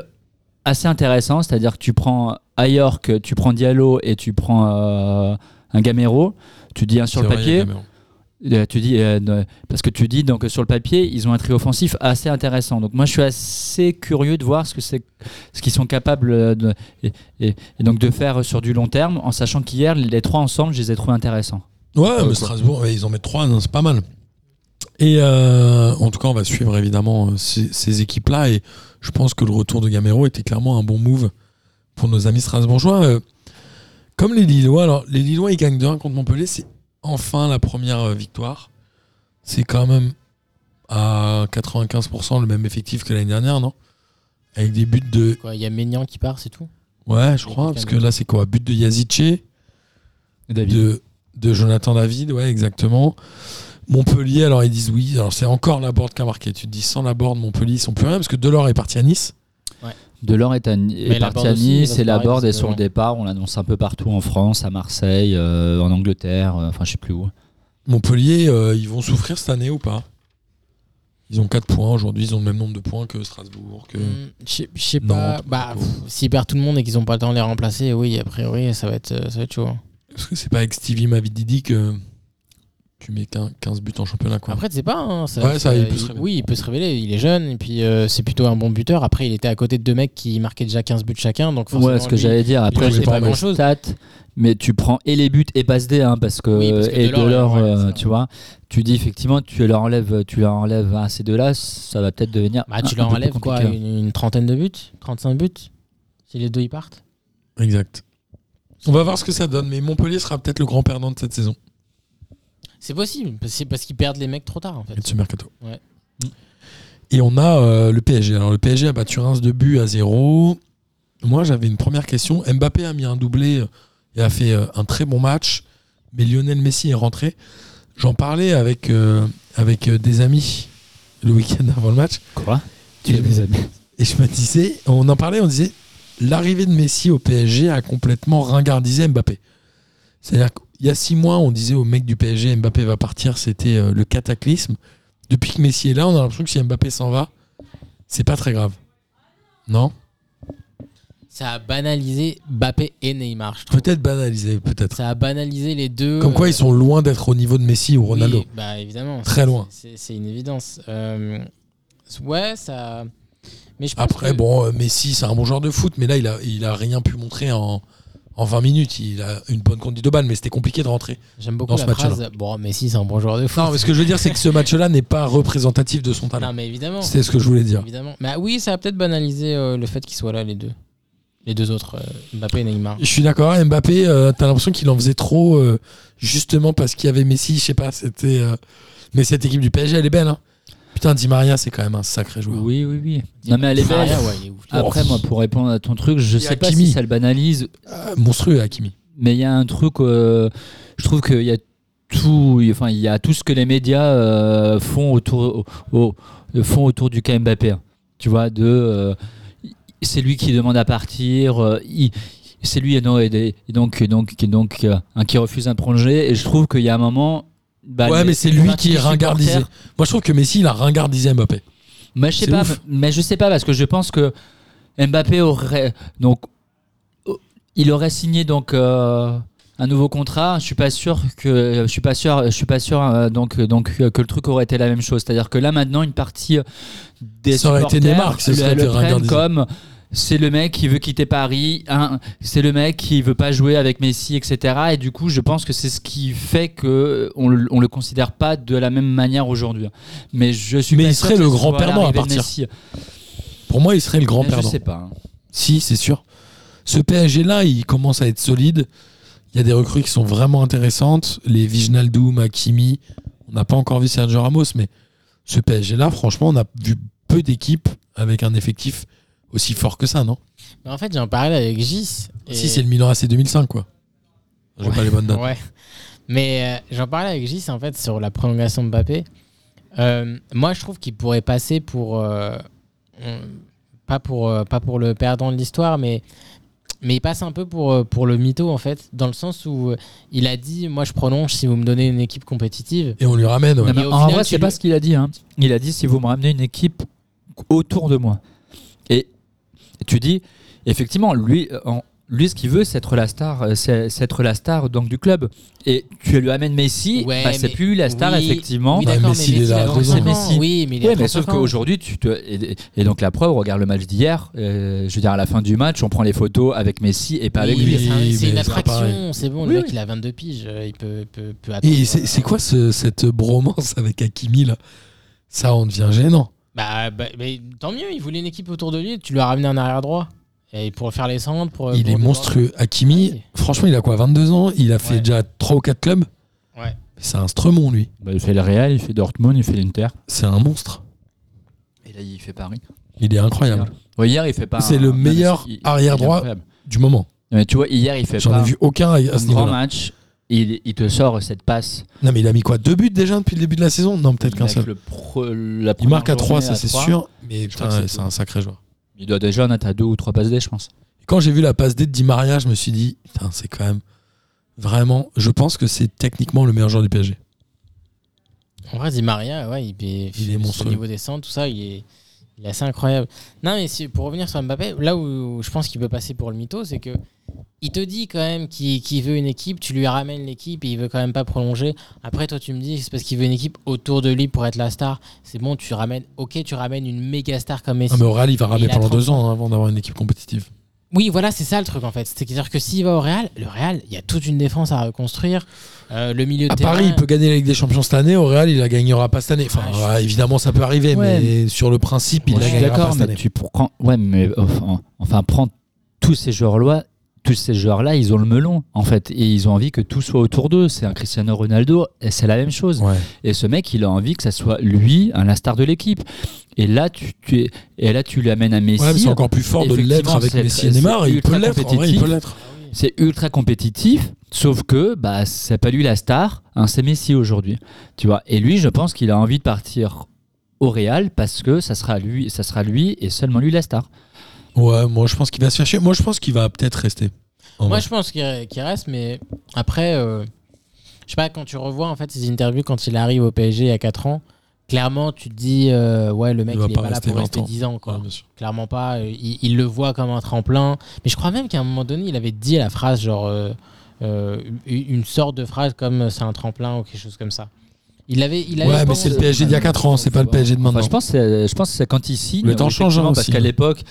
[SPEAKER 5] assez intéressant, c'est-à-dire que tu prends Ayork, tu prends Diallo et tu prends euh, un Gamero, tu dis un sur le
[SPEAKER 4] C'est vrai, il y
[SPEAKER 5] papier,
[SPEAKER 4] a Cameron.
[SPEAKER 5] euh, tu dis euh, ne- parce que tu dis donc sur le papier ils ont un trio offensif assez intéressant. Donc moi je suis assez curieux de voir ce que c'est ce qu'ils sont capables euh, de, et, et- et donc de faire sur du long terme en sachant qu'hier les trois ensemble je les ai trouvés intéressants.
[SPEAKER 4] Ouais, mais
[SPEAKER 5] quoi.
[SPEAKER 4] Strasbourg, ouais, ils en mettent 3, c'est pas mal. Et euh, en tout cas, on va suivre évidemment euh, ces, ces équipes-là. Et je pense que le retour de Gamero était clairement un bon move pour nos amis strasbourgeois. Euh, comme les Lillois, alors les Lillois, ils gagnent 2-1 contre Montpellier. C'est enfin la première euh, victoire. C'est quand même à 95% le même effectif que l'année dernière, non Avec des buts de.
[SPEAKER 6] Quoi, Il y a Ménian qui part, c'est tout
[SPEAKER 4] Ouais, je crois, parce que là, c'est quoi But de Yazice de, de Jonathan David, ouais, exactement. Montpellier, alors ils disent oui, alors c'est encore la board qui a marqué. Tu te dis sans la board, Montpellier, ils sont plus rien parce que Delors est parti à Nice.
[SPEAKER 5] Delors est, à, Ni- est
[SPEAKER 6] Mais la
[SPEAKER 5] parti
[SPEAKER 6] Borde
[SPEAKER 5] à
[SPEAKER 6] aussi,
[SPEAKER 5] Nice
[SPEAKER 6] c'est
[SPEAKER 5] et la
[SPEAKER 6] pareil,
[SPEAKER 5] board est
[SPEAKER 6] parce que-
[SPEAKER 5] sur le départ. On l'annonce un peu partout en France, à Marseille, euh, en Angleterre, euh, enfin je sais plus où.
[SPEAKER 4] Montpellier, euh, ils vont souffrir cette année ou pas Ils ont 4 points aujourd'hui, ils ont le même nombre de points que Strasbourg. Que...
[SPEAKER 6] Hmm, Je sais- je sais
[SPEAKER 4] Non,
[SPEAKER 6] pas.
[SPEAKER 4] pas
[SPEAKER 6] Bah,
[SPEAKER 4] beaucoup.
[SPEAKER 6] pff, S'ils perdent tout le monde et qu'ils n'ont pas le temps de les remplacer, oui, a priori, ça va être, euh, ça va être chaud.
[SPEAKER 4] Parce que c'est pas avec Stevie Mavididi que tu mets qu'un- 15 buts en championnat. Quoi.
[SPEAKER 6] Après, tu sais pas. hein,
[SPEAKER 4] Ouais, ça, il peut se révéler.
[SPEAKER 6] Oui, il peut se révéler. Il est jeune et puis euh, c'est plutôt un bon buteur. Après, il était à côté de deux mecs qui marquaient déjà 15 buts chacun. Donc forcément,
[SPEAKER 5] ouais, ce que
[SPEAKER 6] lui-
[SPEAKER 5] j'allais dire. Après,
[SPEAKER 4] il
[SPEAKER 5] j'ai
[SPEAKER 4] jouait
[SPEAKER 5] pas
[SPEAKER 4] pas
[SPEAKER 5] grand
[SPEAKER 6] grand-chose.
[SPEAKER 5] chose. mais tu prends et les buts et passe D, hein, parce que,
[SPEAKER 6] Oui, parce que
[SPEAKER 5] et
[SPEAKER 6] Delors,
[SPEAKER 5] Delors,
[SPEAKER 6] ouais,
[SPEAKER 5] euh,
[SPEAKER 6] c'est vrai.
[SPEAKER 5] tu vois, tu dis effectivement, tu leur enlèves, tu leur enlèves un ces deux-là, ça va peut-être devenir.
[SPEAKER 6] Bah, tu
[SPEAKER 5] un-
[SPEAKER 6] leur
[SPEAKER 5] un peu plus
[SPEAKER 6] enlèves quoi
[SPEAKER 5] compliqué.
[SPEAKER 6] une, une trentaine de buts 35 buts Si les deux ils partent
[SPEAKER 4] Exact. On va voir ce que ça donne, mais Montpellier sera peut-être le grand perdant de cette saison
[SPEAKER 6] C'est possible. parce- C'est parce qu'ils perdent les mecs trop tard en fait.
[SPEAKER 4] et de ce mercato. Mm.
[SPEAKER 6] Ouais.
[SPEAKER 4] Et on a euh, le PSG. Alors le PSG a battu Reims de buts à 0. Moi, j'avais une première question. Mbappé a mis un doublé euh, et a fait euh, un très bon match, mais Lionel Messi est rentré. J'en parlais avec, euh, avec euh, des amis le week-end avant le match,
[SPEAKER 5] Quoi
[SPEAKER 4] Tu l'as mis et je me disais, on en parlait, on disait, l'arrivée de Messi au PSG a complètement ringardisé Mbappé. C'est-à-dire qu'il y a six mois, on disait au mec du PSG, Mbappé va partir, c'était euh, le cataclysme. Depuis que Messi est là, on a l'impression que si Mbappé s'en va, c'est pas très grave. Non
[SPEAKER 6] Ça a banalisé Mbappé et Neymar, je trouve.
[SPEAKER 4] Peut-être banalisé, peut-être.
[SPEAKER 6] Ça a banalisé les deux.
[SPEAKER 4] Comme quoi,
[SPEAKER 6] euh,
[SPEAKER 4] ils sont loin d'être au niveau de Messi ou Ronaldo.
[SPEAKER 6] Oui, bah évidemment.
[SPEAKER 4] Très loin.
[SPEAKER 6] C'est c'est une évidence. Euh, ouais, ça. Mais je pense
[SPEAKER 4] Après,
[SPEAKER 6] que-
[SPEAKER 4] bon, euh, Messi, c'est un bon joueur de foot, mais là, il a, il a rien pu montrer en, en 20 minutes. Il a une bonne conduite de balle, mais c'était compliqué de rentrer.
[SPEAKER 6] J'aime beaucoup
[SPEAKER 4] dans ce
[SPEAKER 6] la
[SPEAKER 4] match-là.
[SPEAKER 6] phrase. Bon, Messi, c'est un bon joueur de foot.
[SPEAKER 4] Non, mais ce que je veux dire, c'est que ce match-là n'est pas représentatif de son talent.
[SPEAKER 6] Non, mais évidemment.
[SPEAKER 4] C'était ce que je voulais dire.
[SPEAKER 6] évidemment. Mais ah oui, ça a peut-être banalisé euh, le fait qu'ils soient là, les deux. Les deux autres, euh, Mbappé et Neymar.
[SPEAKER 4] Je suis d'accord, Mbappé, euh, t'as l'impression qu'il en faisait trop, euh, justement parce qu'il y avait Messi, je sais pas, c'était. euh, Mais cette équipe du PSG, elle est belle, hein. Putain, Di Maria, c'est quand même un sacré joueur.
[SPEAKER 5] Oui, oui, oui. Non, mais elle est belle.
[SPEAKER 6] Maria, Ah, ouais, Oh. il est ouf.
[SPEAKER 4] Oh.
[SPEAKER 5] Après, moi, pour répondre à ton truc, je
[SPEAKER 4] Et
[SPEAKER 5] sais pas
[SPEAKER 4] Hakimi.
[SPEAKER 5] si ça le banalise
[SPEAKER 4] Euh, monstrueux, Hakimi.
[SPEAKER 5] mais il y a un truc euh, je trouve qu'il y a tout enfin il y a tout ce que les médias euh, font autour au- au- font autour du cas Mbappé hein. tu vois de euh, il- c'est lui qui demande à partir euh, il- c'est lui et non, et des- et donc et donc et donc euh, un qui refuse un projet et je trouve qu'il y a un moment bah,
[SPEAKER 4] ouais,
[SPEAKER 5] les-
[SPEAKER 4] mais c'est lui
[SPEAKER 5] les
[SPEAKER 4] qui est
[SPEAKER 5] supporters-
[SPEAKER 4] ringardisé. Moi, je trouve que Messi, il a ringardisé Mbappé.
[SPEAKER 5] mais je sais
[SPEAKER 4] C'est
[SPEAKER 5] pas,
[SPEAKER 4] ouf.
[SPEAKER 5] mais je sais pas parce que je pense que Mbappé aurait donc au- il aurait signé donc euh, un nouveau contrat. Je suis pas sûr que je suis pas sûr, je suis pas sûr euh, donc donc euh, que le truc aurait été la même chose. C'est-à-dire que là maintenant une partie euh, des
[SPEAKER 4] Ça aurait été
[SPEAKER 5] supporters
[SPEAKER 4] Neymar que ce
[SPEAKER 5] le-
[SPEAKER 4] serait
[SPEAKER 5] le
[SPEAKER 4] été
[SPEAKER 5] prennent
[SPEAKER 4] ringardisé.
[SPEAKER 5] comme c'est le mec qui veut quitter Paris, hein, c'est le mec qui veut pas jouer avec Messi, etc. Et du coup, je pense que c'est ce qui fait que on, le- on le considère pas de la même manière aujourd'hui. Mais je suis
[SPEAKER 4] Mais
[SPEAKER 5] pas
[SPEAKER 4] il
[SPEAKER 5] sûr
[SPEAKER 4] serait
[SPEAKER 5] que
[SPEAKER 4] le
[SPEAKER 5] ce
[SPEAKER 4] grand
[SPEAKER 5] soit
[SPEAKER 4] perdant à
[SPEAKER 5] l'arrivée de
[SPEAKER 4] partir.
[SPEAKER 5] Messi.
[SPEAKER 4] Pour moi, il serait le grand
[SPEAKER 5] Je
[SPEAKER 4] perdant.
[SPEAKER 5] sais pas. hein.
[SPEAKER 4] Si, c'est sûr. Ce PSG-là, il commence à être solide. Il y a des recrues qui sont vraiment intéressantes. Les Viginaldoum, Hakimi. On n'a pas encore vu Sergio Ramos, mais ce PSG-là, franchement, on a vu peu d'équipes avec un effectif aussi fort que ça, non
[SPEAKER 6] Mais en fait, j'en parlais avec Gis. et-
[SPEAKER 4] Si, c'est le Milan AC 2005, quoi. Je pas les bonnes dates.
[SPEAKER 6] Ouais. Mais euh, j'en parlais avec Gis en fait sur la prolongation de Mbappé. Euh, moi, je trouve qu'il pourrait passer pour euh, on- pas pour euh, pas pour le perdant de l'histoire, mais mais il passe un peu pour euh, pour le mytho en fait, dans le sens où euh, il a dit moi je prolonge si vous me donnez une équipe compétitive.
[SPEAKER 4] Et on lui ramène, ouais.
[SPEAKER 5] Non,
[SPEAKER 6] mais
[SPEAKER 5] mais
[SPEAKER 6] au
[SPEAKER 5] en
[SPEAKER 6] final,
[SPEAKER 5] vrai,
[SPEAKER 6] tu
[SPEAKER 5] c'est
[SPEAKER 6] le-
[SPEAKER 5] pas ce qu'il a dit. hein. Il a dit si vous me ramenez une équipe autour de moi. Et tu dis, effectivement, lui, euh, en- lui ce qu'il veut, c'est être la star, euh, c'est c'est être la star donc, du club. Et tu lui amènes Messi,
[SPEAKER 6] Ouais,
[SPEAKER 5] bah, c'est
[SPEAKER 6] mais-
[SPEAKER 5] plus lui la star,
[SPEAKER 6] Oui,
[SPEAKER 5] effectivement.
[SPEAKER 6] oui,
[SPEAKER 4] Bah,
[SPEAKER 6] d'accord,
[SPEAKER 4] Messi, il est
[SPEAKER 6] Messi,
[SPEAKER 4] là
[SPEAKER 6] il
[SPEAKER 4] à
[SPEAKER 6] a
[SPEAKER 4] deux ans.
[SPEAKER 6] 35 ans.
[SPEAKER 5] Messi-
[SPEAKER 6] Oui, mais il a
[SPEAKER 5] Oui, mais sauf
[SPEAKER 6] 35 ans.
[SPEAKER 5] qu'aujourd'hui, tu te... et, et donc la preuve, regarde le match d'hier. euh, je veux dire, à la fin du match, on prend les photos avec Messi et pas
[SPEAKER 6] Oui,
[SPEAKER 5] avec
[SPEAKER 6] mais
[SPEAKER 5] lui.
[SPEAKER 6] c'est un-
[SPEAKER 4] Oui,
[SPEAKER 6] c'est une
[SPEAKER 4] mais c'est pas pareil.
[SPEAKER 6] attraction, c'est bon,
[SPEAKER 5] Oui,
[SPEAKER 6] le mec
[SPEAKER 5] oui.
[SPEAKER 6] il a 22 piges, euh, il peut, peut, peut attendre. euh,
[SPEAKER 4] Et c'est c'est quoi ce- cette bromance avec Hakimi, là Ça en devient gênant.
[SPEAKER 6] Bah, bah, mais tant mieux, il voulait une équipe autour de lui, tu lui as ramené un arrière droit. Et pour faire les centres,
[SPEAKER 4] il
[SPEAKER 6] pour. pour
[SPEAKER 4] est
[SPEAKER 5] hein.
[SPEAKER 6] déborder.
[SPEAKER 4] monstrueux.
[SPEAKER 5] Ah,
[SPEAKER 4] Hakimi,
[SPEAKER 6] Oui.
[SPEAKER 4] franchement, il a quoi 22 ans Il a fait
[SPEAKER 6] Ouais.
[SPEAKER 4] déjà 3 ou 4 clubs
[SPEAKER 6] Ouais.
[SPEAKER 4] C'est un stremon, lui.
[SPEAKER 5] Bah, il fait le Real, il fait Dortmund, il fait l'Inter.
[SPEAKER 4] C'est un monstre.
[SPEAKER 5] Et là, il fait Paris.
[SPEAKER 4] Il est incroyable.
[SPEAKER 5] Ouais, hier, il fait pas.
[SPEAKER 4] C'est
[SPEAKER 5] un-
[SPEAKER 4] le
[SPEAKER 5] non, mais
[SPEAKER 4] meilleur
[SPEAKER 5] il- il est
[SPEAKER 4] arrière-droit.
[SPEAKER 5] incroyable.
[SPEAKER 4] Du moment.
[SPEAKER 5] Non, mais tu vois, hier, il fait
[SPEAKER 4] J'en
[SPEAKER 5] pas
[SPEAKER 4] ai vu aucun à ce
[SPEAKER 5] un grand
[SPEAKER 4] niveau-là.
[SPEAKER 5] match. Il, il te sort cette passe.
[SPEAKER 4] Non, mais il a mis quoi Deux buts déjà depuis le début de la saison Non, peut-être qu'un
[SPEAKER 5] avec
[SPEAKER 4] seul.
[SPEAKER 5] le pro- la
[SPEAKER 4] Il marque à
[SPEAKER 5] première
[SPEAKER 4] 3, ça
[SPEAKER 5] journée, à
[SPEAKER 4] c'est
[SPEAKER 5] trois.
[SPEAKER 4] sûr. Mais
[SPEAKER 5] crois
[SPEAKER 4] putain,
[SPEAKER 5] que c'est
[SPEAKER 4] c'est un sacré joueur.
[SPEAKER 5] Il doit déjà en être à deux ou trois passes D, je pense.
[SPEAKER 4] Quand j'ai vu la passe D de Di Maria, je me suis dit, putain, c'est quand même vraiment. Je pense que c'est techniquement le meilleur joueur du PSG.
[SPEAKER 6] En vrai, Di Maria, ouais, il est,
[SPEAKER 4] Il est monstrueux.
[SPEAKER 6] Au niveau des centres, tout ça, il est, il est assez incroyable. Non, mais si- pour revenir sur Mbappé, là où je pense qu'il peut passer pour le mytho, c'est que il te dit quand même qu'il qu'il veut une équipe, tu lui ramènes l'équipe et il veut quand même pas prolonger. Après, toi, tu me dis c'est parce qu'il veut une équipe autour de lui pour être la star. C'est bon, tu ramènes, ok, tu ramènes une méga star comme Messi.
[SPEAKER 4] Non, Ah, mais au Real, il va
[SPEAKER 6] il
[SPEAKER 4] ramer
[SPEAKER 6] a
[SPEAKER 4] pendant
[SPEAKER 6] 30.
[SPEAKER 4] deux ans hein, avant d'avoir une équipe compétitive.
[SPEAKER 6] Oui, voilà, c'est ça le truc en fait. C'est-à-dire que s'il va au Real, le Real, il y a toute une défense à reconstruire. Euh, le milieu de
[SPEAKER 4] À
[SPEAKER 6] terrain.
[SPEAKER 4] Paris, il peut gagner la Ligue des Champions cette année. Au Real, il la gagnera pas cette année. Enfin,
[SPEAKER 6] Ah, je-
[SPEAKER 4] ouais, évidemment, ça peut arriver,
[SPEAKER 5] Ouais.
[SPEAKER 4] mais sur le principe, il
[SPEAKER 5] Moi,
[SPEAKER 4] la
[SPEAKER 5] je suis
[SPEAKER 4] gagnera pas
[SPEAKER 5] d'accord,
[SPEAKER 4] cette
[SPEAKER 5] mais euh,
[SPEAKER 4] année.
[SPEAKER 5] tu prends. Ouais, mais enfin, enfin prends tous ces joueurs-là tous ces joueurs-là, ils ont le melon, en fait, et ils ont envie que tout soit autour d'eux. C'est un Cristiano Ronaldo, et c'est la même chose.
[SPEAKER 4] Ouais.
[SPEAKER 5] Et ce mec, il a envie que ça soit lui, un la star de l'équipe. Et là, tu, tu es, et là, tu l'amènes à Messi.
[SPEAKER 4] Ouais, mais c'est encore plus fort de l'être
[SPEAKER 5] Effectivement,
[SPEAKER 4] avec
[SPEAKER 5] c'est
[SPEAKER 4] Messi
[SPEAKER 5] très-
[SPEAKER 4] et Neymar.
[SPEAKER 5] c'est
[SPEAKER 4] Il peut
[SPEAKER 5] ultra
[SPEAKER 4] l'être. en vrai,
[SPEAKER 5] compétitif.
[SPEAKER 4] il peut l'être.
[SPEAKER 5] C'est ultra compétitif, sauf que bah c'est pas lui la star, hein, c'est Messi aujourd'hui, tu vois. Et lui, je pense qu'il a envie de partir au Real parce que ça sera lui, ça sera lui et seulement lui la star.
[SPEAKER 4] Ouais, moi je pense qu'il va se chercher. Moi je pense qu'il va peut-être rester. En
[SPEAKER 6] Moi,
[SPEAKER 4] vrai.
[SPEAKER 6] je pense qu'il qu'il reste, mais après, euh, je sais pas, quand tu revois en fait ses interviews quand il arrive au PSG il y a 4 ans, clairement, tu te dis, euh, ouais, le mec,
[SPEAKER 4] Il va
[SPEAKER 6] il, est
[SPEAKER 4] pas
[SPEAKER 6] pas là
[SPEAKER 4] rester
[SPEAKER 6] pour
[SPEAKER 4] 20
[SPEAKER 6] rester
[SPEAKER 4] ans.
[SPEAKER 6] 10 ans, quoi.
[SPEAKER 4] Ouais, bien sûr.
[SPEAKER 6] Clairement pas. euh, Il, il le voit comme un tremplin. Mais je crois même qu'à un moment donné, il avait dit la phrase, genre, euh, euh, une sorte de phrase comme euh, c'est un tremplin ou quelque chose comme ça. Il avait, il avait
[SPEAKER 4] Ouais,
[SPEAKER 6] pas
[SPEAKER 4] mais c'est le
[SPEAKER 6] honte.
[SPEAKER 4] PSG d'il y a 4 ans, c'est pas le PSG de
[SPEAKER 5] Enfin,
[SPEAKER 4] maintenant.
[SPEAKER 5] je pense, que c'est- je pense que c'est quand il signe.
[SPEAKER 4] Le temps
[SPEAKER 5] effectivement,
[SPEAKER 4] change, hein,
[SPEAKER 5] parce
[SPEAKER 4] aussi.
[SPEAKER 5] qu'à l'époque,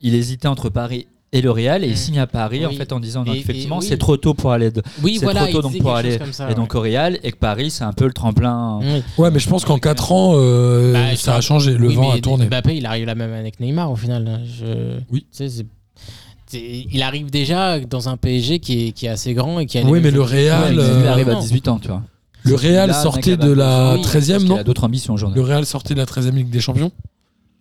[SPEAKER 5] il hésitait entre Paris et le Real et
[SPEAKER 6] Mm.
[SPEAKER 5] il signe à Paris en
[SPEAKER 6] Oui.
[SPEAKER 5] fait en disant
[SPEAKER 6] Et-
[SPEAKER 5] non,
[SPEAKER 6] et
[SPEAKER 5] effectivement
[SPEAKER 6] oui.
[SPEAKER 5] c'est trop tôt pour aller de-
[SPEAKER 6] Oui,
[SPEAKER 5] c'est
[SPEAKER 6] voilà,
[SPEAKER 5] trop tôt,
[SPEAKER 6] il
[SPEAKER 5] donc,
[SPEAKER 6] disait
[SPEAKER 5] pour
[SPEAKER 6] quelque chose
[SPEAKER 5] aller-
[SPEAKER 6] comme ça,
[SPEAKER 5] et
[SPEAKER 6] ouais.
[SPEAKER 5] donc au Real et que Paris c'est un peu le tremplin.
[SPEAKER 6] Oui.
[SPEAKER 4] Ouais, mais je pense qu'en 4 ans, euh,
[SPEAKER 6] Bah, je
[SPEAKER 4] ça a
[SPEAKER 6] pense-
[SPEAKER 4] changé. Hein. Le
[SPEAKER 6] Oui,
[SPEAKER 4] vent
[SPEAKER 6] mais
[SPEAKER 4] a tourné.
[SPEAKER 6] Mbappé, il arrive la même année que Neymar au final. hein. Je...
[SPEAKER 4] Oui.
[SPEAKER 6] tu sais, c'est- c'est- Il arrive déjà dans un PSG qui est, qui est assez grand et qui a. les
[SPEAKER 4] Oui, mais
[SPEAKER 6] mêmes
[SPEAKER 4] le
[SPEAKER 6] objectifs.
[SPEAKER 5] Ouais,
[SPEAKER 4] Real,
[SPEAKER 5] mais
[SPEAKER 4] euh,
[SPEAKER 5] lui arrive à 18 ans, tu vois.
[SPEAKER 4] le Real
[SPEAKER 5] Là, mec,
[SPEAKER 4] sortait
[SPEAKER 5] elle va-
[SPEAKER 4] de la
[SPEAKER 6] Oui, parce
[SPEAKER 4] 13e,
[SPEAKER 5] Parce qu'il
[SPEAKER 4] non
[SPEAKER 5] a d'autres ambitions aujourd'hui.
[SPEAKER 4] Le Real sortait de la 13e Ligue des Champions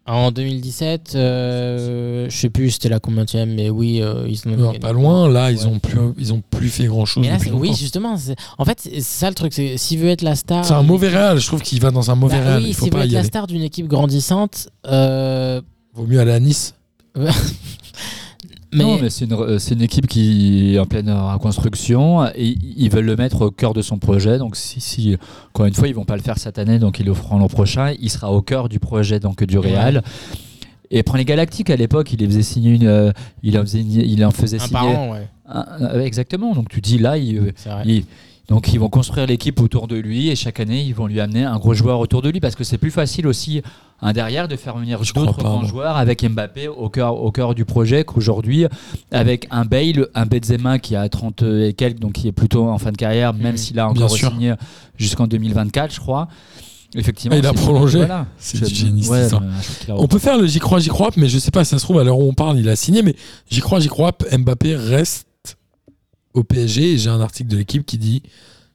[SPEAKER 6] En 2017, euh, je sais plus c'était la combien mais oui, euh, ils en ont
[SPEAKER 4] Non,
[SPEAKER 6] gagné.
[SPEAKER 4] Pas loin, là, ils
[SPEAKER 6] Ouais.
[SPEAKER 4] ont plus, ils ont plus fait grand-chose.
[SPEAKER 6] Mais là,
[SPEAKER 4] depuis
[SPEAKER 6] c'est- oui,
[SPEAKER 4] longtemps.
[SPEAKER 6] justement. c'est- En fait, c'est c'est ça le truc. C'est s'il veut être la star.
[SPEAKER 4] C'est un mauvais Real, je trouve qu'il va dans un
[SPEAKER 6] Bah
[SPEAKER 4] mauvais Real.
[SPEAKER 6] oui,
[SPEAKER 4] Il faut
[SPEAKER 6] s'il veut
[SPEAKER 4] pas
[SPEAKER 6] être
[SPEAKER 4] y
[SPEAKER 6] la
[SPEAKER 4] aller.
[SPEAKER 6] star d'une équipe grandissante. euh,
[SPEAKER 4] Vaut mieux aller à Nice.
[SPEAKER 6] mais,
[SPEAKER 5] Non, mais c'est une, euh, c'est une équipe qui est en pleine reconstruction et ils veulent le mettre au cœur de son projet. Donc, si, si encore une fois, ils vont pas le faire cette année, donc ils le feront l'an prochain. Il sera au cœur du projet donc du Real. Et prends les Galactiques à l'époque, il les faisait signer une, euh, il en faisait, il en faisait
[SPEAKER 6] un
[SPEAKER 5] signer
[SPEAKER 6] par an, ouais,
[SPEAKER 5] un- un- exactement. Donc tu dis là, il,
[SPEAKER 6] c'est vrai.
[SPEAKER 5] Il- donc ils vont construire l'équipe autour de lui et chaque année ils vont lui amener un gros joueur autour de lui parce que c'est plus facile aussi un derrière de faire venir
[SPEAKER 4] Je
[SPEAKER 5] d'autres
[SPEAKER 4] crois pas,
[SPEAKER 5] grands
[SPEAKER 4] moi.
[SPEAKER 5] joueurs avec Mbappé au cœur, au cœur du projet qu'aujourd'hui avec un Bale, un Benzema qui a 30 et quelques donc qui est plutôt en fin de carrière même
[SPEAKER 6] Mhm.
[SPEAKER 5] s'il a
[SPEAKER 4] Bien
[SPEAKER 5] encore
[SPEAKER 4] sûr.
[SPEAKER 5] signé jusqu'en 2024 je crois. Effectivement,
[SPEAKER 4] Ah, il a
[SPEAKER 5] c'est-
[SPEAKER 4] prolongé.
[SPEAKER 5] voilà.
[SPEAKER 4] C'est
[SPEAKER 5] Je-
[SPEAKER 4] du génie, cette
[SPEAKER 5] ouais,
[SPEAKER 4] histoire.
[SPEAKER 5] euh, je crois qu'il a-
[SPEAKER 4] On peut faire le j'y crois, j'y crois, mais je sais pas si ça se trouve, à l'heure où on parle, il a signé, mais j'y crois, j'y crois, Mbappé reste au PSG et j'ai un article de l'équipe qui dit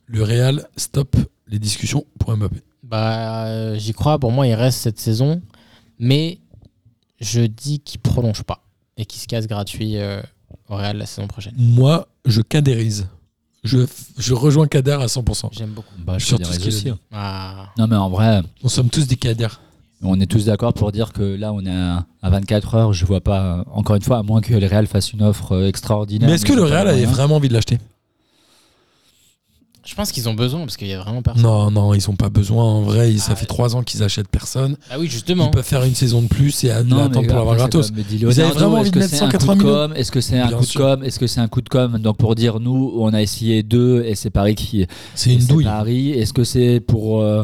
[SPEAKER 4] le Real stop les discussions pour Mbappé.
[SPEAKER 6] Bah, euh, j'y crois. Pour moi, il reste cette saison, mais je dis qu'il prolonge pas et qu'il se casse gratuit euh, au Real la saison prochaine.
[SPEAKER 4] Moi, je cadérise. Je, je rejoins Kader à 100%.
[SPEAKER 6] J'aime beaucoup.
[SPEAKER 5] Bah, je
[SPEAKER 4] Sur
[SPEAKER 5] te
[SPEAKER 4] tout
[SPEAKER 5] dirais
[SPEAKER 4] ce qu'il a
[SPEAKER 5] aussi.
[SPEAKER 4] dit.
[SPEAKER 6] Ah.
[SPEAKER 5] Non mais en vrai,
[SPEAKER 4] Nous sommes tous des Kader.
[SPEAKER 5] Ah, On est tous d'accord pour dire que là, on est à à 24 heures. Je vois pas, euh, encore une fois, à moins que le Real fasse une offre euh, extraordinaire.
[SPEAKER 4] Mais est-ce que
[SPEAKER 5] ils
[SPEAKER 4] le
[SPEAKER 5] ont pas
[SPEAKER 4] Real
[SPEAKER 5] les
[SPEAKER 4] avait
[SPEAKER 5] moyens.
[SPEAKER 4] vraiment envie de l'acheter
[SPEAKER 6] Je pense qu'ils ont besoin parce qu'il y a vraiment personne.
[SPEAKER 4] Non, non, ils ont pas besoin. En vrai, ça
[SPEAKER 6] Ah,
[SPEAKER 4] fait trois ans qu'ils achètent personne.
[SPEAKER 6] Ah oui,
[SPEAKER 4] Ils
[SPEAKER 6] justement.
[SPEAKER 4] peuvent faire une saison de plus et
[SPEAKER 5] Non,
[SPEAKER 4] attendre
[SPEAKER 5] mais
[SPEAKER 4] pour l'avoir
[SPEAKER 5] après, c'est
[SPEAKER 4] gratos.
[SPEAKER 5] comme dit
[SPEAKER 4] Vous avez
[SPEAKER 5] Leonardo,
[SPEAKER 4] vraiment
[SPEAKER 5] est-ce
[SPEAKER 4] envie de
[SPEAKER 5] que
[SPEAKER 4] mettre
[SPEAKER 5] c'est un coup
[SPEAKER 4] 180 millions
[SPEAKER 5] com Est-ce que c'est un
[SPEAKER 4] Bien
[SPEAKER 5] coup de
[SPEAKER 4] sûr.
[SPEAKER 5] com Est-ce que c'est un coup de com Donc pour dire nous, on a essayé deux et c'est Paris qui
[SPEAKER 4] C'est
[SPEAKER 5] et
[SPEAKER 4] une
[SPEAKER 5] c'est
[SPEAKER 4] douille.
[SPEAKER 5] Paris. Est-ce que c'est pour euh,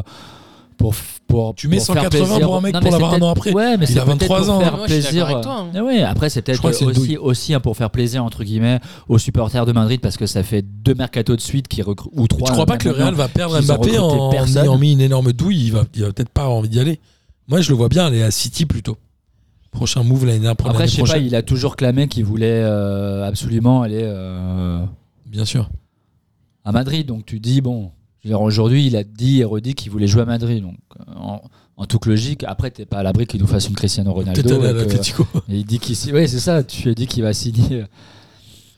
[SPEAKER 5] pour f- pour
[SPEAKER 4] Tu mets
[SPEAKER 5] pour faire
[SPEAKER 4] 180
[SPEAKER 5] plaisir
[SPEAKER 4] pour un mec
[SPEAKER 5] Non,
[SPEAKER 4] pour
[SPEAKER 5] mais
[SPEAKER 4] l'avoir
[SPEAKER 5] c'est
[SPEAKER 4] un an
[SPEAKER 5] peut-être-
[SPEAKER 4] après.
[SPEAKER 5] Ouais, mais
[SPEAKER 4] Il
[SPEAKER 5] c'est
[SPEAKER 4] a 23
[SPEAKER 5] peut-être pour
[SPEAKER 4] ans.
[SPEAKER 5] Faire
[SPEAKER 6] Moi, je suis
[SPEAKER 5] plaisir.
[SPEAKER 6] d'accord avec toi, hein.
[SPEAKER 5] Ah ouais, après c'est peut-être
[SPEAKER 4] crois que c'est une
[SPEAKER 5] aussi
[SPEAKER 4] douille.
[SPEAKER 5] aussi hein, pour faire plaisir entre guillemets aux supporters de Madrid parce que ça fait deux mercatos de suite qui recru- ou
[SPEAKER 4] Tu
[SPEAKER 5] trois.
[SPEAKER 4] crois pas que le
[SPEAKER 5] maintenant.
[SPEAKER 4] Real va perdre
[SPEAKER 5] qu'ils ont
[SPEAKER 4] Mbappé
[SPEAKER 5] recruté
[SPEAKER 4] en
[SPEAKER 5] personne.
[SPEAKER 4] ayant mis une énorme douille Il va, il va peut-être pas avoir envie d'y aller. Moi, je le vois bien aller à City plutôt. Prochain move l'année dernière. pour
[SPEAKER 5] Après,
[SPEAKER 4] l'année
[SPEAKER 5] je sais pas,
[SPEAKER 4] prochaine.
[SPEAKER 5] il a toujours clamé qu'il voulait euh, absolument aller euh,
[SPEAKER 4] Bien sûr.
[SPEAKER 5] à Madrid. Donc tu dis, bon, je veux dire, aujourd'hui, il a dit et redit qu'il voulait jouer à Madrid. Donc euh, en, en toute logique, après, t'es pas à l'abri qu'il nous fasse une Cristiano Ronaldo. euh,
[SPEAKER 4] Peut-être aller à
[SPEAKER 5] et que-
[SPEAKER 4] l'Atlético.
[SPEAKER 5] et il dit qu'il si- ouais, c'est ça, tu as dit qu'il va signer. euh,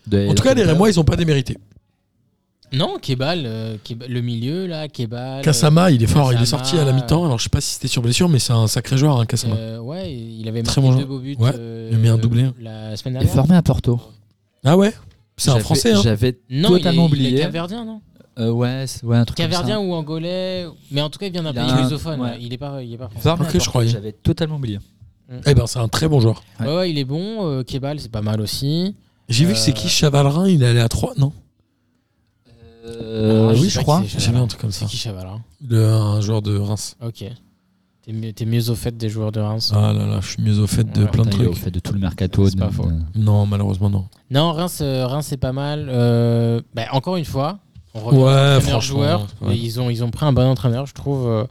[SPEAKER 5] de-
[SPEAKER 4] En tout cas, les Rémois, ils ont pas démérité.
[SPEAKER 6] Non, Kebal, euh, Keba- le milieu là, Kebal.
[SPEAKER 4] Kassama, il est fort. Il est
[SPEAKER 6] Gassama,
[SPEAKER 4] sorti à la mi-temps. Alors, je sais pas si c'était sur blessure, mais c'est un sacré joueur, hein, Kassama.
[SPEAKER 6] euh, ouais, il avait
[SPEAKER 4] Très bon
[SPEAKER 6] marqué deux
[SPEAKER 4] joueur.
[SPEAKER 6] beaux buts.
[SPEAKER 4] Ouais,
[SPEAKER 6] euh,
[SPEAKER 4] il a mis un doublé.
[SPEAKER 6] La semaine
[SPEAKER 5] Il est
[SPEAKER 6] dernière.
[SPEAKER 5] formé à Porto.
[SPEAKER 4] Ah ouais C'est un
[SPEAKER 5] J'avais-
[SPEAKER 4] Français. Hein.
[SPEAKER 5] J'avais
[SPEAKER 6] Non,
[SPEAKER 5] totalement
[SPEAKER 6] il est, Il est
[SPEAKER 5] oublié.
[SPEAKER 6] caverdien, non
[SPEAKER 5] Euh, ouais, c'est- ouais, un truc comme ça.
[SPEAKER 6] Caverdien ou angolais, mais en tout cas, il vient d'un
[SPEAKER 5] Il
[SPEAKER 6] pays
[SPEAKER 5] a un-
[SPEAKER 6] lusophone.
[SPEAKER 5] ouais.
[SPEAKER 6] ouais, Il est pas, il est pas français.
[SPEAKER 5] Formé à
[SPEAKER 4] Ok, je
[SPEAKER 5] Porto,
[SPEAKER 4] croyais.
[SPEAKER 5] J'avais totalement oublié.
[SPEAKER 6] Ah,
[SPEAKER 4] Eh ben, c'est un très bon joueur.
[SPEAKER 5] Ouais.
[SPEAKER 6] Ouais. ouais, il est bon. euh, Kebal, c'est pas mal aussi.
[SPEAKER 4] J'ai vu que c'est
[SPEAKER 6] Euh,
[SPEAKER 4] qui Chavalerin Il est allé à 3 Non
[SPEAKER 5] Euh,
[SPEAKER 6] Ah,
[SPEAKER 5] oui,
[SPEAKER 6] sais
[SPEAKER 5] je
[SPEAKER 6] pas
[SPEAKER 5] crois.
[SPEAKER 6] qui
[SPEAKER 4] J'ai
[SPEAKER 6] c'est,
[SPEAKER 4] vu un
[SPEAKER 6] Chavalin.
[SPEAKER 4] truc comme ça.
[SPEAKER 6] C'est qui Chaval hein
[SPEAKER 4] Le- un joueur de Reims.
[SPEAKER 6] Ok. T'es mieux, t'es mieux au fait des joueurs de Reims.
[SPEAKER 4] Ah là là, je suis mieux au fait de
[SPEAKER 6] Ouais,
[SPEAKER 4] plein de
[SPEAKER 5] Putain, il est au
[SPEAKER 4] trucs.
[SPEAKER 5] fait de tout le mercato.
[SPEAKER 6] C'est pas
[SPEAKER 5] de-
[SPEAKER 6] faux.
[SPEAKER 5] de-
[SPEAKER 4] Non, malheureusement, non.
[SPEAKER 6] Non, Reims, euh, Reims c'est pas mal. Euh, bah, encore une fois, on revient
[SPEAKER 4] Ouais,
[SPEAKER 6] aux entraîneurs
[SPEAKER 4] franchement,
[SPEAKER 6] joueurs.
[SPEAKER 4] ouais.
[SPEAKER 6] Ils, ont, ils ont pris un bon entraîneur, je trouve. euh,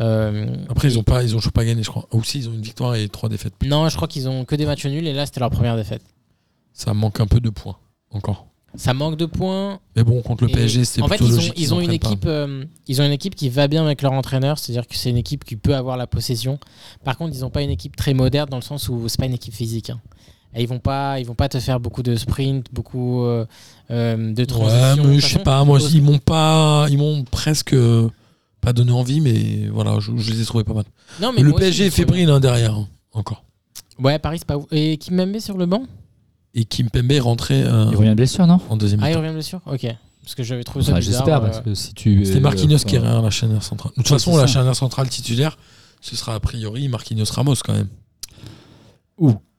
[SPEAKER 6] euh,
[SPEAKER 4] Après, ils
[SPEAKER 6] et-
[SPEAKER 4] ont pas, ils ont toujours pas gagné, je crois. Ah, Aussi, ils ont une victoire et trois défaites.
[SPEAKER 6] Non, je crois qu'ils ont que des matchs nuls et là, c'était leur première défaite.
[SPEAKER 4] Ça manque un peu de points. encore.
[SPEAKER 6] Ça manque de points.
[SPEAKER 4] Mais bon, contre le
[SPEAKER 6] Et
[SPEAKER 4] PSG, c'est
[SPEAKER 6] en fait,
[SPEAKER 4] plutôt
[SPEAKER 6] ils ont,
[SPEAKER 4] logique.
[SPEAKER 6] ils ont
[SPEAKER 4] en
[SPEAKER 6] une
[SPEAKER 4] prennent pas.
[SPEAKER 6] équipe, euh, ils ont une équipe qui va bien avec leur entraîneur, c'est-à-dire que c'est une équipe qui peut avoir la possession. Par contre, ils n'ont pas une équipe très moderne dans le sens où c'est pas une équipe physique. hein. Et ils vont pas, ils vont pas te faire beaucoup de sprints, beaucoup euh, euh, de
[SPEAKER 4] Ouais,
[SPEAKER 6] transitions. De
[SPEAKER 4] mais
[SPEAKER 6] toute
[SPEAKER 4] je sais
[SPEAKER 6] façon,
[SPEAKER 4] pas. Moi,
[SPEAKER 6] Os-
[SPEAKER 4] ils m'ont pas, ils m'ont presque euh, pas donné envie, mais voilà, je, je les ai trouvés pas mal.
[SPEAKER 6] Non, mais
[SPEAKER 4] le
[SPEAKER 6] moi aussi,
[SPEAKER 4] PSG
[SPEAKER 6] je
[SPEAKER 4] est
[SPEAKER 6] trouve-
[SPEAKER 4] fébrile hein, derrière, hein, encore.
[SPEAKER 6] Ouais, Paris, c'est pas ouf. Et qui met sur le banc
[SPEAKER 4] Et Kim Pembe est rentré euh,
[SPEAKER 5] Il revient de blessure, non
[SPEAKER 4] en deuxième
[SPEAKER 6] Ah, il
[SPEAKER 4] mi-temps.
[SPEAKER 6] revient blessure Ok. Parce que j'avais trouvé ça
[SPEAKER 5] Enfin,
[SPEAKER 6] bizarre.
[SPEAKER 5] J'espère,
[SPEAKER 6] euh,
[SPEAKER 5] parce que si tu.
[SPEAKER 4] C'était
[SPEAKER 5] euh,
[SPEAKER 4] Marquinhos
[SPEAKER 5] enfin,
[SPEAKER 4] qui est derrière la chaîne centrale. De toute
[SPEAKER 5] Oui,
[SPEAKER 4] façon,
[SPEAKER 5] c'est
[SPEAKER 4] la
[SPEAKER 5] ça.
[SPEAKER 4] chaîne centrale titulaire, ce sera a priori Marquinhos Ramos quand même.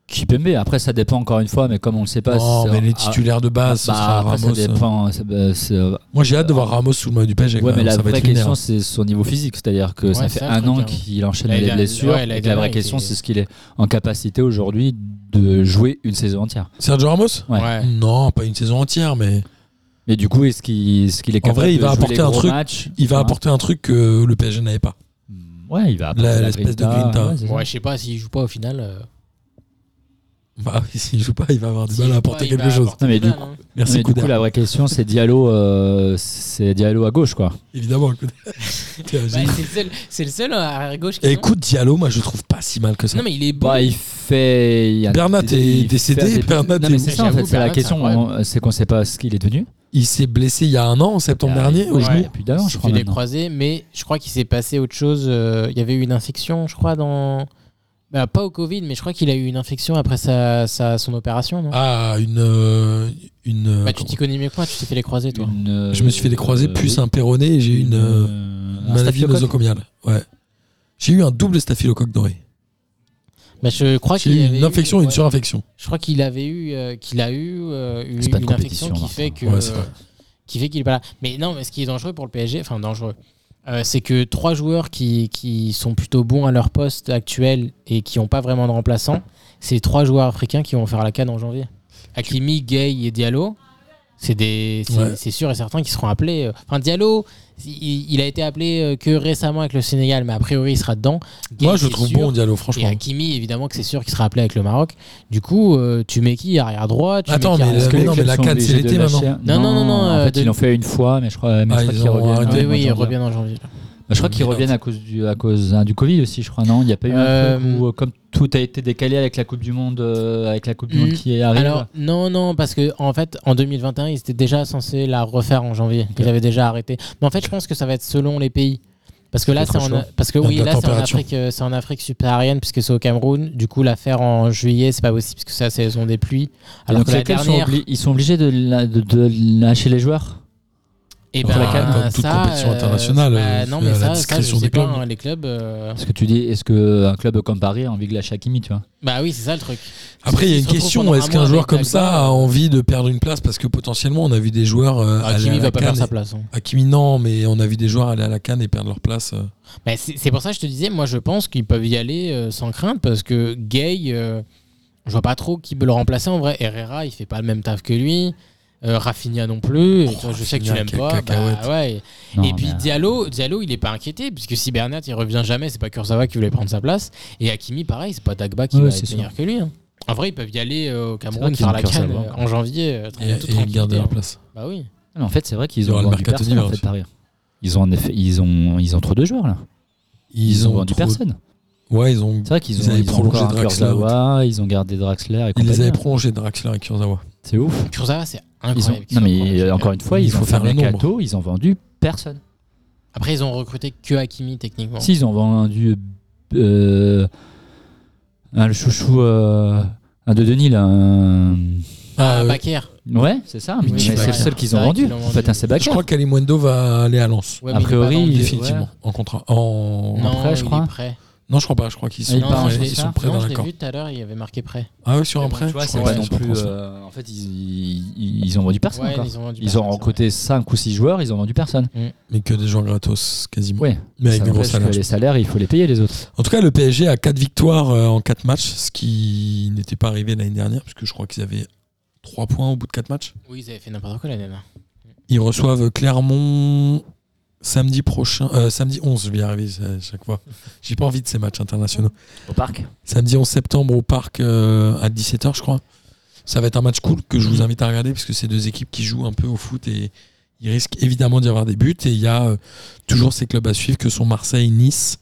[SPEAKER 5] Kipembe, après ça dépend encore une fois, mais comme on le sait pas.
[SPEAKER 4] non,
[SPEAKER 5] c'est-
[SPEAKER 4] mais les
[SPEAKER 5] ah,
[SPEAKER 4] titulaires de
[SPEAKER 5] bah,
[SPEAKER 4] base, ce sera
[SPEAKER 5] après,
[SPEAKER 4] Ramos.
[SPEAKER 5] ça
[SPEAKER 4] euh.
[SPEAKER 5] dépend. c'est- bah, c'est-
[SPEAKER 4] Moi, j'ai hâte de voir Ramos sous le maillot du PSG.
[SPEAKER 5] Ouais,
[SPEAKER 4] quand
[SPEAKER 5] mais
[SPEAKER 4] même,
[SPEAKER 5] la
[SPEAKER 4] ça va
[SPEAKER 5] vraie
[SPEAKER 4] être lunaire.
[SPEAKER 5] question, c'est son niveau physique. C'est-à-dire que
[SPEAKER 6] Ouais,
[SPEAKER 5] ça fait
[SPEAKER 6] c'est un
[SPEAKER 5] un
[SPEAKER 6] truc,
[SPEAKER 5] an
[SPEAKER 6] hein.
[SPEAKER 5] qu'il enchaîne
[SPEAKER 6] L'année
[SPEAKER 5] les
[SPEAKER 6] dernière-
[SPEAKER 5] blessures.
[SPEAKER 6] ouais, l'année
[SPEAKER 5] et que la vraie
[SPEAKER 6] dernière, il
[SPEAKER 5] question,
[SPEAKER 6] était-
[SPEAKER 5] c'est ce qu'il est en capacité aujourd'hui de jouer une saison entière.
[SPEAKER 4] Sergio Ramos
[SPEAKER 5] Ouais.
[SPEAKER 6] ouais.
[SPEAKER 4] Non, pas une saison entière, mais
[SPEAKER 5] Mais du coup, est-ce qu'il est, qu'il est
[SPEAKER 4] En
[SPEAKER 5] capable
[SPEAKER 4] vrai, il
[SPEAKER 5] de
[SPEAKER 4] va
[SPEAKER 5] jouer
[SPEAKER 4] apporter
[SPEAKER 5] les
[SPEAKER 4] un
[SPEAKER 5] gros
[SPEAKER 4] truc-
[SPEAKER 5] matchs
[SPEAKER 4] il va
[SPEAKER 5] Enfin,
[SPEAKER 4] apporter un truc que le PSG n'avait pas.
[SPEAKER 5] Ouais, il va apporter
[SPEAKER 4] La-
[SPEAKER 5] la
[SPEAKER 4] l'espèce de
[SPEAKER 5] grinta,
[SPEAKER 4] grinta.
[SPEAKER 5] ouais, c'est ça.
[SPEAKER 6] Ouais, je sais pas s'il joue pas au final. euh,
[SPEAKER 4] Bah, s'il joue pas, il va avoir du
[SPEAKER 6] s'il
[SPEAKER 4] mal à
[SPEAKER 6] joue
[SPEAKER 4] apporter
[SPEAKER 6] pas, il va
[SPEAKER 4] quelque chose.
[SPEAKER 6] apporter
[SPEAKER 5] Non, mais
[SPEAKER 6] des
[SPEAKER 5] du
[SPEAKER 6] balles, hein.
[SPEAKER 4] Merci,
[SPEAKER 5] Mais du
[SPEAKER 4] Couder.
[SPEAKER 5] coup, la vraie question, c'est Diallo, euh, c'est Diallo à gauche, quoi.
[SPEAKER 4] Évidemment, Couder. Tiens,
[SPEAKER 6] Bah,
[SPEAKER 4] j'ai-
[SPEAKER 6] c'est le seul- c'est le seul arrière gauche qui.
[SPEAKER 4] Et Écoute, Diallo, moi, je trouve pas si mal que ça.
[SPEAKER 6] Non, mais il est bon.
[SPEAKER 5] Bah, il fait. il y a-
[SPEAKER 4] Bernat est
[SPEAKER 5] il fait
[SPEAKER 4] décédé,
[SPEAKER 5] des-
[SPEAKER 4] Bernat
[SPEAKER 5] Non,
[SPEAKER 4] est
[SPEAKER 5] mais c'est
[SPEAKER 6] où
[SPEAKER 5] ça, en
[SPEAKER 6] J'avoue,
[SPEAKER 5] fait, c'est la
[SPEAKER 6] Bernat,
[SPEAKER 5] question.
[SPEAKER 6] c'est incroyable.
[SPEAKER 5] on- C'est qu'on sait pas ce qu'il est devenu.
[SPEAKER 4] Il s'est blessé il y a un an, en septembre
[SPEAKER 5] Il y a-
[SPEAKER 4] dernier, au
[SPEAKER 5] ouais,
[SPEAKER 4] genou.
[SPEAKER 5] Il y a plus d'un an,
[SPEAKER 6] Il
[SPEAKER 5] je
[SPEAKER 6] s'est
[SPEAKER 5] crois.
[SPEAKER 6] fait les
[SPEAKER 5] maintenant.
[SPEAKER 6] croisés, mais je crois qu'il s'est passé autre chose. euh, Il y avait eu une infection, je crois, dans. Bah, pas au Covid, mais je crois qu'il a eu une infection après sa, sa- son opération. Non
[SPEAKER 4] Ah, une. euh, une euh,
[SPEAKER 6] bah, tu t'y connais mieux que moi, tu t'es fait les croisés, toi.
[SPEAKER 5] Une, euh,
[SPEAKER 4] Je me suis fait des croisés,
[SPEAKER 5] euh,
[SPEAKER 4] puis
[SPEAKER 5] oui.
[SPEAKER 4] un péroné et j'ai eu une euh,
[SPEAKER 5] euh, un
[SPEAKER 4] maladie
[SPEAKER 5] staphylocoque.
[SPEAKER 4] nosocomiale. Ouais. J'ai eu un double staphylocoque doré.
[SPEAKER 6] Bah, je crois
[SPEAKER 4] J'ai
[SPEAKER 6] qu'il
[SPEAKER 4] eu
[SPEAKER 6] avait
[SPEAKER 4] une infection et
[SPEAKER 6] eu,
[SPEAKER 4] une
[SPEAKER 6] ouais,
[SPEAKER 4] surinfection.
[SPEAKER 6] Je crois qu'il avait eu, euh, qu'il a eu euh, une,
[SPEAKER 5] C'est pas de
[SPEAKER 6] une
[SPEAKER 5] compétition,
[SPEAKER 6] infection qui
[SPEAKER 5] Martin.
[SPEAKER 6] fait que,
[SPEAKER 4] Ouais, c'est vrai.
[SPEAKER 6] qui fait qu'il est pas là. Mais non, mais ce qui est dangereux pour le PSG, enfin dangereux, euh, c'est que trois joueurs qui, qui sont plutôt bons à leur poste actuel et qui n'ont pas vraiment de remplaçants, c'est trois joueurs africains qui vont faire la canne en janvier. Hakimi, Gay et Diallo, c'est des, c'est,
[SPEAKER 4] Ouais.
[SPEAKER 6] c'est sûr et certain qu'ils seront appelés. euh. Enfin Diallo, il, il a été appelé euh, que récemment avec le Sénégal, mais a priori il sera dedans. Gueye,
[SPEAKER 4] Moi, je le
[SPEAKER 6] c'est
[SPEAKER 4] trouve
[SPEAKER 6] sûr.
[SPEAKER 4] bon, Diallo,
[SPEAKER 6] Et
[SPEAKER 4] franchement.
[SPEAKER 6] Hakimi, évidemment que c'est sûr qu'il sera appelé avec le Maroc. Du coup, euh, tu mets qui arrière droit tu mets
[SPEAKER 4] Attends,
[SPEAKER 6] qui
[SPEAKER 4] mais
[SPEAKER 6] arrière-
[SPEAKER 5] Est-ce que
[SPEAKER 4] Mais
[SPEAKER 5] les
[SPEAKER 4] non,
[SPEAKER 5] clubs
[SPEAKER 4] mais la
[SPEAKER 5] sont
[SPEAKER 4] canne,
[SPEAKER 5] obligés
[SPEAKER 4] c'est l'été,
[SPEAKER 5] de lâcher
[SPEAKER 4] maintenant.
[SPEAKER 5] un-
[SPEAKER 6] Non, non, non, non,
[SPEAKER 5] En
[SPEAKER 6] euh,
[SPEAKER 5] fait,
[SPEAKER 6] de-
[SPEAKER 5] ils l'ont fait une fois, mais je crois, mais
[SPEAKER 4] Ah,
[SPEAKER 5] je crois
[SPEAKER 4] ils
[SPEAKER 5] qu'ils
[SPEAKER 4] ont
[SPEAKER 5] reviennent.
[SPEAKER 4] arrêté.
[SPEAKER 5] ouais,
[SPEAKER 6] Oui, oui,
[SPEAKER 5] ils
[SPEAKER 6] ils
[SPEAKER 5] vont dire.
[SPEAKER 6] reviennent en janvier.
[SPEAKER 5] Bah, je crois qu'ils
[SPEAKER 4] Merde.
[SPEAKER 5] reviennent à cause, du, à cause hein, du Covid aussi, je crois, non Il n'y a pas eu un
[SPEAKER 6] Euh,
[SPEAKER 5] truc où, euh, comme tout a été décalé avec la Coupe du Monde, euh, avec la coupe du
[SPEAKER 6] Hmm.
[SPEAKER 5] monde qui arrive
[SPEAKER 6] Alors, non, non, parce que en fait, en 2021, ils étaient déjà censés la refaire en janvier. Ils avaient déjà arrêté. Mais en fait, je pense que ça va être selon les pays. Parce que là,
[SPEAKER 4] Autre
[SPEAKER 6] c'est en,
[SPEAKER 4] choix.
[SPEAKER 6] parce que
[SPEAKER 4] Date
[SPEAKER 6] oui,
[SPEAKER 4] de
[SPEAKER 6] là, c'est en
[SPEAKER 4] température.
[SPEAKER 6] Afrique, euh, c'est en Afrique subsaharienne puisque c'est au Cameroun. Du coup, la faire en juillet, c'est pas possible parce que c'est la saison des pluies. Alors
[SPEAKER 5] Donc
[SPEAKER 6] que
[SPEAKER 5] les
[SPEAKER 6] la
[SPEAKER 5] clubs sont
[SPEAKER 6] dernière,
[SPEAKER 5] obli- ils sont obligés de, la- de- de lâcher les joueurs
[SPEAKER 6] eh
[SPEAKER 4] Pour
[SPEAKER 6] ben,
[SPEAKER 5] la CAN,
[SPEAKER 4] comme toute
[SPEAKER 6] ça,
[SPEAKER 4] compétition
[SPEAKER 6] euh,
[SPEAKER 4] internationale,
[SPEAKER 6] bah,
[SPEAKER 4] euh,
[SPEAKER 6] non,
[SPEAKER 4] il y a
[SPEAKER 6] mais
[SPEAKER 4] la
[SPEAKER 6] ça, ça, je
[SPEAKER 4] discrétion des
[SPEAKER 6] sais pas.
[SPEAKER 4] clubs.
[SPEAKER 6] hein, les clubs. euh,
[SPEAKER 5] Est-ce que tu dis, est-ce qu'un club comme Paris a envie de lâcher Hakimi, tu vois
[SPEAKER 6] Bah oui, c'est ça le truc.
[SPEAKER 4] Après, il y a
[SPEAKER 6] S'ils
[SPEAKER 4] une
[SPEAKER 6] se retrouvent
[SPEAKER 4] question
[SPEAKER 6] pendant
[SPEAKER 4] est-ce
[SPEAKER 6] un
[SPEAKER 4] qu'un
[SPEAKER 6] mois
[SPEAKER 4] joueur
[SPEAKER 6] avec
[SPEAKER 4] comme ça
[SPEAKER 6] Dagba,
[SPEAKER 4] a
[SPEAKER 6] euh,
[SPEAKER 4] envie de perdre une place Parce que potentiellement, on a vu des joueurs. euh, aller à
[SPEAKER 6] Hakimi
[SPEAKER 4] la
[SPEAKER 6] va pas
[SPEAKER 4] canne
[SPEAKER 6] perdre sa
[SPEAKER 4] et-
[SPEAKER 6] place. hein.
[SPEAKER 4] Hakimi, non, mais on a vu des joueurs aller à la canne et perdre leur place. euh.
[SPEAKER 6] Bah, c'est c'est pour ça que je te disais, moi je pense qu'ils peuvent y aller euh, sans crainte parce que Gay, euh, je vois pas trop qui peut le remplacer en vrai. Herrera, il fait pas le même taf que lui. Euh, Rafinha non plus. Et toi, je sais que tu
[SPEAKER 4] Rafinha,
[SPEAKER 6] l'aimes
[SPEAKER 4] quelle
[SPEAKER 6] pas. bah,
[SPEAKER 4] cacahuète.
[SPEAKER 6] ouais.
[SPEAKER 5] Non,
[SPEAKER 6] et puis
[SPEAKER 5] mais- euh,
[SPEAKER 6] Diallo, Diallo, il est pas inquiété puisque si Bernat il revient jamais, c'est pas Kurzawa qui voulait prendre sa place. Et Hakimi, pareil, c'est pas Dagba qui
[SPEAKER 5] Ouais,
[SPEAKER 6] va
[SPEAKER 5] c'est
[SPEAKER 6] être meilleur que lui. hein. En vrai, ils peuvent y aller euh, au Cameroun
[SPEAKER 5] vrai qu'ils
[SPEAKER 6] faire
[SPEAKER 5] ont
[SPEAKER 6] la canne
[SPEAKER 5] Kurzawa,
[SPEAKER 6] euh,
[SPEAKER 5] quoi.
[SPEAKER 6] en janvier. euh,
[SPEAKER 4] et,
[SPEAKER 6] toute
[SPEAKER 4] et
[SPEAKER 6] tranquillité,
[SPEAKER 4] garder
[SPEAKER 6] hein.
[SPEAKER 4] leur place.
[SPEAKER 6] Bah oui.
[SPEAKER 5] euh, Non, mais en fait, c'est vrai
[SPEAKER 4] Il y
[SPEAKER 5] qu'ils ont
[SPEAKER 4] aura le
[SPEAKER 5] vendu
[SPEAKER 4] mercato
[SPEAKER 5] personne,
[SPEAKER 4] d'hiver
[SPEAKER 5] en fait,
[SPEAKER 4] aussi.
[SPEAKER 5] Paris. Ils ont, en effet, ils ont, ils ont trop de joueurs là.
[SPEAKER 4] Ils, ont
[SPEAKER 5] vendu
[SPEAKER 4] trop-
[SPEAKER 5] personne.
[SPEAKER 4] Ouais, ils ont.
[SPEAKER 5] C'est vrai qu'ils
[SPEAKER 4] Ils
[SPEAKER 5] ont,
[SPEAKER 4] avaient
[SPEAKER 5] ils ont
[SPEAKER 4] prolongé
[SPEAKER 5] encore un
[SPEAKER 4] Draxler,
[SPEAKER 5] Kurzawa, ils ont gardé Draxler. Et
[SPEAKER 4] Ils les
[SPEAKER 5] compagnie,
[SPEAKER 4] avaient
[SPEAKER 5] hein.
[SPEAKER 4] prolongés, Draxler et Kurzawa.
[SPEAKER 5] C'est ouf.
[SPEAKER 6] Kurzawa, c'est
[SPEAKER 5] Ils ont...
[SPEAKER 6] incroyable.
[SPEAKER 5] Non, mais euh, encore une fois,
[SPEAKER 4] Il
[SPEAKER 5] ils
[SPEAKER 4] faut
[SPEAKER 5] ont
[SPEAKER 4] faire
[SPEAKER 5] fait
[SPEAKER 4] le
[SPEAKER 5] un mercato, ils ont vendu personne.
[SPEAKER 6] Après, ils ont recruté que Hakimi techniquement.
[SPEAKER 5] Si, ils ont vendu euh, un, le chouchou, euh, un de Denis, là. un-
[SPEAKER 6] Ah,
[SPEAKER 4] Ah, euh,
[SPEAKER 6] Bakker.
[SPEAKER 5] Ouais, c'est ça.
[SPEAKER 6] Oui,
[SPEAKER 5] mais
[SPEAKER 6] c'est
[SPEAKER 5] c'est
[SPEAKER 6] vrai.
[SPEAKER 5] le seul qu'ils ont
[SPEAKER 6] C'est vrai
[SPEAKER 5] vendu.
[SPEAKER 6] qu'ils l'ont
[SPEAKER 5] En fait,
[SPEAKER 6] vendu.
[SPEAKER 5] un Sebaka.
[SPEAKER 4] je crois qu'Alimundo va aller à Lens.
[SPEAKER 6] Ouais,
[SPEAKER 5] A
[SPEAKER 6] mais il est pas
[SPEAKER 5] priori,
[SPEAKER 6] dans le-
[SPEAKER 5] il-
[SPEAKER 4] Définitivement.
[SPEAKER 5] ouais.
[SPEAKER 4] En contrat. En...
[SPEAKER 6] Non,
[SPEAKER 5] Après, je
[SPEAKER 6] il
[SPEAKER 5] crois.
[SPEAKER 6] est prêt.
[SPEAKER 4] Non, je crois pas. Je crois qu'ils
[SPEAKER 5] Ah,
[SPEAKER 4] sont,
[SPEAKER 5] il part en
[SPEAKER 4] prêts,
[SPEAKER 5] prêt,
[SPEAKER 4] ils sont
[SPEAKER 5] ça
[SPEAKER 4] prêts
[SPEAKER 6] non,
[SPEAKER 4] dans
[SPEAKER 6] je l'ai
[SPEAKER 4] l'accord.
[SPEAKER 6] vu tout à l'heure, il avait marqué prêt.
[SPEAKER 4] Ah ouais, sur un prêt
[SPEAKER 5] Tu vois,
[SPEAKER 4] Je
[SPEAKER 5] c'est
[SPEAKER 4] crois
[SPEAKER 5] pas
[SPEAKER 4] qu'ils
[SPEAKER 5] non
[SPEAKER 4] sont
[SPEAKER 5] plus.
[SPEAKER 4] prêts en
[SPEAKER 5] euh, en fait, ils, ils- ils ont vendu personne
[SPEAKER 6] Ouais,
[SPEAKER 5] encore.
[SPEAKER 6] ils ont vendu
[SPEAKER 5] Ils ont
[SPEAKER 6] personne,
[SPEAKER 5] recruté 5 ou 6 joueurs, ils ont vendu personne.
[SPEAKER 4] Mais que des gens gratos, quasiment.
[SPEAKER 5] Ouais.
[SPEAKER 4] Mais avec
[SPEAKER 5] Ça
[SPEAKER 4] des gros
[SPEAKER 5] n'empêche que
[SPEAKER 4] salaires.
[SPEAKER 5] Les salaires, il faut les payer les autres.
[SPEAKER 4] En tout cas, le PSG a 4 victoires euh, en 4 matchs, ce qui n'était pas arrivé l'année dernière, puisque je crois qu'ils avaient 3 points au bout de 4 matchs.
[SPEAKER 6] Oui, ils avaient fait n'importe quoi la dernière.
[SPEAKER 4] Ils reçoivent Clermont samedi prochain, euh, samedi 11, je vais y arriver à chaque fois. J'ai pas envie de ces matchs internationaux.
[SPEAKER 5] Au parc.
[SPEAKER 4] Samedi 11 septembre au parc euh, à 17h, je crois. Ça va être un match cool que je vous invite à regarder parce que c'est deux équipes qui jouent un peu au foot et il risque évidemment d'y avoir des buts. Et il y a euh, toujours ces clubs à suivre que sont Marseille, Nice.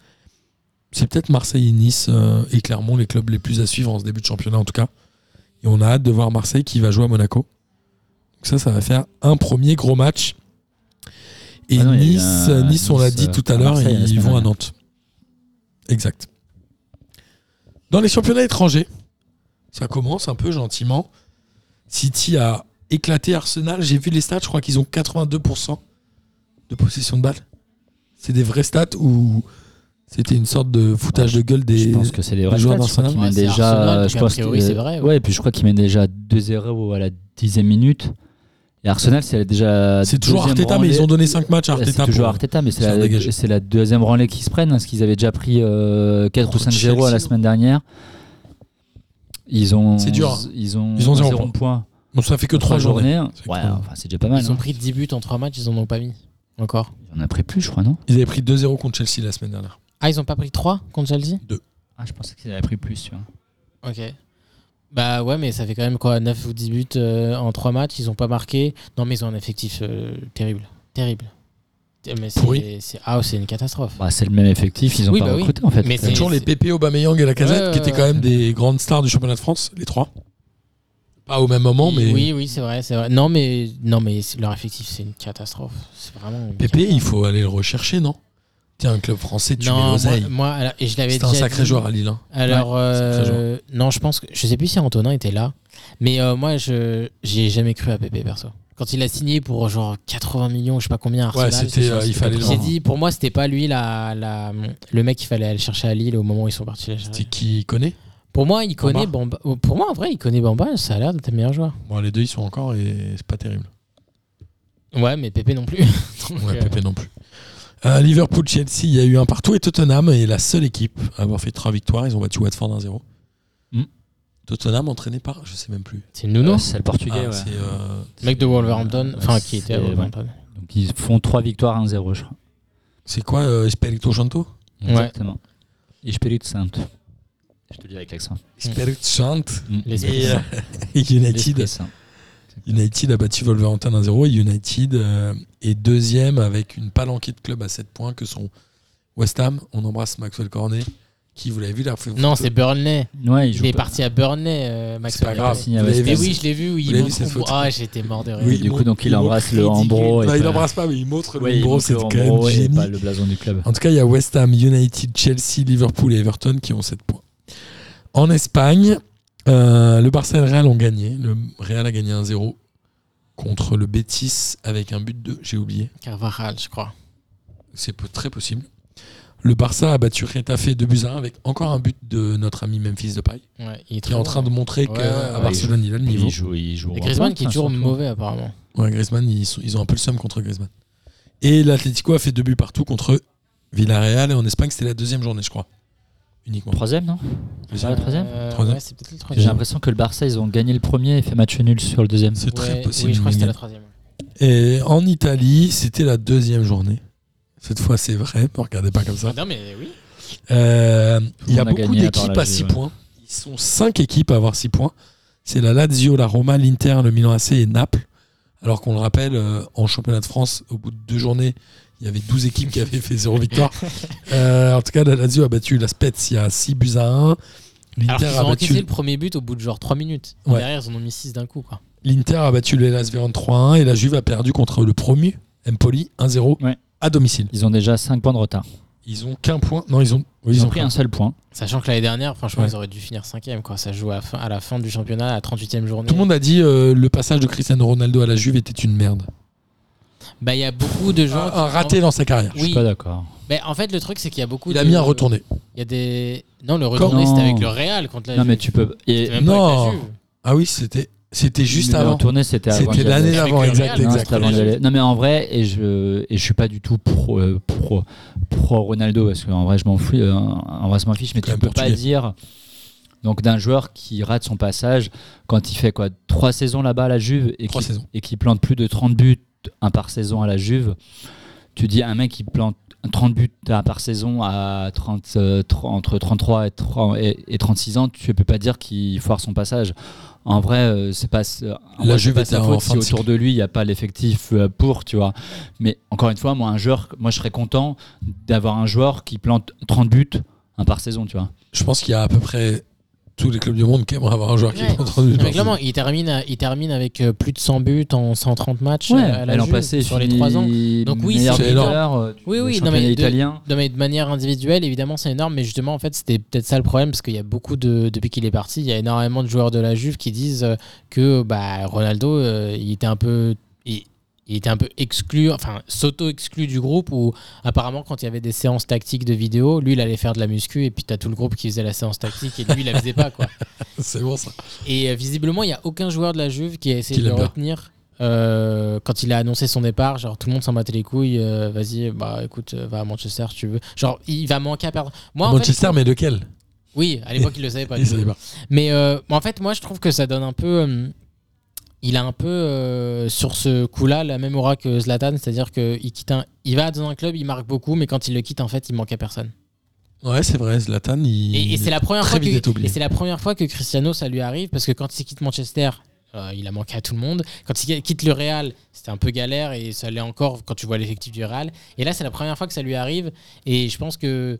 [SPEAKER 4] C'est peut-être Marseille et Nice euh, et Clermont les clubs les plus à suivre en ce début de championnat en tout cas. Et on a hâte de voir Marseille qui va jouer à Monaco. Donc ça, ça va faire un premier gros match. Et
[SPEAKER 5] Ah non, il y a eu
[SPEAKER 4] nice,
[SPEAKER 5] un-
[SPEAKER 4] nice, on l'a
[SPEAKER 5] Nice,
[SPEAKER 4] dit
[SPEAKER 5] euh,
[SPEAKER 4] tout à
[SPEAKER 5] à
[SPEAKER 4] l'heure,
[SPEAKER 5] Marseille, la
[SPEAKER 4] ils
[SPEAKER 5] semaine
[SPEAKER 4] vont à
[SPEAKER 5] dernière.
[SPEAKER 4] Nantes. Exact. Dans les championnats étrangers, ça commence un peu gentiment. City a éclaté Arsenal. J'ai vu les stats, je crois qu'ils ont 82% de possession de balle. C'est des vrais stats où c'était une sorte de foutage de gueule
[SPEAKER 5] Je
[SPEAKER 4] des.
[SPEAKER 5] pense que c'est des vrais
[SPEAKER 4] joueurs
[SPEAKER 5] stats, je crois
[SPEAKER 4] d'Arsenal.
[SPEAKER 5] qu'ils
[SPEAKER 6] Ouais,
[SPEAKER 5] mènent
[SPEAKER 6] c'est
[SPEAKER 5] déjà, euh,
[SPEAKER 6] Arsenal, donc
[SPEAKER 5] je
[SPEAKER 6] a
[SPEAKER 5] pense
[SPEAKER 6] priori,
[SPEAKER 5] qu'il-
[SPEAKER 6] c'est vrai, ouais.
[SPEAKER 5] Ouais, puis je crois qu'ils mènent déjà 2-0 à la 10e minute. Et Arsenal, c'est déjà.
[SPEAKER 4] C'est toujours
[SPEAKER 5] deuxième
[SPEAKER 4] Arteta, mais
[SPEAKER 5] branlée.
[SPEAKER 4] ils ont donné 5 matchs à
[SPEAKER 5] Ouais,
[SPEAKER 4] Arteta.
[SPEAKER 5] C'est toujours
[SPEAKER 4] pour-
[SPEAKER 5] Arteta, mais c'est
[SPEAKER 4] se faire
[SPEAKER 5] la,
[SPEAKER 4] dégager.
[SPEAKER 5] c'est la deuxième branlée qu'ils se prennent, parce qu'ils avaient déjà pris euh, 4 ou
[SPEAKER 4] Contre
[SPEAKER 5] 5-0 à
[SPEAKER 4] Chelsea,
[SPEAKER 5] la
[SPEAKER 4] non
[SPEAKER 5] semaine dernière. Ils ont.
[SPEAKER 4] C'est dur, hein.
[SPEAKER 5] Ils ont,
[SPEAKER 4] Ils ont zéro
[SPEAKER 5] zéro point.
[SPEAKER 4] Bon, ça fait que 3
[SPEAKER 5] Trois
[SPEAKER 4] journées. C'est
[SPEAKER 5] Ouais,
[SPEAKER 4] cool.
[SPEAKER 5] enfin, c'est déjà pas mal.
[SPEAKER 6] Ils ont
[SPEAKER 5] hein.
[SPEAKER 6] pris 10 buts en 3 matchs, ils en ont pas mis. Encore.
[SPEAKER 5] Il y en a pris plus, je crois, non
[SPEAKER 4] Ils avaient pris 2-0 contre Chelsea la semaine dernière.
[SPEAKER 6] Ah, ils ont pas pris 3 contre Chelsea
[SPEAKER 5] Ah, je pensais qu'ils avaient pris plus, tu vois.
[SPEAKER 6] Ok. Bah ouais, mais ça fait quand même quoi 9 ou 10 buts euh, en 3 matchs, ils ont pas marqué. Non, mais ils ont un effectif euh, terrible. Terrible. Euh, Mais c'est,
[SPEAKER 4] Pourri.
[SPEAKER 6] c'est- ah, c'est une catastrophe.
[SPEAKER 5] Bah, c'est le même effectif, ils ont
[SPEAKER 6] Oui,
[SPEAKER 5] pas
[SPEAKER 6] bah oui.
[SPEAKER 5] recruté, en fait.
[SPEAKER 6] Mais
[SPEAKER 4] Il y a
[SPEAKER 6] c'est-
[SPEAKER 4] toujours les PP, Aubameyang et la casette,
[SPEAKER 6] Ouais, ouais,
[SPEAKER 4] qui étaient quand même des grandes stars du championnat de France, les trois. Pas au même moment, mais
[SPEAKER 6] Oui, oui, c'est vrai, c'est vrai. Non, mais, non, mais c'est- leur effectif, c'est une catastrophe. C'est vraiment. une
[SPEAKER 4] PP, il
[SPEAKER 6] catastrophe.
[SPEAKER 4] faut aller le rechercher, non Tiens, un club français, tu mets
[SPEAKER 6] Non, moi,
[SPEAKER 4] l'oseille.
[SPEAKER 6] moi, alors, et je l'avais
[SPEAKER 4] C'était un
[SPEAKER 6] déjà
[SPEAKER 4] sacré
[SPEAKER 6] dit.
[SPEAKER 4] joueur à Lille. hein.
[SPEAKER 6] Alors, euh,
[SPEAKER 4] sacré
[SPEAKER 6] non, je pense que. Je sais plus si Antonin était là, mais euh, moi, je j'ai jamais cru à Pépé, perso. Quand il a signé pour genre 80 millions, je sais pas combien, à
[SPEAKER 4] Ouais,
[SPEAKER 6] Arsenal,
[SPEAKER 4] c'était, euh, il fallait le
[SPEAKER 6] J'ai
[SPEAKER 4] vendre.
[SPEAKER 6] dit, pour moi, c'était pas lui la, la- le mec qu'il fallait aller chercher à Lille au moment où ils sont partis. la chercher.
[SPEAKER 4] C'était qui connaît
[SPEAKER 6] Pour moi, il connaît Bamba. Pour moi, en vrai, il connaît Bamba. Ça a l'air d'être un meilleur joueur.
[SPEAKER 4] Bon, les deux, ils sont encore et c'est pas terrible.
[SPEAKER 6] Ouais, mais Pépé non plus. Donc,
[SPEAKER 4] Ouais,
[SPEAKER 6] euh,
[SPEAKER 4] Pépé non plus. Euh, Liverpool, Chelsea, il y a eu un partout et Tottenham est la seule équipe à avoir fait trois victoires. Ils ont battu Watford 1-0.
[SPEAKER 5] Hmm.
[SPEAKER 4] Tottenham entraîné par, je sais même plus.
[SPEAKER 6] c'est Nuno,
[SPEAKER 5] Euh, c'est le portugais,
[SPEAKER 4] Ah,
[SPEAKER 5] ouais.
[SPEAKER 4] c'est, euh,
[SPEAKER 6] mec de Wolverhampton,
[SPEAKER 5] Euh,
[SPEAKER 6] enfin qui était à
[SPEAKER 5] c'est- ouais.
[SPEAKER 6] Wolverhampton.
[SPEAKER 5] Donc, ils font 3 victoires 1-0, je crois.
[SPEAKER 4] c'est quoi euh, Espirito Santo
[SPEAKER 6] Ouais.
[SPEAKER 5] Exactement. Et je pèle Sainte. Je te le dis avec l'accent.
[SPEAKER 4] Espirito Santo
[SPEAKER 6] L'esprit
[SPEAKER 4] et, euh,
[SPEAKER 6] saint.
[SPEAKER 4] et United.
[SPEAKER 5] L'Esprit Saint.
[SPEAKER 4] United a battu Wolverhampton 1-0 et United euh, est deuxième avec une palanquée de clubs à 7 points que sont West Ham. On embrasse Maxwell Cornet qui, vous l'avez vu, là, fait-
[SPEAKER 6] Non, c'est Burnley.
[SPEAKER 5] Ouais, il
[SPEAKER 6] Il
[SPEAKER 5] joue
[SPEAKER 6] est
[SPEAKER 5] pas.
[SPEAKER 6] parti à Burnley, euh,
[SPEAKER 4] C'est pas
[SPEAKER 6] Maxwell.
[SPEAKER 4] grave.
[SPEAKER 5] signé
[SPEAKER 4] Vous
[SPEAKER 5] avec
[SPEAKER 4] l'avez
[SPEAKER 6] Et
[SPEAKER 5] West
[SPEAKER 4] vu,
[SPEAKER 6] oui, je l'ai vu.
[SPEAKER 4] Vous
[SPEAKER 6] Il
[SPEAKER 4] l'avez
[SPEAKER 6] montre
[SPEAKER 4] vu cette
[SPEAKER 6] au bout.
[SPEAKER 4] photo
[SPEAKER 6] Ah, j'étais mort de rire.
[SPEAKER 4] Oui,
[SPEAKER 5] du
[SPEAKER 4] il
[SPEAKER 5] coup, donc il
[SPEAKER 4] montre-
[SPEAKER 5] embrasse le
[SPEAKER 4] montre
[SPEAKER 5] Hambro.
[SPEAKER 4] ridicule.
[SPEAKER 5] et
[SPEAKER 4] Non, il
[SPEAKER 5] pas-
[SPEAKER 4] l'embrasse pas, mais il montre
[SPEAKER 5] Ouais,
[SPEAKER 4] le
[SPEAKER 5] il
[SPEAKER 4] Hambro,
[SPEAKER 5] montre
[SPEAKER 4] c'est
[SPEAKER 5] le
[SPEAKER 4] quand même
[SPEAKER 5] Hambro et
[SPEAKER 4] génie.
[SPEAKER 5] pas le blason du club.
[SPEAKER 4] En tout cas, il y a West Ham, United, Chelsea, Liverpool et Everton qui ont 7 points. En Espagne, euh, le Barça et le Real ont gagné. Le Real a gagné 1-0 contre le Betis avec un but de, j'ai oublié,
[SPEAKER 6] Carvajal, je crois.
[SPEAKER 4] C'est peu- très possible. Le Barça a battu Retafe 2 buts à 1 avec encore un but de notre ami Memphis Depay,
[SPEAKER 6] Ah Ouais, il est
[SPEAKER 4] qui est
[SPEAKER 6] trop
[SPEAKER 4] en
[SPEAKER 6] bon.
[SPEAKER 4] train de montrer
[SPEAKER 6] Ouais,
[SPEAKER 4] qu'à
[SPEAKER 6] ouais, ouais,
[SPEAKER 4] Barcelone, il a le
[SPEAKER 5] Il
[SPEAKER 4] niveau.
[SPEAKER 5] joue, il joue.
[SPEAKER 6] Et
[SPEAKER 5] au
[SPEAKER 6] Griezmann
[SPEAKER 5] Rwanda,
[SPEAKER 4] Ah,
[SPEAKER 6] qui est toujours
[SPEAKER 5] surtout.
[SPEAKER 6] mauvais apparemment.
[SPEAKER 4] Ouais, Griezmann, ils, sont- ils ont un peu le seum contre Griezmann. Et l'Atlético a fait deux buts partout contre Villarreal. Et en Espagne, c'était la deuxième journée, je crois. Uniquement.
[SPEAKER 5] Troisième, non
[SPEAKER 4] Deuxième.
[SPEAKER 5] pas le troisième
[SPEAKER 6] Euh,
[SPEAKER 4] Troisième.
[SPEAKER 6] Ouais, c'est peut-être le
[SPEAKER 5] J'ai
[SPEAKER 6] troisième.
[SPEAKER 5] l'impression que le Barça, ils ont gagné le premier et fait match nul sur le deuxième.
[SPEAKER 4] C'est très
[SPEAKER 6] Ouais,
[SPEAKER 4] possible.
[SPEAKER 6] Oui, je crois que c'était
[SPEAKER 4] Miguel.
[SPEAKER 6] la troisième.
[SPEAKER 4] Et en Italie, c'était la deuxième journée. Cette fois, c'est vrai. Ne regardez pas comme ça.
[SPEAKER 6] Ah non, mais oui.
[SPEAKER 4] Euh, il y a
[SPEAKER 5] monde a
[SPEAKER 4] beaucoup
[SPEAKER 5] gagné à part
[SPEAKER 4] d'équipes
[SPEAKER 5] la
[SPEAKER 4] à
[SPEAKER 5] Juve,
[SPEAKER 4] 6
[SPEAKER 5] ouais.
[SPEAKER 4] points. Ils sont 5 équipes à avoir 6 points. C'est la Lazio, la Roma, l'Inter, le Milan AC et Naples. Alors qu'on le rappelle, euh, en championnat de France, au bout de deux journées, il y avait 12 équipes qui avaient fait 0 victoire. Euh, en tout cas, la Lazio a battu la Spez il y a 6 buts à 1.
[SPEAKER 6] Alors qu'ils
[SPEAKER 4] L'Inter a,
[SPEAKER 6] ont encaissé
[SPEAKER 4] battu,
[SPEAKER 6] le premier but au bout de genre 3 minutes.
[SPEAKER 4] Ouais.
[SPEAKER 6] Derrière, ils en ont mis 6 d'un coup. quoi.
[SPEAKER 4] l'Inter a battu le Hellas Verona 3-1 et la Juve a perdu contre le premier, Empoli, 1-0
[SPEAKER 5] Ouais.
[SPEAKER 4] à domicile.
[SPEAKER 5] Ils ont déjà 5 points de retard.
[SPEAKER 4] Ils ont qu'un point. Non, ils ont, oui,
[SPEAKER 5] Ils,
[SPEAKER 4] ils
[SPEAKER 5] ont,
[SPEAKER 4] ont
[SPEAKER 5] pris
[SPEAKER 4] qu'un.
[SPEAKER 5] un seul point.
[SPEAKER 6] Sachant que l'année dernière, franchement,
[SPEAKER 4] Ouais.
[SPEAKER 6] ils auraient dû finir 5ème. Ça joue à, la fin- à la fin du championnat, à la 38ème journée.
[SPEAKER 4] Tout le monde a dit euh, le passage de Cristiano Ronaldo à la Juve était une merde.
[SPEAKER 6] Bah, il y a beaucoup de gens.
[SPEAKER 4] un,
[SPEAKER 6] qui-
[SPEAKER 4] un raté dans sa carrière.
[SPEAKER 5] Je suis
[SPEAKER 6] Oui.
[SPEAKER 5] pas d'accord.
[SPEAKER 6] Bah, en fait, le truc, c'est qu'il y a beaucoup
[SPEAKER 4] Il a
[SPEAKER 6] de-
[SPEAKER 4] mis un retourné.
[SPEAKER 6] Il y a des. Non, le retourné,
[SPEAKER 5] Non.
[SPEAKER 6] c'était avec le Real contre la
[SPEAKER 5] Non, mais
[SPEAKER 6] Juve.
[SPEAKER 5] tu peux. Et
[SPEAKER 6] C'était même pas avec la
[SPEAKER 4] Non.
[SPEAKER 6] Juve.
[SPEAKER 4] Ah oui, c'était c'était juste
[SPEAKER 5] mais
[SPEAKER 4] avant.
[SPEAKER 5] La tournée, c'était avant
[SPEAKER 4] C'était
[SPEAKER 5] qu'il y ait-
[SPEAKER 4] l'année
[SPEAKER 6] Avec
[SPEAKER 4] d'avant,
[SPEAKER 6] le
[SPEAKER 4] exact,
[SPEAKER 6] Real,
[SPEAKER 5] Non,
[SPEAKER 4] exact.
[SPEAKER 5] hein, c'était avant d'y aller. Non, mais en vrai, et je et je suis pas du tout pro euh, pro, pro Ronaldo parce qu'en vrai je m'en fous, euh, en vrai je m'en fiche, mais
[SPEAKER 4] quand
[SPEAKER 5] tu
[SPEAKER 4] même
[SPEAKER 5] peux pas
[SPEAKER 4] portugais.
[SPEAKER 5] dire donc d'un joueur qui rate son passage quand il fait quoi trois saisons là-bas à la Juve et
[SPEAKER 4] Trois
[SPEAKER 5] qui
[SPEAKER 4] saisons.
[SPEAKER 5] et qui plante plus de 30 buts un par saison à la Juve, tu dis un mec qui plante 30 buts à- par saison à 30, euh, tr- entre 33 et, 30 et- et 36 ans, tu peux pas dire qu'il foire son passage. En vrai, euh, c'est pas c'est- en
[SPEAKER 4] La
[SPEAKER 5] vrai, c'est
[SPEAKER 4] Juve
[SPEAKER 5] pas
[SPEAKER 4] était
[SPEAKER 5] sa
[SPEAKER 4] en
[SPEAKER 5] faute
[SPEAKER 4] fin
[SPEAKER 5] si
[SPEAKER 4] de cycle.
[SPEAKER 5] autour de lui il n'y a pas l'effectif euh, pour, tu vois. Mais encore une fois, moi un joueur, moi je serais content d'avoir un joueur qui plante 30 buts un par saison, tu vois.
[SPEAKER 4] Je pense qu'il y a à peu près tous les clubs du monde qui aimeraient avoir un joueur qui
[SPEAKER 6] Ouais.
[SPEAKER 4] prend 30 buts par
[SPEAKER 6] Mais clairement,
[SPEAKER 4] saison.
[SPEAKER 6] il termine, à- il termine avec euh, plus de 100 buts en 130 matchs
[SPEAKER 5] Ouais,
[SPEAKER 6] euh, à la
[SPEAKER 5] l'an
[SPEAKER 6] Juve,
[SPEAKER 5] passé,
[SPEAKER 6] sur les
[SPEAKER 5] finit
[SPEAKER 6] 3 ans. Donc oui,
[SPEAKER 5] meilleur
[SPEAKER 4] c'est
[SPEAKER 5] buteur,
[SPEAKER 4] énorme.
[SPEAKER 5] euh,
[SPEAKER 6] Oui,
[SPEAKER 5] le
[SPEAKER 6] oui, non,
[SPEAKER 5] championnat
[SPEAKER 6] mais de-
[SPEAKER 5] italien.
[SPEAKER 6] Non, mais de manière individuelle, évidemment, c'est énorme. Mais justement, en fait, c'était peut-être ça le problème, parce qu'il y a beaucoup de. Depuis qu'il est parti, il y a énormément de joueurs de la Juve qui disent euh, que bah, Ronaldo, euh, il était un peu. Il, il était un peu exclu, enfin s'auto-exclu du groupe où apparemment quand il y avait des séances tactiques de vidéo, lui il allait faire de la muscu et puis t'as tout le groupe qui faisait la séance tactique et lui il la faisait pas quoi.
[SPEAKER 4] C'est bon ça.
[SPEAKER 6] Et euh, visiblement, il n'y a aucun joueur de la Juve qui a essayé
[SPEAKER 4] Qui
[SPEAKER 6] de le
[SPEAKER 4] l'aime pas.
[SPEAKER 6] retenir. Euh, quand il a annoncé son départ, genre tout le monde s'en battait les couilles. euh, Vas-y, bah écoute, euh, va à Manchester si tu veux. Genre, il va manquer à perdre. Moi, en fait,
[SPEAKER 4] Manchester, mais lequel
[SPEAKER 6] oui, à l'époque, il le savait pas.
[SPEAKER 4] Il savait pas.
[SPEAKER 6] Mais euh, en fait, moi, je trouve que ça donne un peu. euh, il a un peu euh, sur ce coup-là la même aura que Zlatan, c'est-à-dire qu'il quitte un, il va dans un club, il marque beaucoup, mais quand il le quitte, en fait, il manque à personne.
[SPEAKER 4] Ouais, c'est vrai, Zlatan, il.
[SPEAKER 6] Et, et c'est la première
[SPEAKER 4] très
[SPEAKER 6] fois
[SPEAKER 4] vite
[SPEAKER 6] que,
[SPEAKER 4] oublié.
[SPEAKER 6] et c'est la première fois que Cristiano ça lui arrive parce que quand il quitte Manchester euh, il a manqué à tout le monde quand il quitte le Real c'était un peu galère et ça l'est encore quand tu vois l'effectif du Real et là c'est la première fois que ça lui arrive et je pense que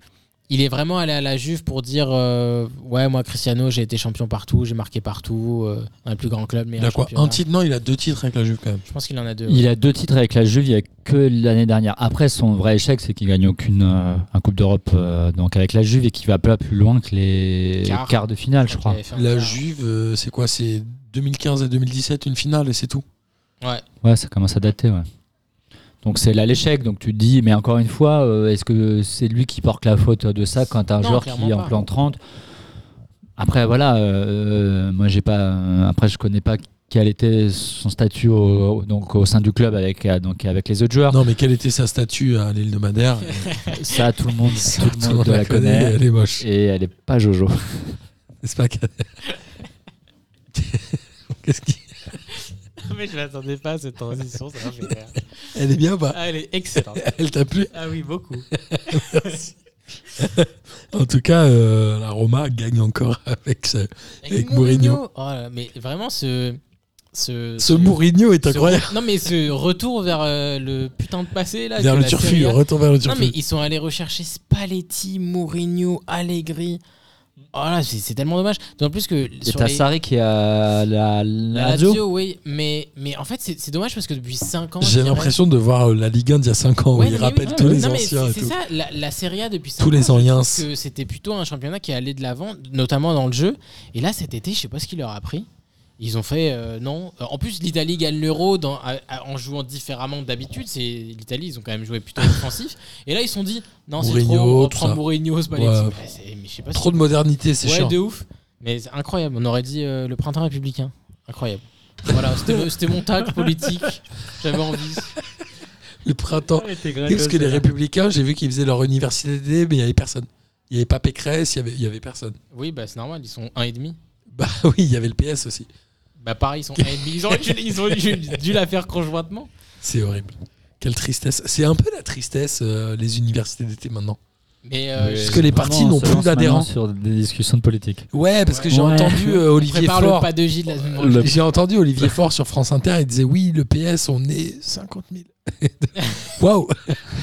[SPEAKER 6] il est vraiment allé à la Juve pour dire euh, ouais moi Cristiano j'ai été champion partout j'ai marqué partout euh, dans les plus grands clubs mais
[SPEAKER 4] Il a quoi Un titre Non, il a deux titres avec la Juve quand même.
[SPEAKER 6] je pense qu'il en a deux hein. ouais.
[SPEAKER 5] Il a deux titres avec la Juve, il n'y a que l'année dernière. Après, son vrai échec, c'est qu'il gagne aucune euh, un Coupe d'Europe euh, donc avec la Juve et qu'il va pas plus loin que les
[SPEAKER 6] Quart.
[SPEAKER 5] quarts de finale, je
[SPEAKER 6] qu'il
[SPEAKER 5] crois.
[SPEAKER 6] avait fait un
[SPEAKER 4] La
[SPEAKER 6] quart.
[SPEAKER 4] Juve, euh, c'est quoi C'est 2015 et 2017, une finale et c'est tout.
[SPEAKER 6] ouais
[SPEAKER 5] Ouais, ça commence à dater, ouais. Donc c'est là l'échec, donc tu te dis, mais encore une fois, euh, est-ce que c'est lui qui porte la faute de ça quand t'as un
[SPEAKER 6] Non,
[SPEAKER 5] joueur
[SPEAKER 6] clairement
[SPEAKER 5] qui en
[SPEAKER 6] pas.
[SPEAKER 5] plan 30 Après voilà, euh, moi j'ai pas, euh, après je connais pas quel était son statut au, donc au sein du club avec euh, donc avec les autres joueurs.
[SPEAKER 4] Non, mais quelle était sa statue à l'île de Madère
[SPEAKER 5] Ça tout le monde, tout le monde la connaît.
[SPEAKER 4] Elle est moche.
[SPEAKER 5] Et elle est pas Jojo.
[SPEAKER 4] C'est pas qu'elle- Qu'est-ce qui.
[SPEAKER 6] mais je l'attendais pas cette transition ça m'a fait rire.
[SPEAKER 4] Elle est bien ou pas
[SPEAKER 6] ah, elle est excellente
[SPEAKER 4] Elle t'a plu
[SPEAKER 6] ah oui beaucoup
[SPEAKER 4] En tout cas, euh, la Roma gagne encore avec ce. Avec Mourinho.
[SPEAKER 6] Oh là, mais vraiment, ce. Ce,
[SPEAKER 4] Ce Mourinho est
[SPEAKER 6] ce-
[SPEAKER 4] incroyable.
[SPEAKER 6] Non, mais ce retour vers euh, le putain de passé, là.
[SPEAKER 4] Vers
[SPEAKER 6] que
[SPEAKER 4] le
[SPEAKER 6] la Serie
[SPEAKER 4] turfu,
[SPEAKER 6] A-
[SPEAKER 4] retour vers le
[SPEAKER 6] Non, mais
[SPEAKER 4] turfu.
[SPEAKER 6] ils sont allés rechercher Spalletti, Mourinho, Allegri. Oh là, c'est c'est tellement dommage. D'autant plus que.
[SPEAKER 5] Et
[SPEAKER 6] sur
[SPEAKER 5] t'as
[SPEAKER 6] les-
[SPEAKER 5] Sarri qui a la, la,
[SPEAKER 6] la
[SPEAKER 5] Lazio.
[SPEAKER 6] Lazio, oui. Mais, mais en fait, c'est c'est dommage parce que depuis 5 ans. je
[SPEAKER 4] J'ai
[SPEAKER 6] dirais-
[SPEAKER 4] l'impression de voir euh, la Ligue 1 d'il y a 5 ans où
[SPEAKER 6] Ouais,
[SPEAKER 4] ils
[SPEAKER 6] non, mais
[SPEAKER 4] rappellent
[SPEAKER 6] oui.
[SPEAKER 4] tous les
[SPEAKER 6] Non, mais
[SPEAKER 4] anciens
[SPEAKER 6] c'est-
[SPEAKER 4] et
[SPEAKER 6] C'est
[SPEAKER 4] tout.
[SPEAKER 6] ça, la, la Serie A depuis 5
[SPEAKER 4] Tous les anciens.
[SPEAKER 6] que c'était plutôt un championnat qui allait de l'avant, notamment dans le jeu. Et là, cet été, je sais pas ce qu'il leur a pris. Ils ont fait euh, non. En plus, l'Italie gagne l'euro dans- à- à- en jouant différemment que d'habitude. C'est l'Italie, ils ont quand même joué plutôt offensif. Et là, ils se sont dit non, c'est
[SPEAKER 4] Mourinho,
[SPEAKER 6] trop. On
[SPEAKER 4] tout
[SPEAKER 6] prend
[SPEAKER 4] ça.
[SPEAKER 6] Mourinho, Spalletti.
[SPEAKER 4] Ouais.
[SPEAKER 6] Bah, c'est- mais je sais pas si-
[SPEAKER 4] Trop de modernité, c'est
[SPEAKER 6] ouais,
[SPEAKER 4] chiant.
[SPEAKER 6] de ouf. Mais c'est incroyable. On aurait dit euh, le printemps républicain. Incroyable. Voilà, c'était le- c'était mon tag politique. J'avais envie.
[SPEAKER 4] Le printemps. Parce que les
[SPEAKER 6] hein.
[SPEAKER 4] républicains, j'ai vu qu'ils faisaient leur université, mais il n'y avait personne. Il n'y avait pas Pécresse, il n'y avait, il y avait personne.
[SPEAKER 6] Oui, bah c'est normal. Ils sont un et demi.
[SPEAKER 4] Bah oui, il y avait le PS aussi.
[SPEAKER 6] Bah pareil, ils sont un et demi. Ils ont, ils ont dû la faire conjointement.
[SPEAKER 4] C'est horrible. Quelle tristesse. C'est un peu la tristesse, euh, les universités d'été maintenant.
[SPEAKER 6] Mais euh,
[SPEAKER 5] Mais
[SPEAKER 6] je-
[SPEAKER 4] Parce que les partis
[SPEAKER 5] Vraiment, on
[SPEAKER 4] n'ont
[SPEAKER 5] se
[SPEAKER 4] plus
[SPEAKER 5] lance
[SPEAKER 4] d'adhérents.
[SPEAKER 5] maintenant sur des discussions de politique.
[SPEAKER 4] Ouais, parce que j'ai
[SPEAKER 5] Ouais.
[SPEAKER 4] entendu euh, Olivier
[SPEAKER 6] prépare le
[SPEAKER 4] Faure.
[SPEAKER 6] pas de J de la semaine prochaine.
[SPEAKER 5] Le-
[SPEAKER 4] J'ai entendu Olivier Faure sur France Inter, il disait oui, le PS, on est 50 000. Waouh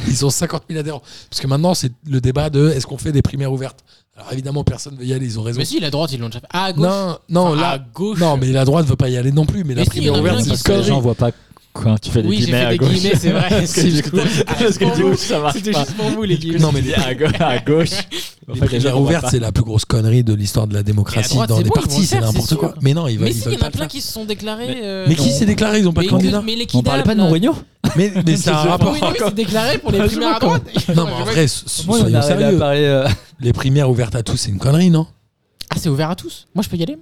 [SPEAKER 4] Ils ont 50 000 adhérents. Parce que maintenant, c'est le débat de est-ce qu'on fait des primaires ouvertes Alors évidemment, personne ne veut y aller, ils ont raison.
[SPEAKER 6] Mais si, la droite, ils l'ont déjà fait. Ah, à gauche.
[SPEAKER 4] Non, non,
[SPEAKER 6] Enfin, à
[SPEAKER 4] là,
[SPEAKER 6] gauche.
[SPEAKER 4] non, mais la droite veut pas y aller non plus, mais, la
[SPEAKER 6] Mais si, il y
[SPEAKER 4] primaire
[SPEAKER 6] en a
[SPEAKER 4] ouverte,
[SPEAKER 6] plein
[SPEAKER 4] c'est une
[SPEAKER 6] qui
[SPEAKER 5] parce que les gens
[SPEAKER 4] connerie.
[SPEAKER 5] voient pas quand tu fais des
[SPEAKER 6] Oui, j'ai
[SPEAKER 5] guillemets
[SPEAKER 6] fait
[SPEAKER 5] à
[SPEAKER 6] des
[SPEAKER 5] gauche.
[SPEAKER 6] guillemets, c'est vrai.
[SPEAKER 5] Parce que du
[SPEAKER 6] C'était
[SPEAKER 5] coup, parce que du coup, ça marche
[SPEAKER 6] c'était
[SPEAKER 5] pas.
[SPEAKER 6] juste pour vous, les guillemets.
[SPEAKER 4] Non, mais les,
[SPEAKER 5] À gauche. À gauche. En
[SPEAKER 4] les
[SPEAKER 5] fait, les gens
[SPEAKER 4] primaires
[SPEAKER 5] voient
[SPEAKER 4] ouvertes,
[SPEAKER 5] pas.
[SPEAKER 4] c'est la plus grosse connerie de l'histoire de la démocratie
[SPEAKER 6] droite,
[SPEAKER 4] dans
[SPEAKER 6] c'est
[SPEAKER 4] les
[SPEAKER 6] bon, ils vont
[SPEAKER 4] partis,
[SPEAKER 6] le
[SPEAKER 4] c'est
[SPEAKER 6] faire,
[SPEAKER 4] n'importe
[SPEAKER 6] c'est
[SPEAKER 4] quoi.
[SPEAKER 6] sûr.
[SPEAKER 4] Mais non, ils veulent
[SPEAKER 6] Mais
[SPEAKER 4] ils
[SPEAKER 6] si, il
[SPEAKER 4] veulent
[SPEAKER 6] y en
[SPEAKER 4] pas
[SPEAKER 6] a
[SPEAKER 4] le
[SPEAKER 6] plein
[SPEAKER 4] faire.
[SPEAKER 6] qui se sont déclarés. euh,
[SPEAKER 4] Mais qui s'est déclaré Ils ont pas
[SPEAKER 6] mais
[SPEAKER 4] de
[SPEAKER 6] que-
[SPEAKER 4] candidat
[SPEAKER 6] Mais les
[SPEAKER 5] On
[SPEAKER 6] kidnappes,
[SPEAKER 5] parlait pas de
[SPEAKER 6] là.
[SPEAKER 5] Mourinho
[SPEAKER 4] Mais, mais c'est un rapport.
[SPEAKER 6] Mourinho, il s'est déclaré pour les primaires à droite.
[SPEAKER 4] Non, mais en vrai, s-
[SPEAKER 5] Moi, on
[SPEAKER 4] soyons
[SPEAKER 5] arrive à
[SPEAKER 4] sérieux.
[SPEAKER 5] parler. euh,
[SPEAKER 4] Les primaires ouvertes à tous, c'est une connerie, non
[SPEAKER 6] Ah, c'est ouvert à tous. Moi, je peux y aller.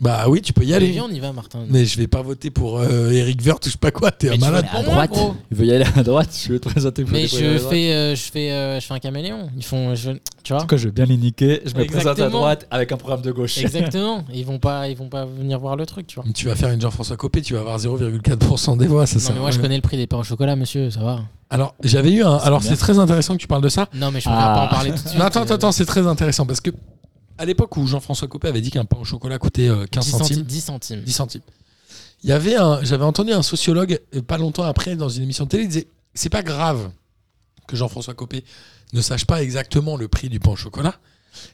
[SPEAKER 4] Bah oui, tu peux y
[SPEAKER 6] Allez,
[SPEAKER 4] aller.
[SPEAKER 6] viens, on y va, Martin.
[SPEAKER 4] Mais je vais pas voter pour euh, Eric Vert ou je sais pas quoi, t'es
[SPEAKER 6] Mais
[SPEAKER 4] un
[SPEAKER 6] tu
[SPEAKER 4] malade.
[SPEAKER 6] vas
[SPEAKER 5] À
[SPEAKER 6] Pour moi,
[SPEAKER 5] droite,
[SPEAKER 6] gros.
[SPEAKER 5] il veut y aller à droite. Je vais te présenter.
[SPEAKER 6] Mais je fais, euh, je fais, euh, je fais un caméléon. Ils font, je, tu vois.
[SPEAKER 5] Quand je veux bien les niquer, je me présente à
[SPEAKER 6] Exactement.
[SPEAKER 5] droite avec un programme de gauche.
[SPEAKER 6] Exactement. Ils vont pas, ils vont pas venir voir le truc, tu vois.
[SPEAKER 4] Tu vas faire une Jean-François Copé, tu vas avoir 0,4% des voix, ça
[SPEAKER 6] Non
[SPEAKER 4] sert
[SPEAKER 6] mais
[SPEAKER 4] à
[SPEAKER 6] moi je
[SPEAKER 4] rien.
[SPEAKER 6] connais le prix des pains au chocolat, monsieur, ça va.
[SPEAKER 4] Alors, j'avais eu un. Alors,
[SPEAKER 5] bien.
[SPEAKER 4] c'est très intéressant que tu parles de ça.
[SPEAKER 6] Non mais je préfère
[SPEAKER 5] Ah.
[SPEAKER 6] pas en parler tout de suite.
[SPEAKER 4] Non, attends,
[SPEAKER 6] Euh,
[SPEAKER 4] attends, attends, c'est très intéressant parce que à l'époque où Jean-François Copé avait dit qu'un pain au chocolat coûtait euh, 15
[SPEAKER 6] 10 centimes.
[SPEAKER 4] centimes,
[SPEAKER 6] 10 centimes.
[SPEAKER 4] 10 centimes. Il y avait un, j'avais entendu un sociologue euh, pas longtemps après dans une émission de télé, il disait c'est pas grave que Jean-François Copé ne sache pas exactement le prix du pain au chocolat.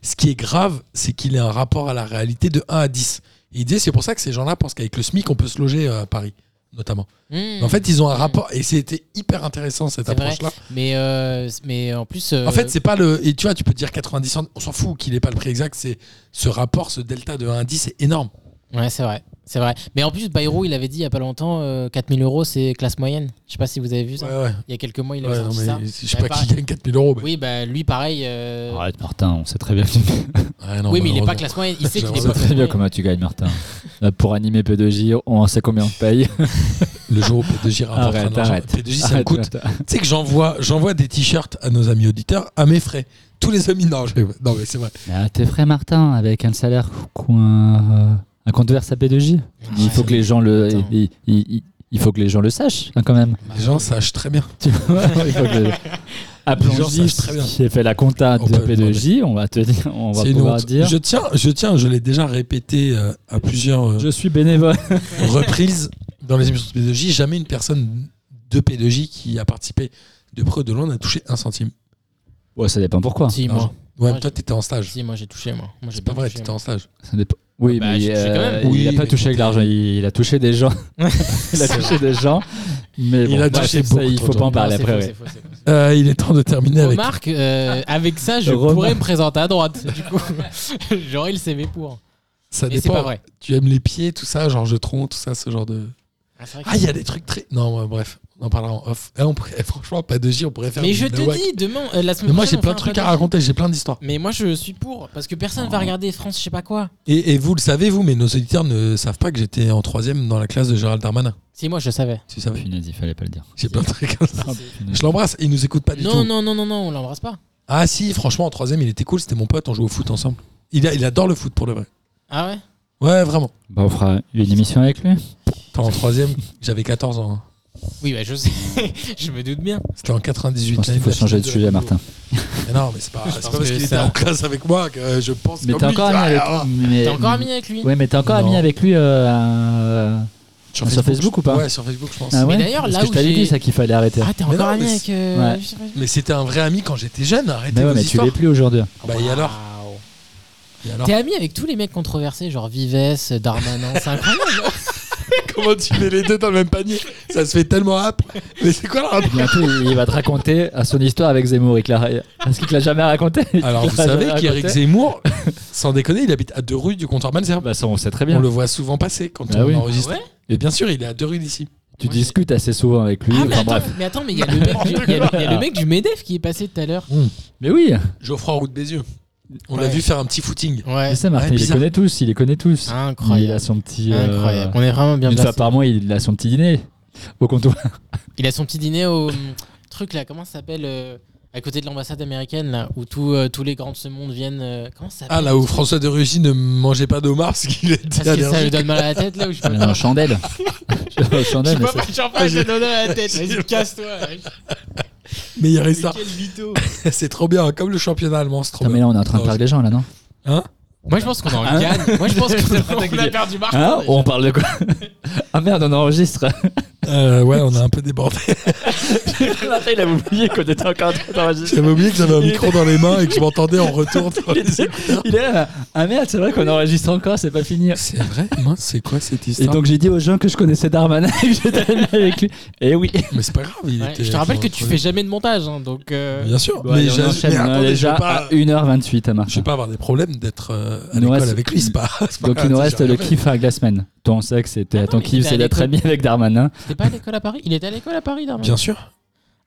[SPEAKER 4] Ce qui est grave, c'est qu'il ait un rapport à la réalité de 1 à 10. Et il disait c'est pour ça que ces gens-là pensent qu'avec le SMIC on peut se loger euh, à Paris notamment.
[SPEAKER 6] Mmh.
[SPEAKER 4] En fait, ils ont un rapport et c'était hyper intéressant cette
[SPEAKER 6] C'est vrai.
[SPEAKER 4] approche-là.
[SPEAKER 6] Mais euh, mais en plus. euh,
[SPEAKER 4] En fait, c'est pas le. Et tu vois, tu peux dire 90 centimes, on s'en fout qu'il ait pas le prix exact, c'est ce rapport, ce delta de 1 à 10, c'est énorme.
[SPEAKER 6] Ouais, c'est vrai. C'est vrai. Mais en plus, Bayrou, il avait dit il y a pas longtemps, euh, 4000 euros, c'est classe moyenne. Je sais pas si vous avez vu ça.
[SPEAKER 4] Ouais, ouais.
[SPEAKER 6] Il y a quelques mois, il avait
[SPEAKER 4] Ouais, non,
[SPEAKER 6] sorti
[SPEAKER 4] mais
[SPEAKER 6] ça.
[SPEAKER 4] je sais
[SPEAKER 6] Il avait
[SPEAKER 4] pas qui gagne 4000 euros. mais-
[SPEAKER 6] Oui, bah lui, pareil. euh,
[SPEAKER 5] Arrête, Martin, on sait très bien.
[SPEAKER 4] Ouais, non, bah,
[SPEAKER 6] oui, mais il est
[SPEAKER 4] malheureusement.
[SPEAKER 6] pas classe moyenne. Il sait qu'il
[SPEAKER 5] on
[SPEAKER 6] est
[SPEAKER 5] sait
[SPEAKER 6] pas
[SPEAKER 5] très
[SPEAKER 6] classe
[SPEAKER 5] bien
[SPEAKER 6] moyenne.
[SPEAKER 5] comment tu gagnes, Martin. Là, Pour animer P2J, on sait combien on te paye.
[SPEAKER 4] Le jour où P2J rapporte
[SPEAKER 5] Arrête,
[SPEAKER 4] un argent,
[SPEAKER 5] arrête.
[SPEAKER 4] P2J, ça me
[SPEAKER 5] Arrête,
[SPEAKER 4] coûte.
[SPEAKER 5] Martin.
[SPEAKER 4] Tu sais que j'envoie, j'envoie des t-shirts à nos amis auditeurs à mes frais. Tous les amis, non, je- non mais c'est vrai.
[SPEAKER 5] Mais, euh, T'es frais, Martin, avec un salaire coin. Un compte vers sa P2J
[SPEAKER 4] Ah,
[SPEAKER 5] Il faut que les gens le.
[SPEAKER 6] Attends.
[SPEAKER 5] Il, il- il- il faut que les gens le sachent, hein, quand même.
[SPEAKER 4] Les gens sachent très bien.
[SPEAKER 5] Tu vois, il faut que les- à
[SPEAKER 4] Les gens
[SPEAKER 5] Plongy,
[SPEAKER 4] savent très bien.
[SPEAKER 5] qui a fait la compta
[SPEAKER 4] On
[SPEAKER 5] de
[SPEAKER 4] peut
[SPEAKER 5] P2J, on va te dire, on va
[SPEAKER 4] C'est une
[SPEAKER 5] pouvoir
[SPEAKER 4] honte.
[SPEAKER 5] dire.
[SPEAKER 4] Je tiens, je tiens, je l'ai déjà répété euh, à plusieurs euh,
[SPEAKER 5] Je suis bénévole.
[SPEAKER 4] reprises dans les émissions de P2J. Jamais une personne de P2J qui a participé de près ou de loin n'a touché un centime.
[SPEAKER 5] Ouais, ça dépend pourquoi.
[SPEAKER 6] Si,
[SPEAKER 4] Non,
[SPEAKER 6] moi.
[SPEAKER 4] Ouais,
[SPEAKER 6] Ouais,
[SPEAKER 4] mais toi, t'étais en stage.
[SPEAKER 6] Si, moi, j'ai touché, moi. Moi, j'ai
[SPEAKER 4] C'est pas
[SPEAKER 6] bien
[SPEAKER 4] vrai,
[SPEAKER 6] touché,
[SPEAKER 4] t'étais
[SPEAKER 6] moi.
[SPEAKER 4] en stage.
[SPEAKER 5] Ça dépend- Oui,
[SPEAKER 6] Bah,
[SPEAKER 5] mais
[SPEAKER 6] j'ai touché quand
[SPEAKER 5] euh,
[SPEAKER 6] même.
[SPEAKER 5] il a
[SPEAKER 4] Oui,
[SPEAKER 5] pas
[SPEAKER 4] mais
[SPEAKER 5] touché avec
[SPEAKER 4] t'es-
[SPEAKER 5] l'argent, il a touché des gens. il a touché des gens. Mais
[SPEAKER 4] Il
[SPEAKER 5] bon,
[SPEAKER 4] a
[SPEAKER 5] bref,
[SPEAKER 4] touché
[SPEAKER 5] ça,
[SPEAKER 4] beaucoup
[SPEAKER 5] Il
[SPEAKER 4] trop
[SPEAKER 5] faut
[SPEAKER 4] de
[SPEAKER 5] pas en
[SPEAKER 4] gens.
[SPEAKER 5] parler
[SPEAKER 6] Non, c'est
[SPEAKER 5] après.
[SPEAKER 6] faux,
[SPEAKER 5] ouais.
[SPEAKER 6] Ah, c'est faux, c'est faux.
[SPEAKER 4] Euh, il est temps de terminer avec.
[SPEAKER 6] Remarque, euh, avec ça, je
[SPEAKER 5] Remarque.
[SPEAKER 6] pourrais me présenter à droite. Du coup, j'aurais le CV pour.
[SPEAKER 4] Ça
[SPEAKER 6] Mais c'est pas
[SPEAKER 4] dépend.
[SPEAKER 6] vrai.
[SPEAKER 4] Tu aimes les pieds, tout ça, genre je tronc, tout ça, ce genre de. Ah, il y a des trucs très. Non, ouais, bref, on en parlera en off. Eh, on pourrait- eh, franchement, pas de J, on pourrait faire.
[SPEAKER 6] mais
[SPEAKER 4] une
[SPEAKER 6] je te
[SPEAKER 4] nawak.
[SPEAKER 6] dis, demain, euh, la semaine
[SPEAKER 4] Mais moi, j'ai
[SPEAKER 6] prochaine,
[SPEAKER 4] plein
[SPEAKER 6] on fait
[SPEAKER 4] de
[SPEAKER 6] un
[SPEAKER 4] trucs
[SPEAKER 6] podcast.
[SPEAKER 4] à raconter, Ah. j'ai plein d'histoires.
[SPEAKER 6] Mais moi, je suis pour. Parce que personne va regarder France, je sais pas quoi.
[SPEAKER 4] Et, et vous le savez, vous, mais nos auditeurs ne savent pas que j'étais en troisième dans la classe de Gérald Darmanin.
[SPEAKER 6] Si, moi, je savais.
[SPEAKER 4] Tu savais
[SPEAKER 5] Punaise, il fallait pas le dire.
[SPEAKER 4] J'ai plein de trucs comme ça.
[SPEAKER 5] Ah, punaise.
[SPEAKER 4] Je l'embrasse, il nous écoute pas du tout.
[SPEAKER 6] Non, non, non, non, non, on l'embrasse pas.
[SPEAKER 4] Ah, si, franchement, en troisième, il était cool, c'était mon pote, on jouait au foot ensemble. Il, a- il adore le foot pour le vrai.
[SPEAKER 6] Ah ouais
[SPEAKER 4] Ouais, vraiment.
[SPEAKER 5] Bah, on fera une émission avec lui.
[SPEAKER 4] Attends, en troisième, j'avais 14 ans. hein.
[SPEAKER 6] Oui, bah, je sais. je me doute bien.
[SPEAKER 4] C'était en
[SPEAKER 5] Je
[SPEAKER 4] 98.
[SPEAKER 5] pense qu'il faut
[SPEAKER 4] l'année
[SPEAKER 5] changer de
[SPEAKER 4] la
[SPEAKER 5] sujet,
[SPEAKER 4] vidéo.
[SPEAKER 5] Martin.
[SPEAKER 4] Mais non, mais c'est pas, c'est pas
[SPEAKER 6] pense
[SPEAKER 4] parce
[SPEAKER 6] que
[SPEAKER 4] qu'il était
[SPEAKER 6] ça-
[SPEAKER 4] en classe avec moi que euh, je pense
[SPEAKER 5] Mais
[SPEAKER 4] comme
[SPEAKER 5] t'es
[SPEAKER 4] lui,
[SPEAKER 5] encore
[SPEAKER 4] tu vois,
[SPEAKER 5] ami avec
[SPEAKER 4] alors,
[SPEAKER 5] lui.
[SPEAKER 6] T'es encore ami avec lui
[SPEAKER 5] Ouais, mais t'es encore
[SPEAKER 4] Non.
[SPEAKER 5] ami avec lui euh, euh,
[SPEAKER 4] Sur
[SPEAKER 5] Sur Facebook ou pas
[SPEAKER 4] Ouais, sur Facebook, je pense.
[SPEAKER 5] ah ouais
[SPEAKER 6] d'ailleurs,
[SPEAKER 5] Parce
[SPEAKER 6] là
[SPEAKER 5] que
[SPEAKER 6] où
[SPEAKER 5] je t'avais
[SPEAKER 6] j'ai-
[SPEAKER 5] dit ça qu'il fallait arrêter.
[SPEAKER 6] Ah, t'es
[SPEAKER 4] Mais
[SPEAKER 6] encore
[SPEAKER 4] non,
[SPEAKER 6] ami
[SPEAKER 4] mais
[SPEAKER 6] avec.
[SPEAKER 4] c'est-
[SPEAKER 6] euh,
[SPEAKER 5] Ouais.
[SPEAKER 6] je sais pas.
[SPEAKER 4] Mais c'était un vrai ami quand j'étais jeune, arrêtez
[SPEAKER 5] Mais ouais,
[SPEAKER 4] vos
[SPEAKER 5] mais tu
[SPEAKER 4] histoires.
[SPEAKER 5] l'es plus aujourd'hui.
[SPEAKER 4] Bah, et alors
[SPEAKER 6] Waouh.
[SPEAKER 4] Et alors
[SPEAKER 6] T'es ami avec tous les mecs controversés, genre Vives, Darmanin, c'est incroyable.
[SPEAKER 4] Comment tu mets les deux dans le même panier Ça se fait tellement âpre. Mais c'est quoi le rapport
[SPEAKER 5] Bientôt, il va te raconter à son histoire avec Zemmour. Il te l'a- Parce qu'il te l'a jamais raconté. Il te
[SPEAKER 4] Alors,
[SPEAKER 5] l'a
[SPEAKER 4] vous
[SPEAKER 5] jamais
[SPEAKER 4] savez qu'Éric
[SPEAKER 5] raconté.
[SPEAKER 4] Zemmour, sans déconner, il habite à deux rues du comptoir Malzer.
[SPEAKER 5] Bah, ça, on sait très
[SPEAKER 4] on
[SPEAKER 5] bien.
[SPEAKER 4] le voit souvent passer quand
[SPEAKER 5] Ah
[SPEAKER 4] on
[SPEAKER 5] oui.
[SPEAKER 4] enregistre.
[SPEAKER 6] Ah ouais
[SPEAKER 4] Et bien sûr, il est à deux rues d'ici.
[SPEAKER 5] Tu discutes assez souvent avec lui.
[SPEAKER 6] Ah, mais
[SPEAKER 5] enfin,
[SPEAKER 6] attends,
[SPEAKER 5] bref.
[SPEAKER 6] mais attends, mais il y a le mec du- il y a le- il y a le mec du MEDEF qui est passé tout à l'heure.
[SPEAKER 5] Mais oui,
[SPEAKER 4] Geoffroy Route Bézieux. On l'a
[SPEAKER 6] Ouais.
[SPEAKER 4] vu faire un petit footing.
[SPEAKER 6] Ouais,
[SPEAKER 5] je sais, Martin,
[SPEAKER 4] ouais,
[SPEAKER 5] il les
[SPEAKER 4] bizarre.
[SPEAKER 5] connaît tous. Il les connaît tous. Il a
[SPEAKER 6] incroyable.
[SPEAKER 5] son petit. euh,
[SPEAKER 6] Incroyable. On est vraiment bien
[SPEAKER 5] Une fois
[SPEAKER 6] placé.
[SPEAKER 5] par mois, il a son petit dîner au comptoir.
[SPEAKER 6] Il a son petit dîner au hum, truc là, comment ça s'appelle euh, À côté de l'ambassade américaine là, où tout, euh, tous les grands de ce monde viennent. euh, comment ça s'appelle
[SPEAKER 4] Ah, là où François de Rugy ne mangeait pas d'homard parce qu'il était
[SPEAKER 6] Parce que ça lui
[SPEAKER 4] allergique.
[SPEAKER 6] donne mal à la tête là où je peux
[SPEAKER 5] Mais non, chandelle.
[SPEAKER 6] Je
[SPEAKER 5] chandelle,
[SPEAKER 6] suis
[SPEAKER 5] mais
[SPEAKER 6] pas
[SPEAKER 5] ça-
[SPEAKER 6] pas champagne, je donne mal à la tête. Vas-y, casse-toi.
[SPEAKER 4] Mais il y a
[SPEAKER 6] Mais
[SPEAKER 4] ça.
[SPEAKER 6] Quel mytho.
[SPEAKER 4] C'est trop bien, hein, comme le championnat allemand, c'est trop
[SPEAKER 5] Putain, mais
[SPEAKER 4] bien.
[SPEAKER 5] là, on est en train de parler des gens, là, non
[SPEAKER 6] Moi je pense qu'on en
[SPEAKER 5] Hein
[SPEAKER 6] gagne. Moi je pense qu'on on a
[SPEAKER 5] Hein
[SPEAKER 6] perdu Marc.
[SPEAKER 5] Hein On parle de quoi Ah merde, on enregistre.
[SPEAKER 4] Euh, ouais, on a un peu débordé.
[SPEAKER 5] Martin, il a oublié qu'on était encore en train d'enregistrer.
[SPEAKER 4] J'avais oublié que j'avais un micro dans les mains et que je m'entendais en retour. dans les écouteurs.
[SPEAKER 5] Il est là, ah merde, c'est vrai qu'on enregistre encore, c'est pas fini.
[SPEAKER 4] C'est vrai, mince, c'est quoi cette
[SPEAKER 5] Et
[SPEAKER 4] histoire
[SPEAKER 5] donc j'ai dit aux gens que je connaissais Darmanin et que j'étais ami avec lui. Et oui.
[SPEAKER 4] Mais c'est pas grave, il
[SPEAKER 6] Ouais,
[SPEAKER 4] était.
[SPEAKER 6] je te rappelle que tu fais jamais de montage, hein, donc. euh,
[SPEAKER 4] Bien sûr,
[SPEAKER 5] Bon,
[SPEAKER 4] mais,
[SPEAKER 5] allez, on
[SPEAKER 4] j'a-
[SPEAKER 5] enchaîne,
[SPEAKER 4] mais
[SPEAKER 5] on est
[SPEAKER 4] attendez, je
[SPEAKER 5] hein, déjà
[SPEAKER 4] vais pas,
[SPEAKER 5] à 1h28 à
[SPEAKER 4] je vais
[SPEAKER 5] Martin.
[SPEAKER 4] pas avoir des problèmes d'être euh, à
[SPEAKER 5] Il nous
[SPEAKER 4] l'école
[SPEAKER 5] reste-
[SPEAKER 4] avec lui, c'est pas. c'est pas
[SPEAKER 5] Donc il nous
[SPEAKER 4] grave,
[SPEAKER 5] reste
[SPEAKER 4] j'ai
[SPEAKER 5] le
[SPEAKER 4] jamais-
[SPEAKER 5] kiff à Glassman. Toi on sait que c'était
[SPEAKER 6] Ah non,
[SPEAKER 5] ton
[SPEAKER 6] mais il
[SPEAKER 5] kiff,
[SPEAKER 6] est
[SPEAKER 5] c'est
[SPEAKER 6] à
[SPEAKER 5] d'être
[SPEAKER 6] l'école.
[SPEAKER 5] ami avec Darmanin.
[SPEAKER 6] T'es pas à l'école à Paris Il était à l'école à Paris, Darmanin
[SPEAKER 4] Bien sûr.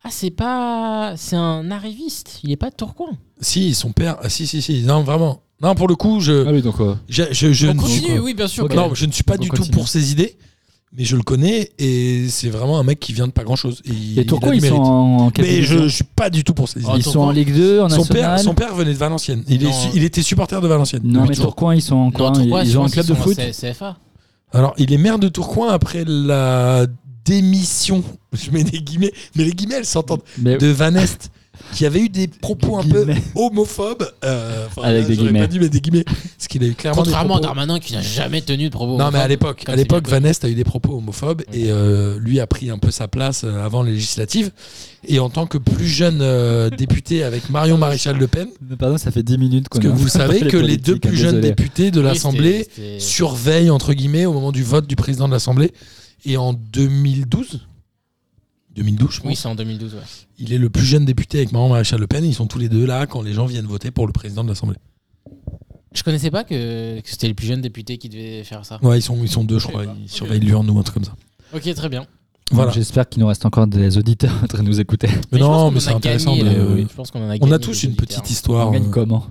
[SPEAKER 6] Ah, c'est pas. C'est un arriviste. Il est pas de Tourcoing.
[SPEAKER 4] Si, son père. ah, si, si, si. Non, vraiment. Non, pour le coup, je,
[SPEAKER 7] Ah oui, donc. euh,
[SPEAKER 4] je, je, je
[SPEAKER 6] On
[SPEAKER 4] ne suis-
[SPEAKER 6] continue,
[SPEAKER 7] quoi.
[SPEAKER 6] oui, bien sûr.
[SPEAKER 7] Ok.
[SPEAKER 6] mais-
[SPEAKER 4] non, je ne suis pas
[SPEAKER 7] Donc,
[SPEAKER 4] du
[SPEAKER 7] on
[SPEAKER 4] tout
[SPEAKER 7] continue.
[SPEAKER 4] pour ses idées, mais je le connais et c'est vraiment un mec qui vient de pas grand chose.
[SPEAKER 5] Et Tourcoing, ils sont en en quelle
[SPEAKER 4] Mais je,
[SPEAKER 5] division
[SPEAKER 4] je suis pas du tout pour ses idées.
[SPEAKER 5] Ils
[SPEAKER 6] Tourcoing-
[SPEAKER 5] sont en Ligue 2, en
[SPEAKER 4] son, père,
[SPEAKER 5] National.
[SPEAKER 4] son père venait de Valenciennes. Il, est
[SPEAKER 6] Non.
[SPEAKER 4] su- il était supporter de Valenciennes.
[SPEAKER 5] Non,
[SPEAKER 4] Oui,
[SPEAKER 5] mais
[SPEAKER 4] Tourcoing.
[SPEAKER 5] Tourcoing, ils sont en
[SPEAKER 6] Non,
[SPEAKER 5] quoi
[SPEAKER 6] Tourcoing,
[SPEAKER 5] Ils
[SPEAKER 6] je
[SPEAKER 5] ont un
[SPEAKER 6] pense
[SPEAKER 5] club de
[SPEAKER 6] qu'ils sont en
[SPEAKER 5] foot
[SPEAKER 6] C- CFA.
[SPEAKER 4] Alors, il est maire de Tourcoing après la démission, je mets des guillemets, mais les guillemets, elles s'entendent,
[SPEAKER 7] Mais
[SPEAKER 4] de Van Est, qui avait eu des propos un peu
[SPEAKER 5] Euh, Guillemets. Ah,
[SPEAKER 4] homophobes. euh, enfin,
[SPEAKER 5] Avec
[SPEAKER 4] là,
[SPEAKER 5] des
[SPEAKER 4] j'aurais
[SPEAKER 5] guillemets.
[SPEAKER 4] pas dit, mais des guillemets. Parce qu'il a eu clairement des
[SPEAKER 6] Contrairement à
[SPEAKER 4] propos-
[SPEAKER 6] Darmanin qui n'a jamais tenu de propos.
[SPEAKER 4] Non, mais à l'époque,
[SPEAKER 6] Comme
[SPEAKER 4] à
[SPEAKER 6] c'est
[SPEAKER 4] l'époque,
[SPEAKER 6] bien
[SPEAKER 4] Van Est a eu des propos homophobes et euh, lui a pris un peu sa place euh, avant les législatives. Et en tant que plus jeune euh, député avec Marion Maréchal Le Pen,
[SPEAKER 5] Pardon, ça fait 10 minutes qu'on
[SPEAKER 4] parce que
[SPEAKER 5] est-
[SPEAKER 4] vous savez
[SPEAKER 5] les
[SPEAKER 4] que les deux
[SPEAKER 5] politiques, hein,
[SPEAKER 4] plus jeunes
[SPEAKER 5] désolé.
[SPEAKER 4] députés de
[SPEAKER 6] Oui,
[SPEAKER 4] l'Assemblée
[SPEAKER 6] c'était- euh, c'était-
[SPEAKER 4] surveille entre guillemets au moment du vote du président de l'Assemblée. Et en 2012, 2012 je pense,
[SPEAKER 6] Oui, c'est en 2012. ouais.
[SPEAKER 4] il est le plus jeune député avec Marion Maréchal Le Pen. Ils sont tous les deux là quand les gens viennent voter pour le président de l'Assemblée.
[SPEAKER 6] Je connaissais pas que, que c'était le plus jeune député qui devait faire ça.
[SPEAKER 4] Ouais, ils sont, ils sont deux, je crois. Ils surveillent l'urne ou un truc comme ça.
[SPEAKER 6] Ok, très bien.
[SPEAKER 4] Voilà.
[SPEAKER 5] J'espère qu'il nous reste encore des auditeurs en train de nous écouter.
[SPEAKER 4] Mais
[SPEAKER 6] je pense
[SPEAKER 4] non,
[SPEAKER 6] qu'on
[SPEAKER 4] mais
[SPEAKER 6] en
[SPEAKER 4] c'est
[SPEAKER 6] a
[SPEAKER 4] intéressant.
[SPEAKER 6] gagné,
[SPEAKER 4] de-
[SPEAKER 6] euh, oui, je pense qu'on en a
[SPEAKER 4] On a
[SPEAKER 6] gagné
[SPEAKER 4] tous
[SPEAKER 6] des
[SPEAKER 4] une
[SPEAKER 6] auditeurs.
[SPEAKER 4] petite histoire.
[SPEAKER 5] on gagne
[SPEAKER 4] euh,
[SPEAKER 5] comment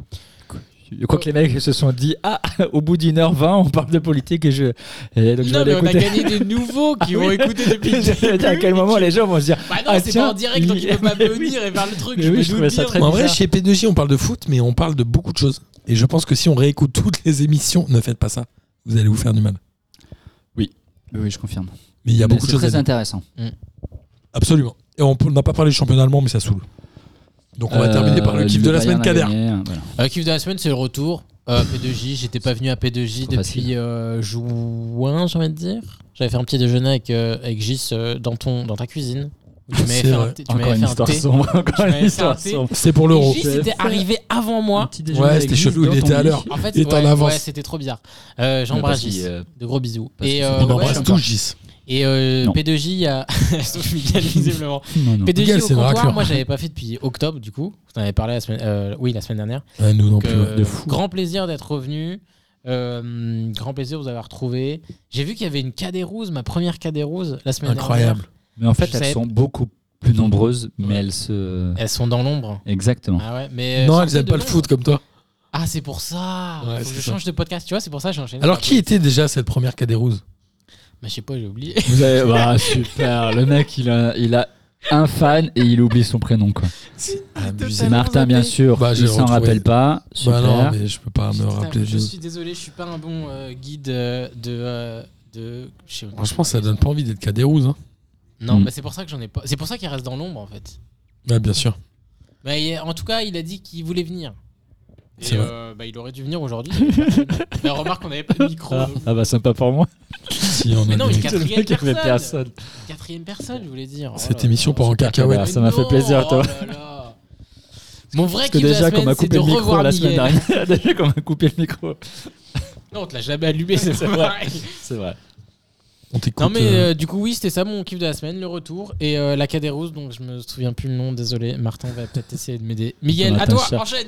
[SPEAKER 5] Je crois que les mecs se sont dit Ah, au bout d'une heure vingt, on parle de politique et je. Et donc je vais
[SPEAKER 6] Non, mais
[SPEAKER 5] aller
[SPEAKER 6] on a
[SPEAKER 5] écouter.
[SPEAKER 6] gagné des nouveaux qui
[SPEAKER 5] Ah
[SPEAKER 6] ont
[SPEAKER 5] oui.
[SPEAKER 6] écouté depuis le
[SPEAKER 5] Je veux dire, à quel
[SPEAKER 6] début.
[SPEAKER 5] moment les gens vont se dire
[SPEAKER 6] Bah non,
[SPEAKER 5] Ah,
[SPEAKER 6] c'est
[SPEAKER 5] tiens,
[SPEAKER 6] pas en direct, donc
[SPEAKER 5] il-
[SPEAKER 6] il peut pas
[SPEAKER 5] Mais
[SPEAKER 6] venir
[SPEAKER 5] oui.
[SPEAKER 6] et faire le truc.
[SPEAKER 5] Mais
[SPEAKER 6] je
[SPEAKER 5] oui,
[SPEAKER 6] me
[SPEAKER 5] je
[SPEAKER 6] doute
[SPEAKER 5] trouvais ça
[SPEAKER 6] bien.
[SPEAKER 5] très
[SPEAKER 4] En vrai,
[SPEAKER 5] bizarre.
[SPEAKER 4] chez P2J, on parle de foot, mais on parle de beaucoup de choses. Et je pense que si on réécoute toutes les émissions, ne faites pas ça. Vous allez vous faire du mal.
[SPEAKER 5] Oui, je confirme.
[SPEAKER 4] Mais il y a beaucoup de choses à
[SPEAKER 5] très
[SPEAKER 4] dire.
[SPEAKER 5] intéressant.
[SPEAKER 4] Absolument. Et on peut- on n'a pas parlé du championnat allemand, mais ça saoule. Donc on va terminer par le
[SPEAKER 5] Euh,
[SPEAKER 4] kiff de la semaine Kader.
[SPEAKER 6] Euh, kiff de la semaine, c'est le retour. Euh, P2J, j'étais pas venu à P2J
[SPEAKER 5] Trop
[SPEAKER 6] depuis
[SPEAKER 5] facile.
[SPEAKER 6] euh, juin, j'ai envie de dire. J'avais fait un petit déjeuner avec, euh, avec Gis euh, dans, ton, dans ta cuisine. Tu m'avais
[SPEAKER 4] C'est
[SPEAKER 6] fait un
[SPEAKER 4] vrai.
[SPEAKER 6] thé. tu
[SPEAKER 5] Encore
[SPEAKER 6] m'avais
[SPEAKER 5] une
[SPEAKER 6] fait un
[SPEAKER 5] histoire
[SPEAKER 6] thé.
[SPEAKER 5] sombre. Encore
[SPEAKER 6] m'avais
[SPEAKER 5] une
[SPEAKER 6] fait un
[SPEAKER 5] histoire
[SPEAKER 6] thé.
[SPEAKER 5] sombre.
[SPEAKER 4] C'est pour l'euro.
[SPEAKER 6] Et Gis était
[SPEAKER 5] Faire-
[SPEAKER 6] arrivé avant moi.
[SPEAKER 4] Ouais, c'était chelou, il était à l'heure.
[SPEAKER 6] En fait,
[SPEAKER 4] Il était en
[SPEAKER 6] ouais,
[SPEAKER 4] avance.
[SPEAKER 6] ouais, c'était trop bizarre. Euh, J'embrasse Gis. De gros bisous.
[SPEAKER 5] parce
[SPEAKER 6] Et,
[SPEAKER 5] que c'est-
[SPEAKER 6] euh,
[SPEAKER 4] On
[SPEAKER 6] ouais,
[SPEAKER 4] embrasse tous Gis.
[SPEAKER 6] et euh,
[SPEAKER 5] Non.
[SPEAKER 6] P2J a. Sauf Miguel, visiblement.
[SPEAKER 5] Non, non.
[SPEAKER 6] P2J
[SPEAKER 4] Miguel,
[SPEAKER 6] au
[SPEAKER 4] c'est le
[SPEAKER 6] comptoir,
[SPEAKER 4] raclure.
[SPEAKER 6] moi j'avais pas fait depuis octobre du coup. On en avait parlé la semaine, euh, oui, la semaine dernière.
[SPEAKER 4] Ouais, nous non
[SPEAKER 6] Donc,
[SPEAKER 4] plus. hein.
[SPEAKER 6] euh,
[SPEAKER 4] ouais.
[SPEAKER 6] grand plaisir d'être revenu. Euh, grand plaisir de vous avoir retrouvé. J'ai vu qu'il y avait une Cadérouse, ma première Cadérouse la semaine
[SPEAKER 4] Incroyable.
[SPEAKER 6] dernière.
[SPEAKER 5] Mais en fait,
[SPEAKER 6] Je
[SPEAKER 5] elles
[SPEAKER 6] savais-
[SPEAKER 5] sont beaucoup plus nombreuses, mais
[SPEAKER 6] Ouais.
[SPEAKER 5] elles se.
[SPEAKER 6] Elles sont dans l'ombre.
[SPEAKER 5] Exactement.
[SPEAKER 6] Ah ouais, mais euh,
[SPEAKER 4] non,
[SPEAKER 6] sortez
[SPEAKER 4] elles aiment
[SPEAKER 6] de
[SPEAKER 4] pas le
[SPEAKER 6] l'ombre.
[SPEAKER 4] foot comme toi.
[SPEAKER 6] Ah, c'est pour ça.
[SPEAKER 4] Ouais,
[SPEAKER 6] Faut que
[SPEAKER 4] c'est
[SPEAKER 6] je
[SPEAKER 4] ça.
[SPEAKER 6] change de podcast, tu vois, c'est pour ça que j'enchaîne.
[SPEAKER 4] Alors qui était déjà cette première Cadérouse
[SPEAKER 6] Bah, Je sais pas, j'ai oublié.
[SPEAKER 5] Vous avez... bah, super. Le mec, il a, il a un fan et il oublie son prénom. Quoi.
[SPEAKER 4] Ah,
[SPEAKER 5] C'est Martin, bien sûr.
[SPEAKER 4] Bah, je
[SPEAKER 5] il
[SPEAKER 4] l'ai
[SPEAKER 5] s'en
[SPEAKER 4] retrouvé.
[SPEAKER 5] rappelle pas. Super.
[SPEAKER 4] Bah non, mais je peux pas me
[SPEAKER 6] Putain,
[SPEAKER 4] rappeler.
[SPEAKER 6] Je
[SPEAKER 4] de-
[SPEAKER 6] suis désolé, je suis pas un bon euh, guide euh, de. euh, de... je sais-
[SPEAKER 4] Franchement, ça donne pas envie d'être Cadérouse. Hein.
[SPEAKER 6] Non,
[SPEAKER 5] Mm.
[SPEAKER 6] bah, c'est pour ça que j'en ai pas. C'est pour ça qu'il reste dans l'ombre en fait.
[SPEAKER 4] Ouais, bien sûr.
[SPEAKER 6] Bah, il- en tout cas, il a dit qu'il voulait venir. Et,
[SPEAKER 4] C'est vrai.
[SPEAKER 6] euh, bah, il aurait dû venir aujourd'hui. mais personne- Mais Bah, remarque, on n'avait pas de micro.
[SPEAKER 5] Ah, ah bah sympa pour moi.
[SPEAKER 4] Si on a
[SPEAKER 6] Mais non,
[SPEAKER 4] des-
[SPEAKER 6] il y a
[SPEAKER 5] Le
[SPEAKER 6] quatrième
[SPEAKER 5] mec, il y avait
[SPEAKER 6] personne.
[SPEAKER 5] personne.
[SPEAKER 6] Quatrième personne, je voulais dire. Oh
[SPEAKER 4] Cette
[SPEAKER 6] là
[SPEAKER 4] émission
[SPEAKER 6] là.
[SPEAKER 4] pour en
[SPEAKER 5] Ah,
[SPEAKER 4] cacahuète.
[SPEAKER 5] ça m'a fait
[SPEAKER 6] Non,
[SPEAKER 5] plaisir, toi.
[SPEAKER 6] oh là là. Mon vrai
[SPEAKER 5] Parce que
[SPEAKER 6] kiff de la
[SPEAKER 5] déjà, qu'on
[SPEAKER 6] semaine,
[SPEAKER 5] m'a
[SPEAKER 6] c'est
[SPEAKER 5] coupé
[SPEAKER 6] de
[SPEAKER 5] le micro
[SPEAKER 6] revoir
[SPEAKER 5] la semaine
[SPEAKER 6] Miguel.
[SPEAKER 5] dernière. Déjà, qu'on m'a coupé le micro.
[SPEAKER 6] Non, on te l'a jamais allumé, c'est
[SPEAKER 5] C'est
[SPEAKER 6] pas
[SPEAKER 5] vrai.
[SPEAKER 6] pareil.
[SPEAKER 5] C'est vrai.
[SPEAKER 4] On t'écoute.
[SPEAKER 6] Non mais
[SPEAKER 4] euh,
[SPEAKER 6] euh, du coup oui c'était ça mon kiff de la semaine le retour et euh, la Cadérouse donc je me souviens plus le nom désolé Martin va peut-être essayer de m'aider Miguel à
[SPEAKER 5] Martin
[SPEAKER 6] toi
[SPEAKER 5] cherche.
[SPEAKER 6] enchaîne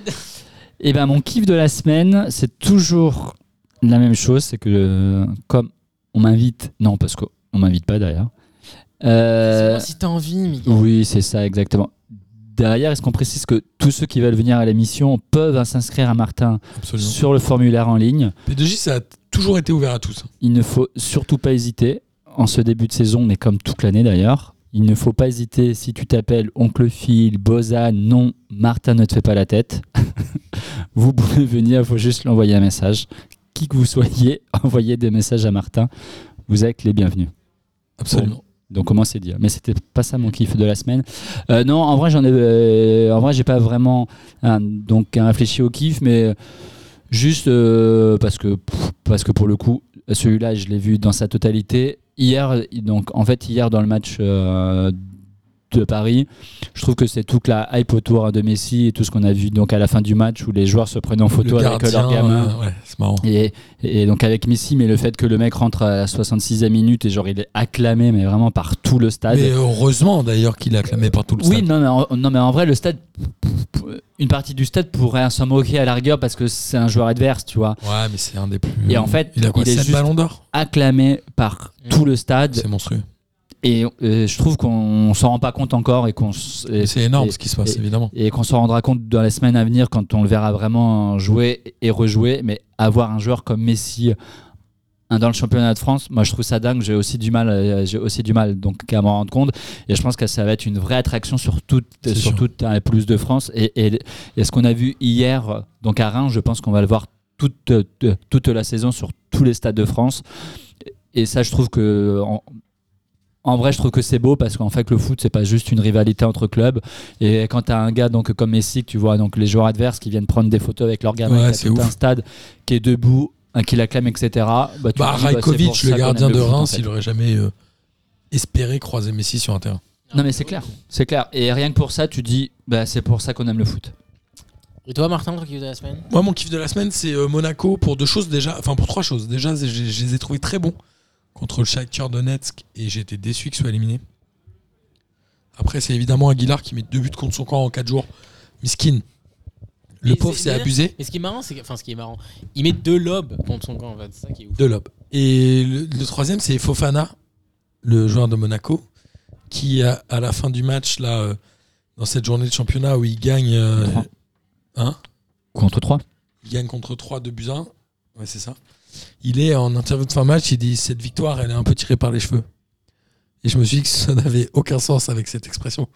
[SPEAKER 5] Et ben mon kiff de la semaine, c'est toujours la même chose. C'est que euh, comme on m'invite. Non, parce qu'on m'invite pas d'ailleurs. Euh,
[SPEAKER 6] Dis-moi si t'as envie Miguel
[SPEAKER 5] Oui, c'est ça, exactement. Derrière, est-ce qu'on précise que tous ceux qui veulent venir à l'émission peuvent hein, s'inscrire à Martin
[SPEAKER 4] absolument.
[SPEAKER 5] sur le formulaire en ligne
[SPEAKER 4] P2J, ça a toujours été ouvert à tous. hein.
[SPEAKER 5] Il ne faut surtout pas hésiter, en ce début de saison, mais comme toute l'année d'ailleurs, il ne faut pas hésiter si tu t'appelles Oncle Phil, Boza, non, Martin ne te fait pas la tête. vous pouvez venir, il faut juste lui envoyer un message. Qui que vous soyez, envoyez des messages à Martin. Vous êtes les bienvenus.
[SPEAKER 4] Absolument.
[SPEAKER 5] Donc comment c'est dire Mais c'était pas ça mon kiff de la semaine. Euh, non, en vrai j'en ai, euh, en vrai j'ai pas vraiment hein, donc hein, réfléchi au kiff, mais juste euh, parce que pff, parce que pour le coup celui-là je l'ai vu dans sa totalité hier. Donc en fait hier dans le match euh, de Paris, je trouve que c'est toute la hype autour hein, de Messi et tout ce qu'on a vu donc à la fin du match où les joueurs se prennent en photo
[SPEAKER 4] Le
[SPEAKER 5] avec euh,
[SPEAKER 4] gardien,
[SPEAKER 5] leur gamin.
[SPEAKER 4] euh, ouais, c'est marrant.
[SPEAKER 5] Et, et donc avec Messi, mais le fait que le mec rentre à la 66e minute et genre il est acclamé, mais vraiment par tout le stade.
[SPEAKER 4] Mais euh, heureusement d'ailleurs qu'il est acclamé par tout le
[SPEAKER 5] oui,
[SPEAKER 4] stade.
[SPEAKER 5] non mais, en, non, mais en vrai, le stade, une partie du stade pourrait s'en moquer à la rigueur parce que c'est un joueur adverse, tu vois.
[SPEAKER 4] Ouais, mais c'est un des plus.
[SPEAKER 5] Et en fait,
[SPEAKER 4] il a quoi
[SPEAKER 5] il est
[SPEAKER 4] 7
[SPEAKER 5] juste-
[SPEAKER 4] ballons d'or
[SPEAKER 5] Acclamé par
[SPEAKER 6] Mm.
[SPEAKER 5] tout le stade.
[SPEAKER 4] C'est monstrueux.
[SPEAKER 5] Et euh, je trouve qu'on s'en rend pas compte encore et qu'on s- et-
[SPEAKER 4] C'est énorme
[SPEAKER 5] et-
[SPEAKER 4] ce qui se passe, évidemment.
[SPEAKER 5] et qu'on s'en rendra compte dans les semaines à venir quand on le verra vraiment jouer et rejouer. Mais avoir un joueur comme Messi hein, dans le championnat de France, moi je trouve ça dingue. J'ai aussi du mal, euh, j'ai aussi du mal donc à m'en rendre compte. Et je pense que ça va être une vraie attraction sur toute,
[SPEAKER 4] C'est
[SPEAKER 5] sur
[SPEAKER 4] sûr.
[SPEAKER 5] toute la plus de France. Et, et- et ce qu'on a vu hier euh, donc à Reims, je pense qu'on va le voir toute, euh, toute la saison sur tous les stades de France. Et ça, je trouve que en, en vrai, je trouve que c'est beau parce qu'en fait, le foot, c'est pas juste une rivalité entre clubs. Et quand tu as un gars donc, comme Messi, que tu vois donc, les joueurs adverses qui viennent prendre des photos avec leur gamin,
[SPEAKER 4] Ouais,
[SPEAKER 5] qui a
[SPEAKER 4] c'est
[SPEAKER 5] tout
[SPEAKER 4] ouf.
[SPEAKER 5] un stade qui est debout, hein, qui l'acclame, etc. Bah, tu te
[SPEAKER 4] Bah,
[SPEAKER 5] dis, bah, c'est pour
[SPEAKER 4] Rajkovic,
[SPEAKER 5] ça
[SPEAKER 4] le
[SPEAKER 5] qu'on aime
[SPEAKER 4] gardien de
[SPEAKER 5] foot, en
[SPEAKER 4] Reims,
[SPEAKER 5] fait.
[SPEAKER 4] il aurait jamais euh, espéré croiser Messi sur un terrain.
[SPEAKER 5] Non, mais c'est clair, c'est clair. Et rien que pour ça, tu dis, bah, c'est pour ça qu'on aime le foot.
[SPEAKER 6] Et toi, Martin, ton kiff de la semaine
[SPEAKER 4] Moi, mon kiff de la semaine, c'est euh, Monaco pour deux choses déjà. Enfin, pour trois choses. Déjà, j'ai- je les ai trouvés très bons contre le Shakhtar Donetsk et j'étais déçu qu'ils soient éliminés. Après, c'est évidemment Aguilar qui met deux buts contre son camp en quatre jours. Miskin. Le
[SPEAKER 6] Et
[SPEAKER 4] pauvre,
[SPEAKER 6] c'est-
[SPEAKER 4] c'est abusé.
[SPEAKER 6] Mais ce qui est marrant, c'est que- enfin ce qui est marrant, il met deux lobes contre son camp, en fait. C'est ça qui est ouf.
[SPEAKER 4] De l'op. Et le, le troisième, c'est Fofana, le joueur de Monaco, qui, à, à la fin du match, là, euh, dans cette journée de championnat où il gagne, euh,
[SPEAKER 5] Trois.
[SPEAKER 4] hein,
[SPEAKER 5] Contre 3
[SPEAKER 4] il gagne contre 3 de buts 1. Ouais, c'est ça. Il est en interview de fin de match, il dit Cette victoire, elle est un peu tirée par les cheveux. Et je me suis dit que ça n'avait aucun sens avec cette expression.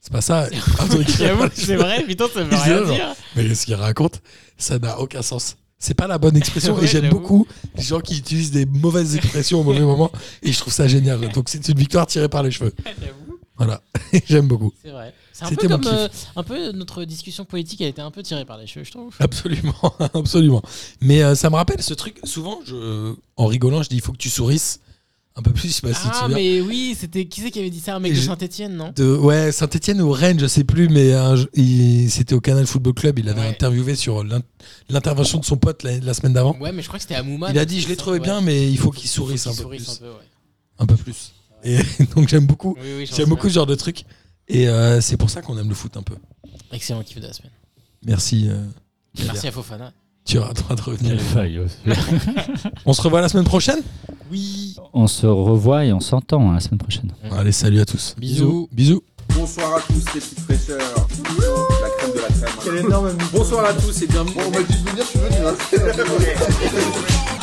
[SPEAKER 4] C'est pas ça. un peu tiré par
[SPEAKER 6] J'avoue,
[SPEAKER 4] les
[SPEAKER 6] c'est
[SPEAKER 4] cheveux.
[SPEAKER 6] vrai, putain, ça veut
[SPEAKER 4] Il
[SPEAKER 6] rien
[SPEAKER 4] dit,
[SPEAKER 6] dire.
[SPEAKER 4] Mais ce qu'il raconte, ça n'a aucun sens. C'est pas la bonne expression
[SPEAKER 6] Ouais,
[SPEAKER 4] et j'aime
[SPEAKER 6] j'avoue.
[SPEAKER 4] beaucoup les gens qui utilisent des mauvaises expressions au mauvais moment et je trouve ça génial. Donc c'est une victoire tirée par les cheveux.
[SPEAKER 6] J'avoue,
[SPEAKER 4] Voilà, j'aime beaucoup.
[SPEAKER 6] c'est vrai. C'est un peu
[SPEAKER 4] C'était mon
[SPEAKER 6] comme
[SPEAKER 4] kiff.
[SPEAKER 6] euh, un peu notre discussion politique, elle était un peu tirée par les cheveux, je trouve.
[SPEAKER 4] Absolument, absolument. Mais euh, ça me rappelle ce truc. Souvent, je, en rigolant, je dis il faut que tu sourisses un peu plus. Je sais pas si tu te
[SPEAKER 6] Ah,
[SPEAKER 4] souviens.
[SPEAKER 6] mais oui, c'était qui c'est qui avait dit ça Un mec
[SPEAKER 4] Et
[SPEAKER 6] de
[SPEAKER 4] je-
[SPEAKER 6] Saint-Etienne, non
[SPEAKER 4] De, ouais, Saint-Etienne ou Rennes, je sais plus, mais un- il- c'était au Canal Football Club. Il avait
[SPEAKER 6] Ouais.
[SPEAKER 4] interviewé sur l'in- l'intervention de son pote la, la semaine d'avant.
[SPEAKER 6] Ouais, mais je crois que c'était Amouma.
[SPEAKER 4] Il a dit je l'ai trouvé bien, mais il faut qu'il sourisse un peu plus. un peu plus. Et donc j'aime beaucoup,
[SPEAKER 6] Oui, oui, j'en
[SPEAKER 4] j'aime
[SPEAKER 6] sais
[SPEAKER 4] beaucoup ce genre de truc. Et euh, c'est pour ça qu'on aime le foot un peu.
[SPEAKER 6] pas. Excellent kiff de la semaine.
[SPEAKER 4] Merci. euh,
[SPEAKER 6] Merci à Fofana.
[SPEAKER 4] tu auras le droit de revenir. On se revoit la semaine prochaine.
[SPEAKER 6] Oui.
[SPEAKER 5] On se revoit et on s'entend hein, la semaine prochaine.
[SPEAKER 4] Allez, salut à tous.
[SPEAKER 6] Bisous.
[SPEAKER 4] Bisous.
[SPEAKER 1] Bonsoir à tous les petites fraîcheurs. La crème de la crème.
[SPEAKER 3] énorme
[SPEAKER 1] Bonsoir à tous et bienvenue.
[SPEAKER 3] hein. On m'a dit de venir, je suis venu. là.